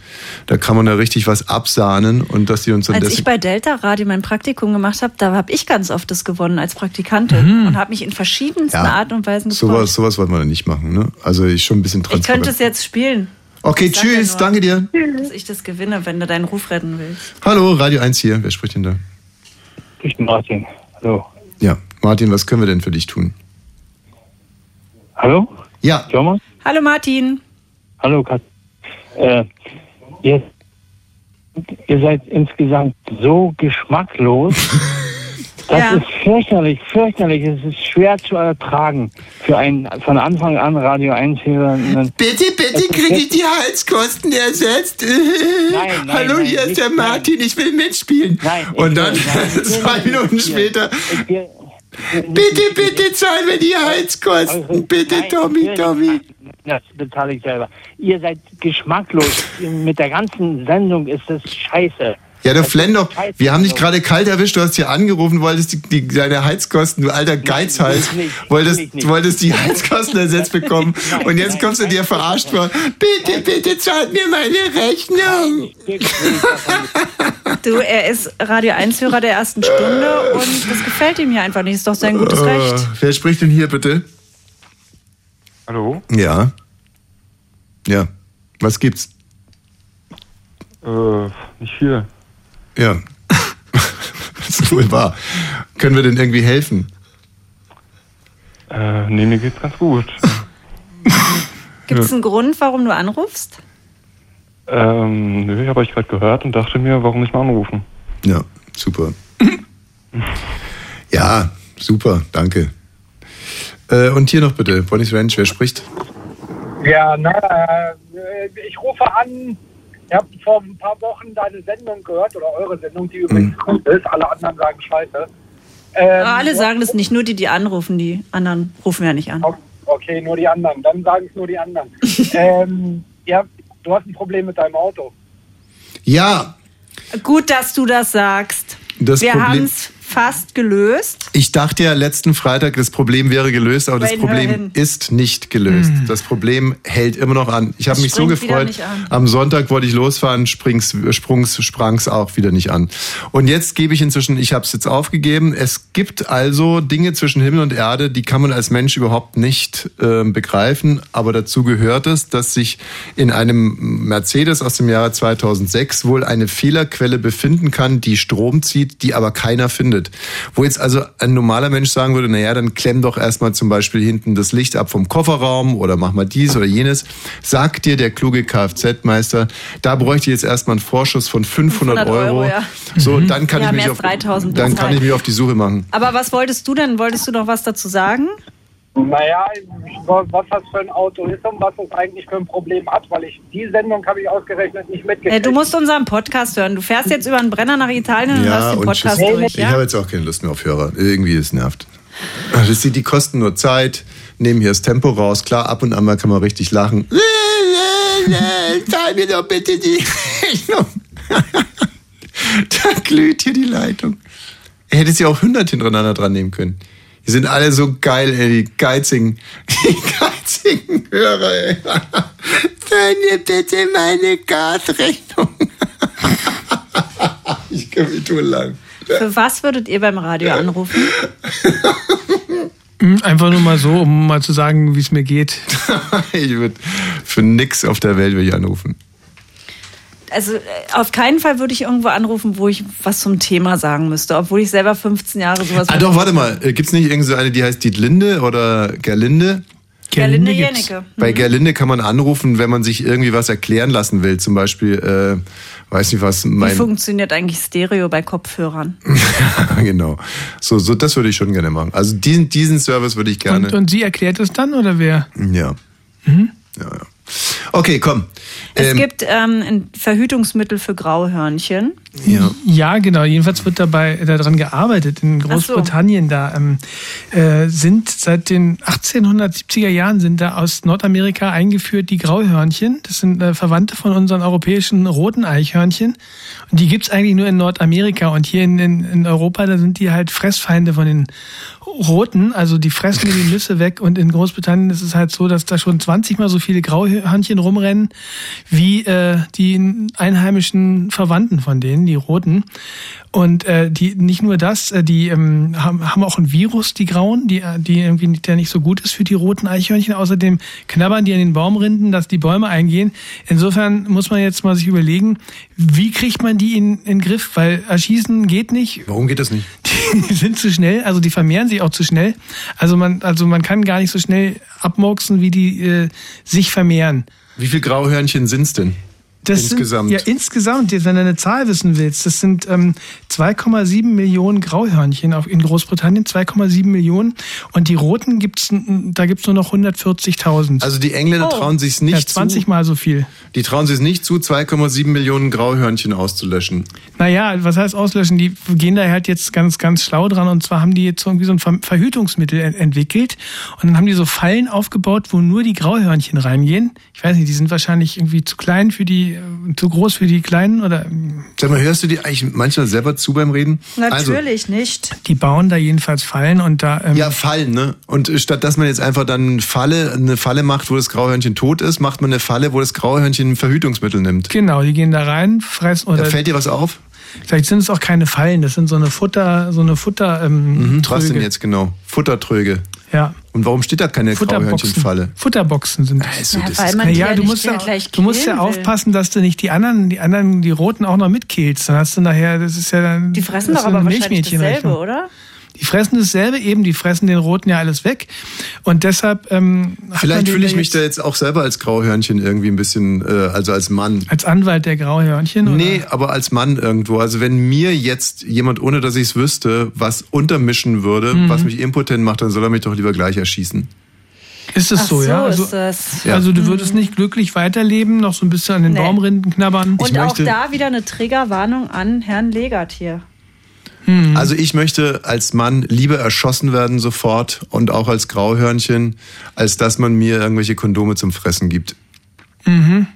E: da kann man da richtig was absahnen und dass die uns
R: Also
E: dann
F: Als ich bei Delta Radio mein Praktikum gemacht habe, da habe ich ganz oft das gewonnen als Praktikantin und habe mich in verschiedensten
E: Ja.
F: Arten und Weisen gefreut.
E: sowas, sowas wollte man nicht machen, ne? Also ich schon ein bisschen
F: ich
E: transparent.
F: könnte es jetzt spielen.
E: Okay,
F: Ich sag ja
E: tschüss,
F: nur,
E: danke dir.
F: Dass ich das gewinne, wenn du deinen Ruf retten willst.
E: Hallo, Radio 1 hier. Wer spricht denn da?
T: Ich bin Martin. Hallo.
E: Ja, Martin, was können wir denn für dich tun?
T: Hallo?
E: Ja.
T: Thomas?
F: Hallo Martin.
T: Hallo, Kat. Äh, ihr, ihr seid insgesamt so geschmacklos. Das ist fürchterlich, fürchterlich. Es ist schwer zu ertragen für einen von Anfang an Radio 1 hörenden.
D: Bitte, bitte kriege ich die Heizkosten ersetzt. Nein,
T: nein,
D: Hallo,
T: nein,
D: hier ist
T: nicht,
D: der Martin, ich will mitspielen. Nein, Und dann zwei Minuten später. Bitte, bitte zahl mir die Heizkosten. Bitte,
T: Also, Nein,
D: Tommy,
T: natürlich.
D: Tommy.
T: Das bezahle ich selber. Ihr seid geschmacklos. Mit der ganzen Sendung ist das scheiße.
E: Ja, du Flender,
T: Scheiße.
E: wir haben dich gerade kalt erwischt. Du hast hier angerufen, wolltest die, die, deine Heizkosten, du alter Geizhals,
D: will ich
E: halt. wolltest,
D: will ich nicht.
E: wolltest die Heizkosten ersetzt bekommen. Und jetzt kommst du dir verarscht vor.
D: Bitte, bitte zahlt mir meine Rechnung.
F: Du, er ist Radio 1-Hörer der ersten Stunde und das gefällt ihm hier einfach nicht. Ist doch sein gutes Recht.
E: Äh, wer spricht denn hier bitte?
O: Hallo?
E: Ja. Ja. Was gibt's?
O: Äh, nicht viel.
E: Ja. das ist wohl wahr. Können wir denn irgendwie helfen?
O: Äh, nee, mir geht's ganz gut.
F: Gibt es einen Grund, warum du anrufst?
O: Ähm, nö, ich habe euch gerade gehört und dachte mir, warum nicht mal anrufen?
E: Ja, super. ja, super, danke. Äh, und hier noch bitte, Bonnie's Ranch, wer spricht?
U: Ja, na, äh, ich rufe an. Ich habe vor ein paar Wochen deine Sendung gehört oder eure Sendung, die übrigens
E: Mhm.
U: gut ist. Alle anderen sagen Scheiße. Ähm,
F: Alle sagen das nicht, nur die, die anrufen. Die anderen rufen ja nicht an.
U: Okay, nur die anderen. Dann sagen es nur die anderen. ähm, ihr habt Du hast ein Problem mit deinem Auto.
E: Ja,
F: Gut, dass du das sagst.
E: Das
F: Wir
E: Problem-
F: haben es fast gelöst.
E: ich dachte ja letzten Freitag, das Problem wäre gelöst, aber das
F: Wayne, hör hin.
E: Problem ist nicht gelöst. Das Problem hält immer noch an. Ich habe
F: Es
E: mich so
F: springt wieder
E: gefreut.
F: nicht an.
E: Am Sonntag wollte ich losfahren, springs, sprungs, sprang's auch wieder nicht an. Und jetzt gebe ich inzwischen, ich habe es jetzt aufgegeben. Es gibt also Dinge zwischen Himmel und Erde, die kann man als Mensch überhaupt nicht äh, begreifen. Aber dazu gehört es, dass sich in einem Mercedes aus dem Jahre 2006 wohl eine Fehlerquelle befinden kann, die Strom zieht, die aber keiner findet. Wo jetzt also ein normaler Mensch sagen würde, naja, dann klemm doch erstmal zum Beispiel hinten das Licht ab vom Kofferraum oder mach mal dies oder jenes. Sagt dir der kluge Kfz-Meister, da bräuchte ich jetzt erstmal einen Vorschuss von 500,
F: 500 Euro,
E: Euro.
F: ja.
E: So, dann kann,
F: Wir
E: ich
F: haben
E: mich,
F: erst
E: auf,
F: 3000
E: dann
F: bezahlt.
E: kann ich mich auf die Suche machen.
F: Aber was wolltest du denn? Wolltest du noch was dazu sagen?
U: Naja, was das für ein Auto ist und was das eigentlich für ein Problem hat, weil ich die Sendung habe ich ausgerechnet nicht mitgekriegt.
F: Äh, du musst unseren Podcast hören. Du fährst jetzt über einen Brenner nach Italien und hörst den Podcast
E: tschüss.
F: durch.
E: Ich habe jetzt auch keine Lust mehr auf Hörer. Irgendwie ist nervt. Das sieht, die kosten nur Zeit, nehmen hier das Tempo raus. Klar, ab und an mal kann man richtig lachen. Teil mir doch bitte die Rechnung. da glüht hier die Leitung. Er hätte sie auch 100 hintereinander dran nehmen können. Die sind alle so geil, ey, die geizigen, die geizigen Hörer, ey. Dann mir bitte meine Gasrechnung. ich kann mich tun lang.
F: Für was würdet ihr beim Radio anrufen?
G: Hm, Einfach nur mal so, um mal zu sagen, wie es mir geht.
E: ich würde für nix auf der Welt will ich anrufen.
F: Also äh, auf keinen Fall würde ich irgendwo anrufen, wo ich was zum Thema sagen müsste, obwohl ich selber 15 Jahre sowas
E: Ah, doch, warte mal. Äh, Gibt's nicht irgend so eine, die heißt Dietlinde oder Gerlinde?
F: Gerlinde Gerlinde gibt's. Jennecke.
E: Bei Gerlinde kann man anrufen, wenn man sich irgendwie was erklären lassen will. Zum Beispiel, äh, weiß nicht was,
F: Wie
E: mein.
F: funktioniert eigentlich Stereo bei Kopfhörern?
E: genau. So, so, das würde ich schon gerne machen. Also diesen, diesen Service würde ich gerne.
G: Und, und sie erklärt es dann oder wer?
E: Ja.
G: Mhm.
E: Ja, ja. Okay, komm.
F: Es
E: Ähm,
F: gibt ähm, ein Verhütungsmittel für Grauhörnchen.
E: Ja.
G: genau. Jedenfalls wird dabei daran gearbeitet. In Großbritannien da ähm, äh, sind seit den 1870er Jahren sind da aus Nordamerika eingeführt die Grauhörnchen. Das sind äh, Verwandte von unseren europäischen roten Eichhörnchen. Und die gibt's eigentlich nur in Nordamerika. Und hier in, in, in Europa, da sind die halt Fressfeinde von den Roten. Also die fressen mir die Nüsse weg. Und in Großbritannien ist es halt so, dass da schon 20 mal so viele Grauhörnchen rumrennen, wie äh, die einheimischen Verwandten von denen, die Roten. Und äh, die nicht nur das, äh, die ähm, haben, haben auch ein Virus, die Grauen, die, äh, die irgendwie nicht- der nicht so gut ist für die roten Eichhörnchen. Außerdem knabbern die an den Baumrinden, dass die Bäume eingehen. Insofern muss man jetzt mal sich überlegen, wie kriegt man die in, in den Griff? Weil erschießen geht nicht,
E: Warum geht das nicht?
G: die sind zu schnell, also die vermehren sich auch zu schnell. Also man, also man kann gar nicht so schnell abmurksen, wie die äh, sich vermehren.
E: Wie viele Grauhörnchen sind's denn?
G: Das
E: insgesamt.
G: Sind, ja, insgesamt, jetzt, wenn du eine Zahl wissen willst, das sind ähm, 2,7 Millionen Grauhörnchen auf, in Großbritannien, 2,7 Millionen. Und die Roten gibt's, n- da gibt's nur noch 140.000.
E: Also die Engländer trauen sich's nicht
G: Oh, Ja, 20
E: zu.
G: Mal so viel.
E: Die trauen sich nicht zu, 2,7 Millionen Grauhörnchen auszulöschen.
G: Naja, was heißt auslöschen? Die gehen da halt jetzt ganz, ganz schlau dran. Und zwar haben die jetzt irgendwie so ein Ver- Verhütungsmittel en- entwickelt. Und dann haben die so Fallen aufgebaut, wo nur die Grauhörnchen reingehen. Ich weiß nicht, die sind wahrscheinlich irgendwie zu klein für die, äh, zu groß für die Kleinen oder
E: Sag mal, hörst du dir eigentlich manchmal selber zu beim Reden? Also,
F: nicht.
G: Die bauen da jedenfalls Fallen und da. Ähm,
E: ja, Fallen, ne? Und äh, statt dass man jetzt einfach dann eine Falle, eine Falle macht, wo das Grauhörnchen tot ist, macht man eine Falle, wo das Grauhörnchen ein Verhütungsmittel nimmt.
G: Genau, die gehen da rein, fressen oder.
E: Da fällt dir was auf?
G: Vielleicht sind es auch keine Fallen, das sind so eine Futter, so eine Futter. Ähm,
E: Mhm, was
G: Tröge.
E: denn jetzt genau? Futtertröge.
G: Ja.
E: Und warum steht da keine Grauhörnchenfalle?
G: Futterboxen sind das.
E: Also, das
F: weil
E: ist
F: man
E: kein-
F: die ja
G: Ja, du
F: nicht
G: musst ja,
F: gleich
G: du musst ja
F: killen will.
G: aufpassen, dass du nicht die anderen, die anderen, die Roten auch noch mitkehlst. Dann hast du nachher, das ist ja dann.
F: Die fressen
G: das
F: doch
G: ist
F: aber
G: eine
F: wahrscheinlich dasselbe,
G: Milchmädchenrechnung.
F: oder?
G: Die fressen dasselbe eben, die fressen den Roten ja alles weg. Und deshalb ähm, hat man
E: Vielleicht
G: den
E: fühle
G: ja
E: ich mich
G: jetzt
E: da jetzt auch selber als Grauhörnchen irgendwie ein bisschen, äh, also als Mann.
G: als Anwalt der Grauhörnchen. oder?
E: Nee, aber als Mann irgendwo. Also wenn mir jetzt jemand, ohne dass ich es wüsste, was untermischen würde,
G: Mhm.
E: was mich impotent macht, dann soll er mich doch lieber gleich erschießen.
G: Ist es
F: Ach
G: so,
F: so
G: ja?
F: ist
G: Also,
F: das. Mhm.
E: Ja.
G: also du würdest nicht glücklich weiterleben, noch so ein bisschen an den
F: Nee.
G: Baumrinden knabbern.
F: Und auch da wieder eine Triggerwarnung an Herrn Legert hier.
G: Mhm.
E: Also ich möchte als Mann lieber erschossen werden sofort und auch als Grauhörnchen, als dass man mir irgendwelche Kondome zum Fressen gibt.
G: Mhm.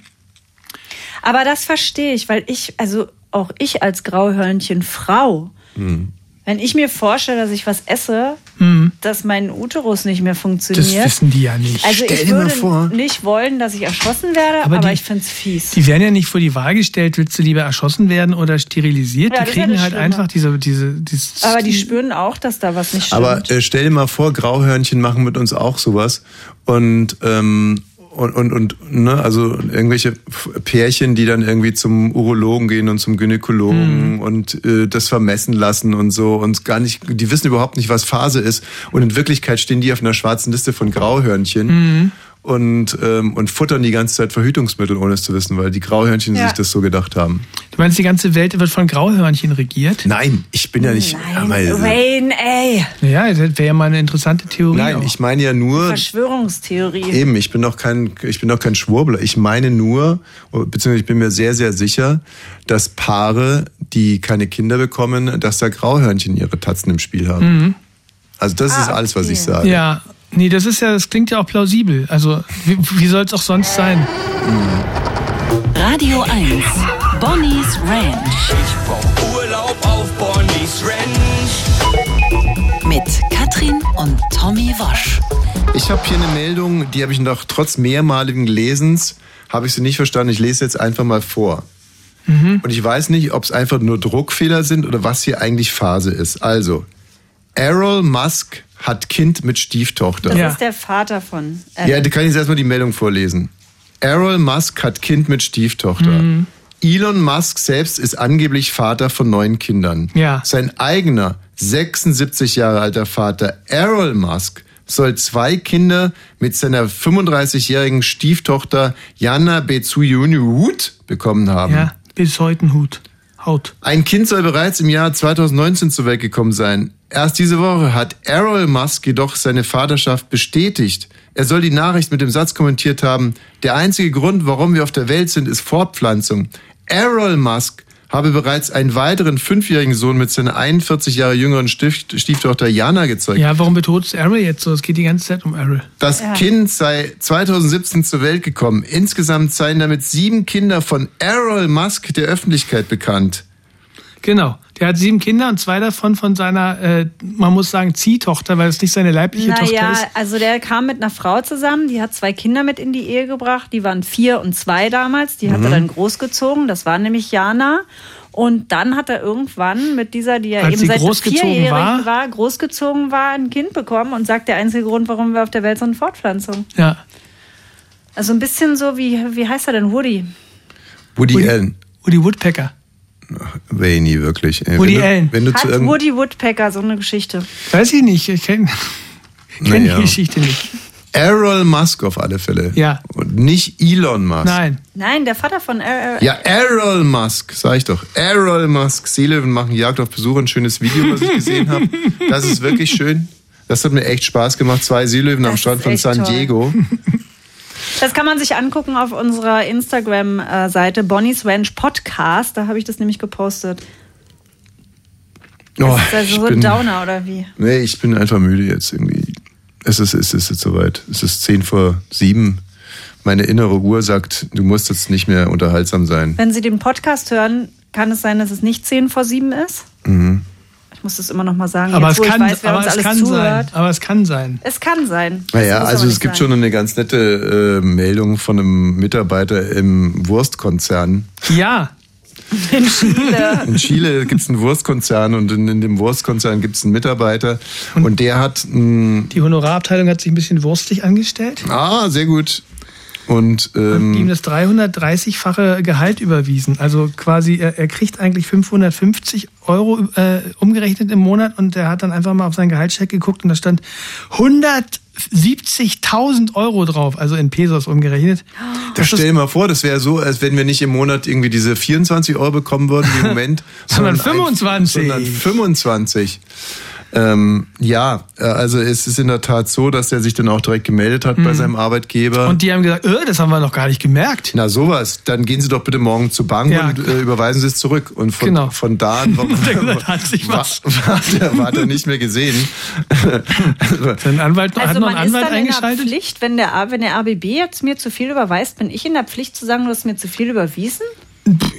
F: Aber das verstehe ich, weil ich, also auch ich als Grauhörnchen Frau,
E: Hm.
F: wenn ich mir vorstelle, dass ich was esse,
G: Hm.
F: dass mein Uterus nicht mehr
G: Das
F: funktioniert.
G: wissen die ja nicht.
F: Also ich würde nicht wollen, dass ich erschossen werde, aber,
G: Aber die-
F: ich finde es fies.
G: Die werden ja nicht vor die Wahl gestellt, willst du lieber erschossen werden oder sterilisiert?
F: Ja,
G: die
F: das ist ja
G: kriegen
F: das
G: halt
F: Schlimme.
G: einfach diese, diese, dieses
F: Aber die spüren auch, dass da was nicht stimmt.
E: Aber äh, stell dir mal vor, Grauhörnchen machen mit uns auch sowas. Und, ähm, und, und, und ne, also irgendwelche F- Pärchen, die dann irgendwie zum Urologen gehen und zum Gynäkologen und äh, das vermessen lassen und so und gar nicht, die wissen überhaupt nicht, was Phase ist. Und in Wirklichkeit stehen die auf einer schwarzen Liste von Grauhörnchen.
G: Mhm.
E: Und, ähm, und futtern die ganze Zeit Verhütungsmittel, ohne es zu wissen, weil die Grauhörnchen
G: Ja.
E: sich das so gedacht haben.
G: Du meinst, die ganze Welt wird von Grauhörnchen regiert?
E: Nein, ich bin ja nicht. Nein,
F: Wayne, ey.
G: ja, das wäre ja mal eine interessante Theorie.
E: Nein ich meine ja nur,
F: Verschwörungstheorie.
E: Eben, ich bin doch kein, ich bin doch kein Schwurbler. Ich meine nur, beziehungsweise ich bin mir sehr, sehr sicher, dass Paare, die keine Kinder bekommen, dass da Grauhörnchen ihre Tatzen im Spiel haben.
G: Mhm.
E: Also das ist alles, was ich sage.
G: Ja, nee, das ist ja, das klingt ja auch plausibel. Also, wie, wie soll es auch sonst sein?
C: Radio 1. Bonnie's Ranch.
V: Urlaub auf Bonnie's
C: Mit Katrin und Tommy Wasch.
E: Ich habe hier eine Meldung, die habe ich noch trotz mehrmaligen Lesens, habe ich sie nicht verstanden. Ich lese jetzt einfach mal vor. Und ich weiß nicht, ob es einfach nur Druckfehler sind oder was hier eigentlich Phase ist. Also, Errol Musk hat Kind mit Stieftochter.
F: Das ist der Vater von. Äh,
E: Ja, da kann ich jetzt erstmal die Meldung vorlesen. Errol Musk hat Kind mit Stieftochter.
G: Mhm.
E: Elon Musk selbst ist angeblich Vater von neun Kindern.
G: Ja.
E: Sein eigener, 76 Jahre alter Vater Errol Musk soll zwei Kinder mit seiner 35-jährigen Stieftochter Jana Bezuyuni Wood bekommen haben.
G: Ja, bis heute ein Hut. Haut.
E: Ein Kind soll bereits im Jahr 2019 zur Welt gekommen sein. Erst diese Woche hat Errol Musk jedoch seine Vaterschaft bestätigt. Er soll die Nachricht mit dem Satz kommentiert haben, der einzige Grund, warum wir auf der Welt sind, ist Fortpflanzung. Errol Musk habe bereits einen weiteren fünfjährigen Sohn mit seiner 41 Jahre jüngeren Stift Stieftochter Jana gezeugt.
G: Ja, warum betonst du Errol jetzt so? Es geht die ganze Zeit um Errol.
E: Das
G: Ja.
E: Kind sei 2017 zur Welt gekommen. Insgesamt seien damit sieben Kinder von Errol Musk der Öffentlichkeit bekannt.
G: Genau. Der hat sieben Kinder und zwei davon von seiner, äh, man muss sagen, Ziehtochter, weil es nicht seine leibliche Tochter
F: naja,
G: ist.
F: also der kam mit einer Frau zusammen, die hat zwei Kinder mit in die Ehe gebracht, die waren vier und zwei damals, die hat
G: Mhm.
F: er dann großgezogen, das war nämlich Jana. Und dann hat er irgendwann mit dieser, die er
G: Als
F: eben
G: sie
F: seit
G: großgezogen
F: vierjährig
G: war?
F: war, großgezogen war, ein Kind bekommen und sagt, der einzige Grund, warum wir auf der Welt sind, Fortpflanzung.
G: Ja.
F: Also ein bisschen so wie, wie heißt er denn, Woody?
E: Woody, Allen.
G: Woody Woodpecker.
E: Weini, wirklich. Ey,
G: Woody
E: wenn du,
G: Allen.
E: Wenn du zu
F: Hat
E: irgend...
F: Woody Woodpecker so eine Geschichte.
G: Weiß ich nicht. Ich kenne kenn
E: Naja.
G: die Geschichte nicht.
E: Errol Musk auf alle Fälle.
G: Ja.
E: Und nicht Elon Musk.
G: Nein.
F: Nein, der Vater von äh, äh,
E: Ja, Errol Musk, sag ich doch. Errol Musk, Seelöwen machen Jagd auf Besucher. Ein schönes Video, was ich gesehen habe. Das ist wirklich schön. Das hat mir echt Spaß gemacht. Zwei Seelöwen am Strand von
F: echt
E: San
F: toll.
E: Diego. Oh,
F: Das kann man sich angucken auf unserer Instagram-Seite Bonnie's Ranch Podcast. Da habe ich das nämlich gepostet.
E: Oh,
F: Ist das
E: ich
F: so ein
E: bin-
F: Downer oder wie?
E: Nee, ich bin einfach müde jetzt irgendwie. Es ist, es ist jetzt soweit. Es ist zehn vor sieben. Meine innere Uhr sagt, du musst jetzt nicht mehr unterhaltsam sein.
F: Wenn Sie den Podcast hören, kann es sein, dass es nicht 10 vor 7 ist.
E: Mhm.
F: Ich muss das immer noch mal sagen.
G: Aber
F: jetzt,
G: es
F: wo ich
G: kann,
F: weiß, wer
G: aber
F: uns
G: es
F: alles
G: kann
F: zuhört.
G: sein. Aber es kann sein.
F: Es kann sein.
E: Naja,
F: muss
E: also
F: aber
E: es
F: nicht
E: gibt
F: sein.
E: schon eine ganz nette äh, Meldung von einem Mitarbeiter im Wurstkonzern.
G: Ja.
F: In Chile.
E: In Chile gibt es einen Wurstkonzern und in, in dem Wurstkonzern gibt es einen Mitarbeiter und der hat ein...
G: Die Honorarabteilung hat sich ein bisschen wurstig angestellt.
E: Ah, sehr gut. Und,
G: die ihm
E: ähm,
G: das 330-fache Gehalt überwiesen. Also quasi, er, er kriegt eigentlich 550 Euro äh, umgerechnet im Monat und er hat dann einfach mal auf seinen Gehaltscheck geguckt und da stand 170.000 Euro drauf, also in Pesos umgerechnet.
E: das stell dir mal vor, das wäre so, als wenn wir nicht im Monat irgendwie diese 24 Euro bekommen würden wie im Moment.
G: Sondern
E: ein-
G: 25.
E: sondern 25. Ähm, ja, äh, also es ist in der Tat so, dass er sich dann auch direkt gemeldet hat bei
G: Mhm.
E: seinem Arbeitgeber.
G: Und die haben gesagt, äh, das haben wir noch gar nicht gemerkt.
E: Na sowas, dann gehen Sie doch bitte morgen zur Bank
G: Ja.
E: und äh, überweisen Sie es zurück. Und von,
G: Genau.
E: von da an war, war, war, der, war der nicht mehr gesehen.
G: Sein Anwalt,
F: Also man ist dann in der Pflicht, wenn der, A- wenn der ABB jetzt mir zu viel überweist, bin ich in der Pflicht zu sagen, du hast mir zu viel überwiesen?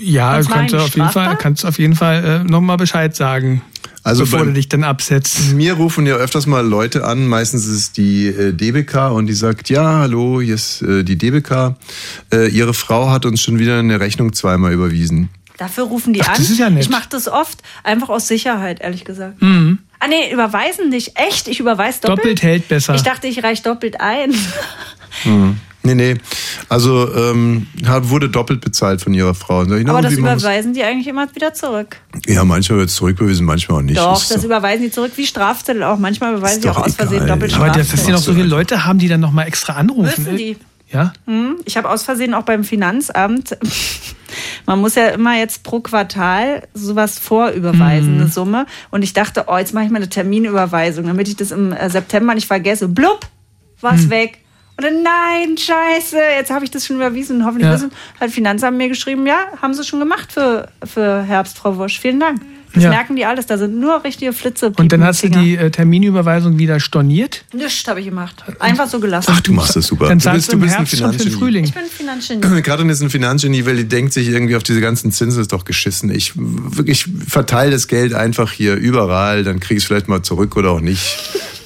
G: Ja,
F: Das
G: du
F: war
G: kannst du
F: eigentlich
G: auf jeden Fall,
F: strafbar?
G: kannst du auf jeden Fall äh, nochmal Bescheid sagen.
E: Also
G: bevor
E: beim-
G: du dich dann absetzt.
E: Mir rufen ja öfters mal Leute an, meistens ist es die äh, DBK und die sagt, ja, hallo, hier ist äh, die DBK. Äh, ihre Frau hat uns schon wieder eine Rechnung zweimal überwiesen.
F: Dafür rufen die
E: Ach,
F: an.
E: das ist ja nett.
F: Ich mache das oft, einfach aus Sicherheit, ehrlich gesagt.
G: Mhm.
F: Ah nee, überweisen nicht. Echt? Ich überweise doppelt?
E: Doppelt hält besser.
F: Ich dachte, ich reich doppelt ein.
E: Hm. Nee, nee. Also ähm, hab- wurde doppelt bezahlt von ihrer Frau. Und sag ich, na,
F: Aber
E: und
F: das
E: wie machen wir's?
F: überweisen die eigentlich immer wieder zurück.
E: ja, manchmal wird es zurückbewiesen, manchmal auch nicht.
F: doch,
E: Ist
F: das überweisen die zurück wie Strafzettel auch. Manchmal überweisen die auch aus Versehen doppelt
G: Aber das, dass
F: Strafzettel.
G: hier noch so viele Leute haben, die dann nochmal extra anrufen. äh,
F: Wissen die.
G: Ja?
F: Hm, Ich habe aus Versehen auch beim Finanzamt, man muss ja immer jetzt pro Quartal sowas vorüberweisen,
G: Mhm.
F: eine Summe. Und ich dachte, oh, jetzt mache ich mal eine Terminüberweisung, damit ich das im äh, September nicht vergesse. Blub, war's
G: Mhm.
F: weg. Und dann, nein, scheiße, jetzt habe ich das schon überwiesen. Und hoffentlich
G: Ja.
F: wissen, hat Finanzamt mir geschrieben, ja, haben sie schon gemacht für, für Herbst, Frau Wusch. Vielen Dank. Das
G: Ja.
F: merken die alles, da sind nur richtige Flitze.
G: Und dann hast du die äh, Terminüberweisung wieder storniert.
F: Nichts habe ich gemacht. Einfach so gelassen.
E: Ach, du machst das super.
G: Dann
E: Du
G: zahlst
E: bist-
G: du,
E: du
G: im
E: bist ein
G: Herbst schon für den
E: Finanzgenie.
G: Frühling.
F: Ich bin Finanzgenie.
E: Katrin ist ein Finanzgenie, weil die denkt sich irgendwie auf diese ganzen Zinsen ist doch geschissen. Ich wirklich verteile das Geld einfach hier überall, dann krieg ich es vielleicht mal zurück oder auch nicht.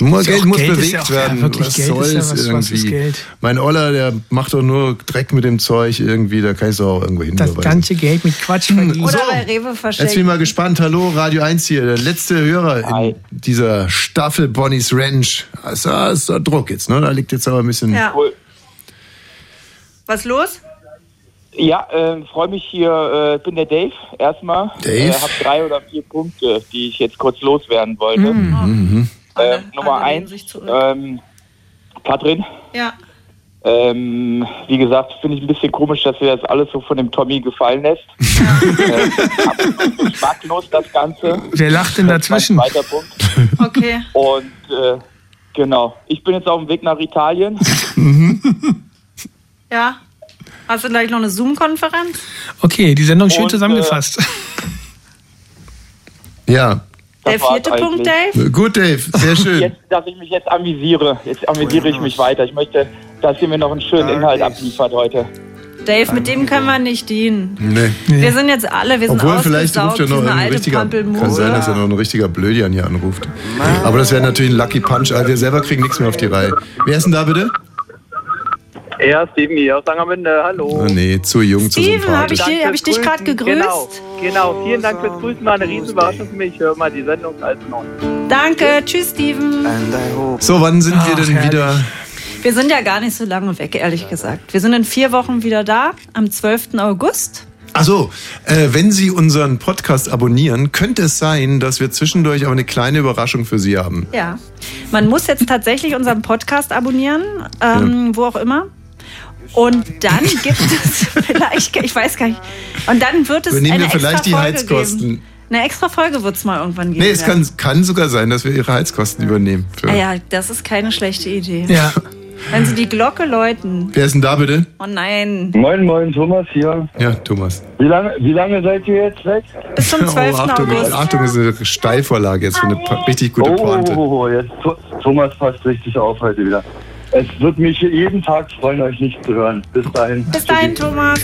E: Nur
G: Ist ja
E: Geld
G: auch
E: muss
G: Geld, ist
E: bewegt
G: ja auch- ja,
E: werden.
G: wirklich,
E: was
G: Geld ist ja
E: soll's
G: was- was
E: irgendwie?
G: ist Geld?
E: Mein Oller, der macht doch nur Dreck mit dem Zeug irgendwie, da kann ich es auch irgendwo hin.
G: Das ganze Geld mit Quatsch verdienen.
F: Oder bei Rewe
E: Jetzt bin ich
F: verschenken.
E: mal gespannt. Hallo, Radio 1 hier, der letzte Hörer in dieser Staffel Bonnie's Ranch. Da ist, da ist da Druck jetzt, ne? Da liegt jetzt aber ein bisschen.
F: Ja. Was los?
W: Ja, äh, freue mich hier. Äh, bin der Dave erstmal.
E: Dave?
W: Äh, hab drei oder vier Punkte, die ich jetzt kurz loswerden wollte.
E: Mhm.
W: Ähm, Nummer eins, ähm, Katrin.
F: Ja.
W: Ähm, wie gesagt, finde ich ein bisschen komisch, dass wir das alles so von dem Tommy gefallen lässt. ähm, absolut geschmacklos das Ganze.
G: Wer lacht denn dazwischen?
W: Zweiter Punkt.
F: Okay.
W: Und äh, genau, ich bin jetzt auf dem Weg nach Italien.
F: Ja. Hast du gleich noch eine Zoom-Konferenz?
G: Okay, die Sendung schön
W: Und, äh,
G: zusammengefasst.
E: Ja.
F: Der vierte Punkt, Dave?
E: Gut, Dave, sehr schön.
W: Jetzt, dass ich mich jetzt amüsiere. Jetzt amüsiere ich mich weiter. Ich möchte, dass ihr mir noch einen schönen Inhalt abliefert heute.
F: Dave, mit dem können wir nicht dienen.
E: Nee.
F: Wir sind jetzt alle, wir sind
E: Obwohl, vielleicht ruft ja noch
F: diese
E: ein
F: alte
E: richtiger. Kann
F: Pampelmuse.
E: sein, dass er noch ein richtiger Blödian hier anruft. Aber das wäre natürlich ein Lucky Punch. Also wir selber kriegen nichts mehr auf die Reihe. Wer ist denn da bitte?
X: Ja, Steven hier aus Langermünde, hallo.
E: Oh,
O: Äh,
E: nee, zu jung, zu
F: Steven, hab
E: sympathisch.
F: ich dir- hab ich dich gerade gegrüßt?
X: Genau, genau, vielen Dank fürs Grüßen, war eine Riesenüberraschung für mich. Ich höre mal die Sendung als noch.
F: Danke, tschüss, Steven.
E: So, wann sind wir denn wieder?
F: Wir sind ja gar nicht so lange weg, ehrlich gesagt. Wir sind in vier Wochen wieder da, am 12. August.
E: Also, äh, wenn Sie unseren Podcast abonnieren, könnte es sein, dass wir zwischendurch aber eine kleine Überraschung für Sie haben.
F: Ja. Man muss jetzt tatsächlich unseren Podcast abonnieren, ähm, wo auch immer. Und dann gibt es vielleicht, ich weiß gar nicht, und dann wird es
E: Übernehmen
F: eine
E: wir vielleicht
F: extra
E: die
F: Folge
E: Heizkosten.
F: Geben. Eine extra Folge wird es mal irgendwann geben.
E: Nee, es
F: ja.
E: kann, kann sogar sein, dass wir Ihre Heizkosten übernehmen. Für,
F: Ah ja, das ist keine schlechte Idee.
E: Ja.
F: Wenn sie die Glocke läuten.
E: Wer ist denn da bitte?
F: Oh nein.
Y: Moin, moin, Thomas hier.
E: Ja, Thomas.
Y: Wie lange, wie lange seid ihr jetzt weg?
F: Bis zum 12.
E: Oh, Achtung, also
F: August.
E: Achtung, das ist eine Steilvorlage jetzt für eine pa- richtig gute
Y: oh,
E: Pointe.
Y: Oh, oh, oh, jetzt Th- Thomas passt richtig auf heute wieder. Es wird mich jeden Tag freuen, euch nicht zu hören. Bis dahin.
F: Bis dahin, Thomas.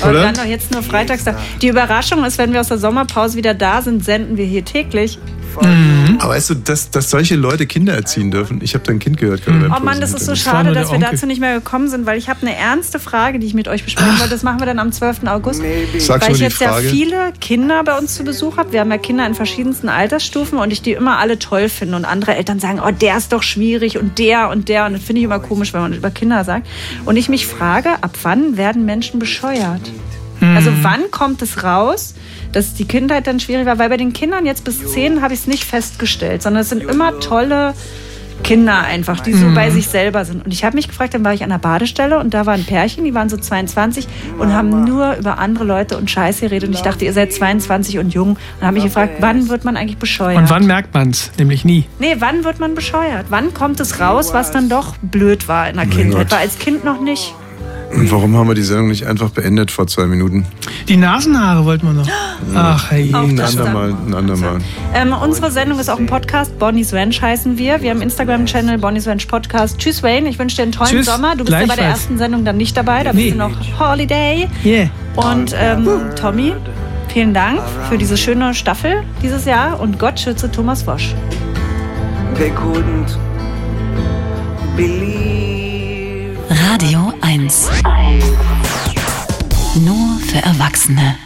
F: Aber
Y: Oder?
F: wir werden doch jetzt nur freitags da. Die Überraschung ist, wenn wir aus der Sommerpause wieder da sind, senden wir hier täglich.
E: Mhm. Aber weißt du, dass, dass solche Leute Kinder erziehen dürfen? Ich habe dein Kind gehört gerade. beim
F: Oh Mann, das
E: Prosen.
F: ist so
E: Das war
F: schade,
E: nur
F: dass wir
E: Mhm. der Onkel.
F: dazu nicht mehr gekommen sind, weil ich habe eine ernste Frage, die ich mit euch besprechen wollte. Das machen wir dann am 12. August.
E: Sag
F: weil
E: schon
F: ich
E: die
F: jetzt
E: Frage.
F: ja viele Kinder bei uns zu Besuch habe. Wir haben ja Kinder in verschiedensten Altersstufen und ich die immer alle toll finde. Und andere Eltern sagen, oh, der ist doch schwierig und der und der. Und das finde ich immer komisch, wenn man das über Kinder sagt. Und ich mich frage, ab wann werden Menschen bescheuert?
E: Hm.
F: Also wann kommt es raus, dass die Kindheit dann schwierig war? Weil bei den Kindern jetzt bis 10 habe ich es nicht festgestellt, sondern es sind immer tolle Kinder einfach, die so
K: Mhm.
F: bei sich selber sind. Und ich habe mich gefragt, dann war ich an der Badestelle und da war ein Pärchen, die waren so 22 und haben nur über andere Leute und Scheiß geredet. Und ich dachte, ihr seid 22 und jung. Und habe mich gefragt, wann wird man eigentlich bescheuert?
G: Und wann merkt man's? Nämlich nie.
F: Nee, wann wird man bescheuert? Wann kommt es raus, was dann doch blöd war in der
E: Mein
F: Kindheit?
E: Gott.
F: War als Kind noch nicht.
E: Und warum haben wir die Sendung nicht einfach beendet vor zwei Minuten?
G: Die Nasenhaare wollten wir noch. Ach, hey.
E: Ein andermal, ein andermal.
F: Ähm, unsere Sendung ist auch ein Podcast. Bonnie's Ranch heißen wir. Wir haben Instagram-Channel Bonnie's Ranch Podcast. Tschüss, Wayne. Ich wünsche dir einen tollen
G: Tschüss,
F: Sommer. Du bist ja bei der
G: gleichfalls.
F: ersten Sendung dann nicht dabei. Da
G: Nee.
F: bist du noch Holiday.
G: Yeah.
F: Und ähm, Tommy, vielen Dank für diese schöne Staffel dieses Jahr. Und Gott schütze Thomas Wosch.
S: They couldn't believe.
C: Radio 1. Nur für Erwachsene.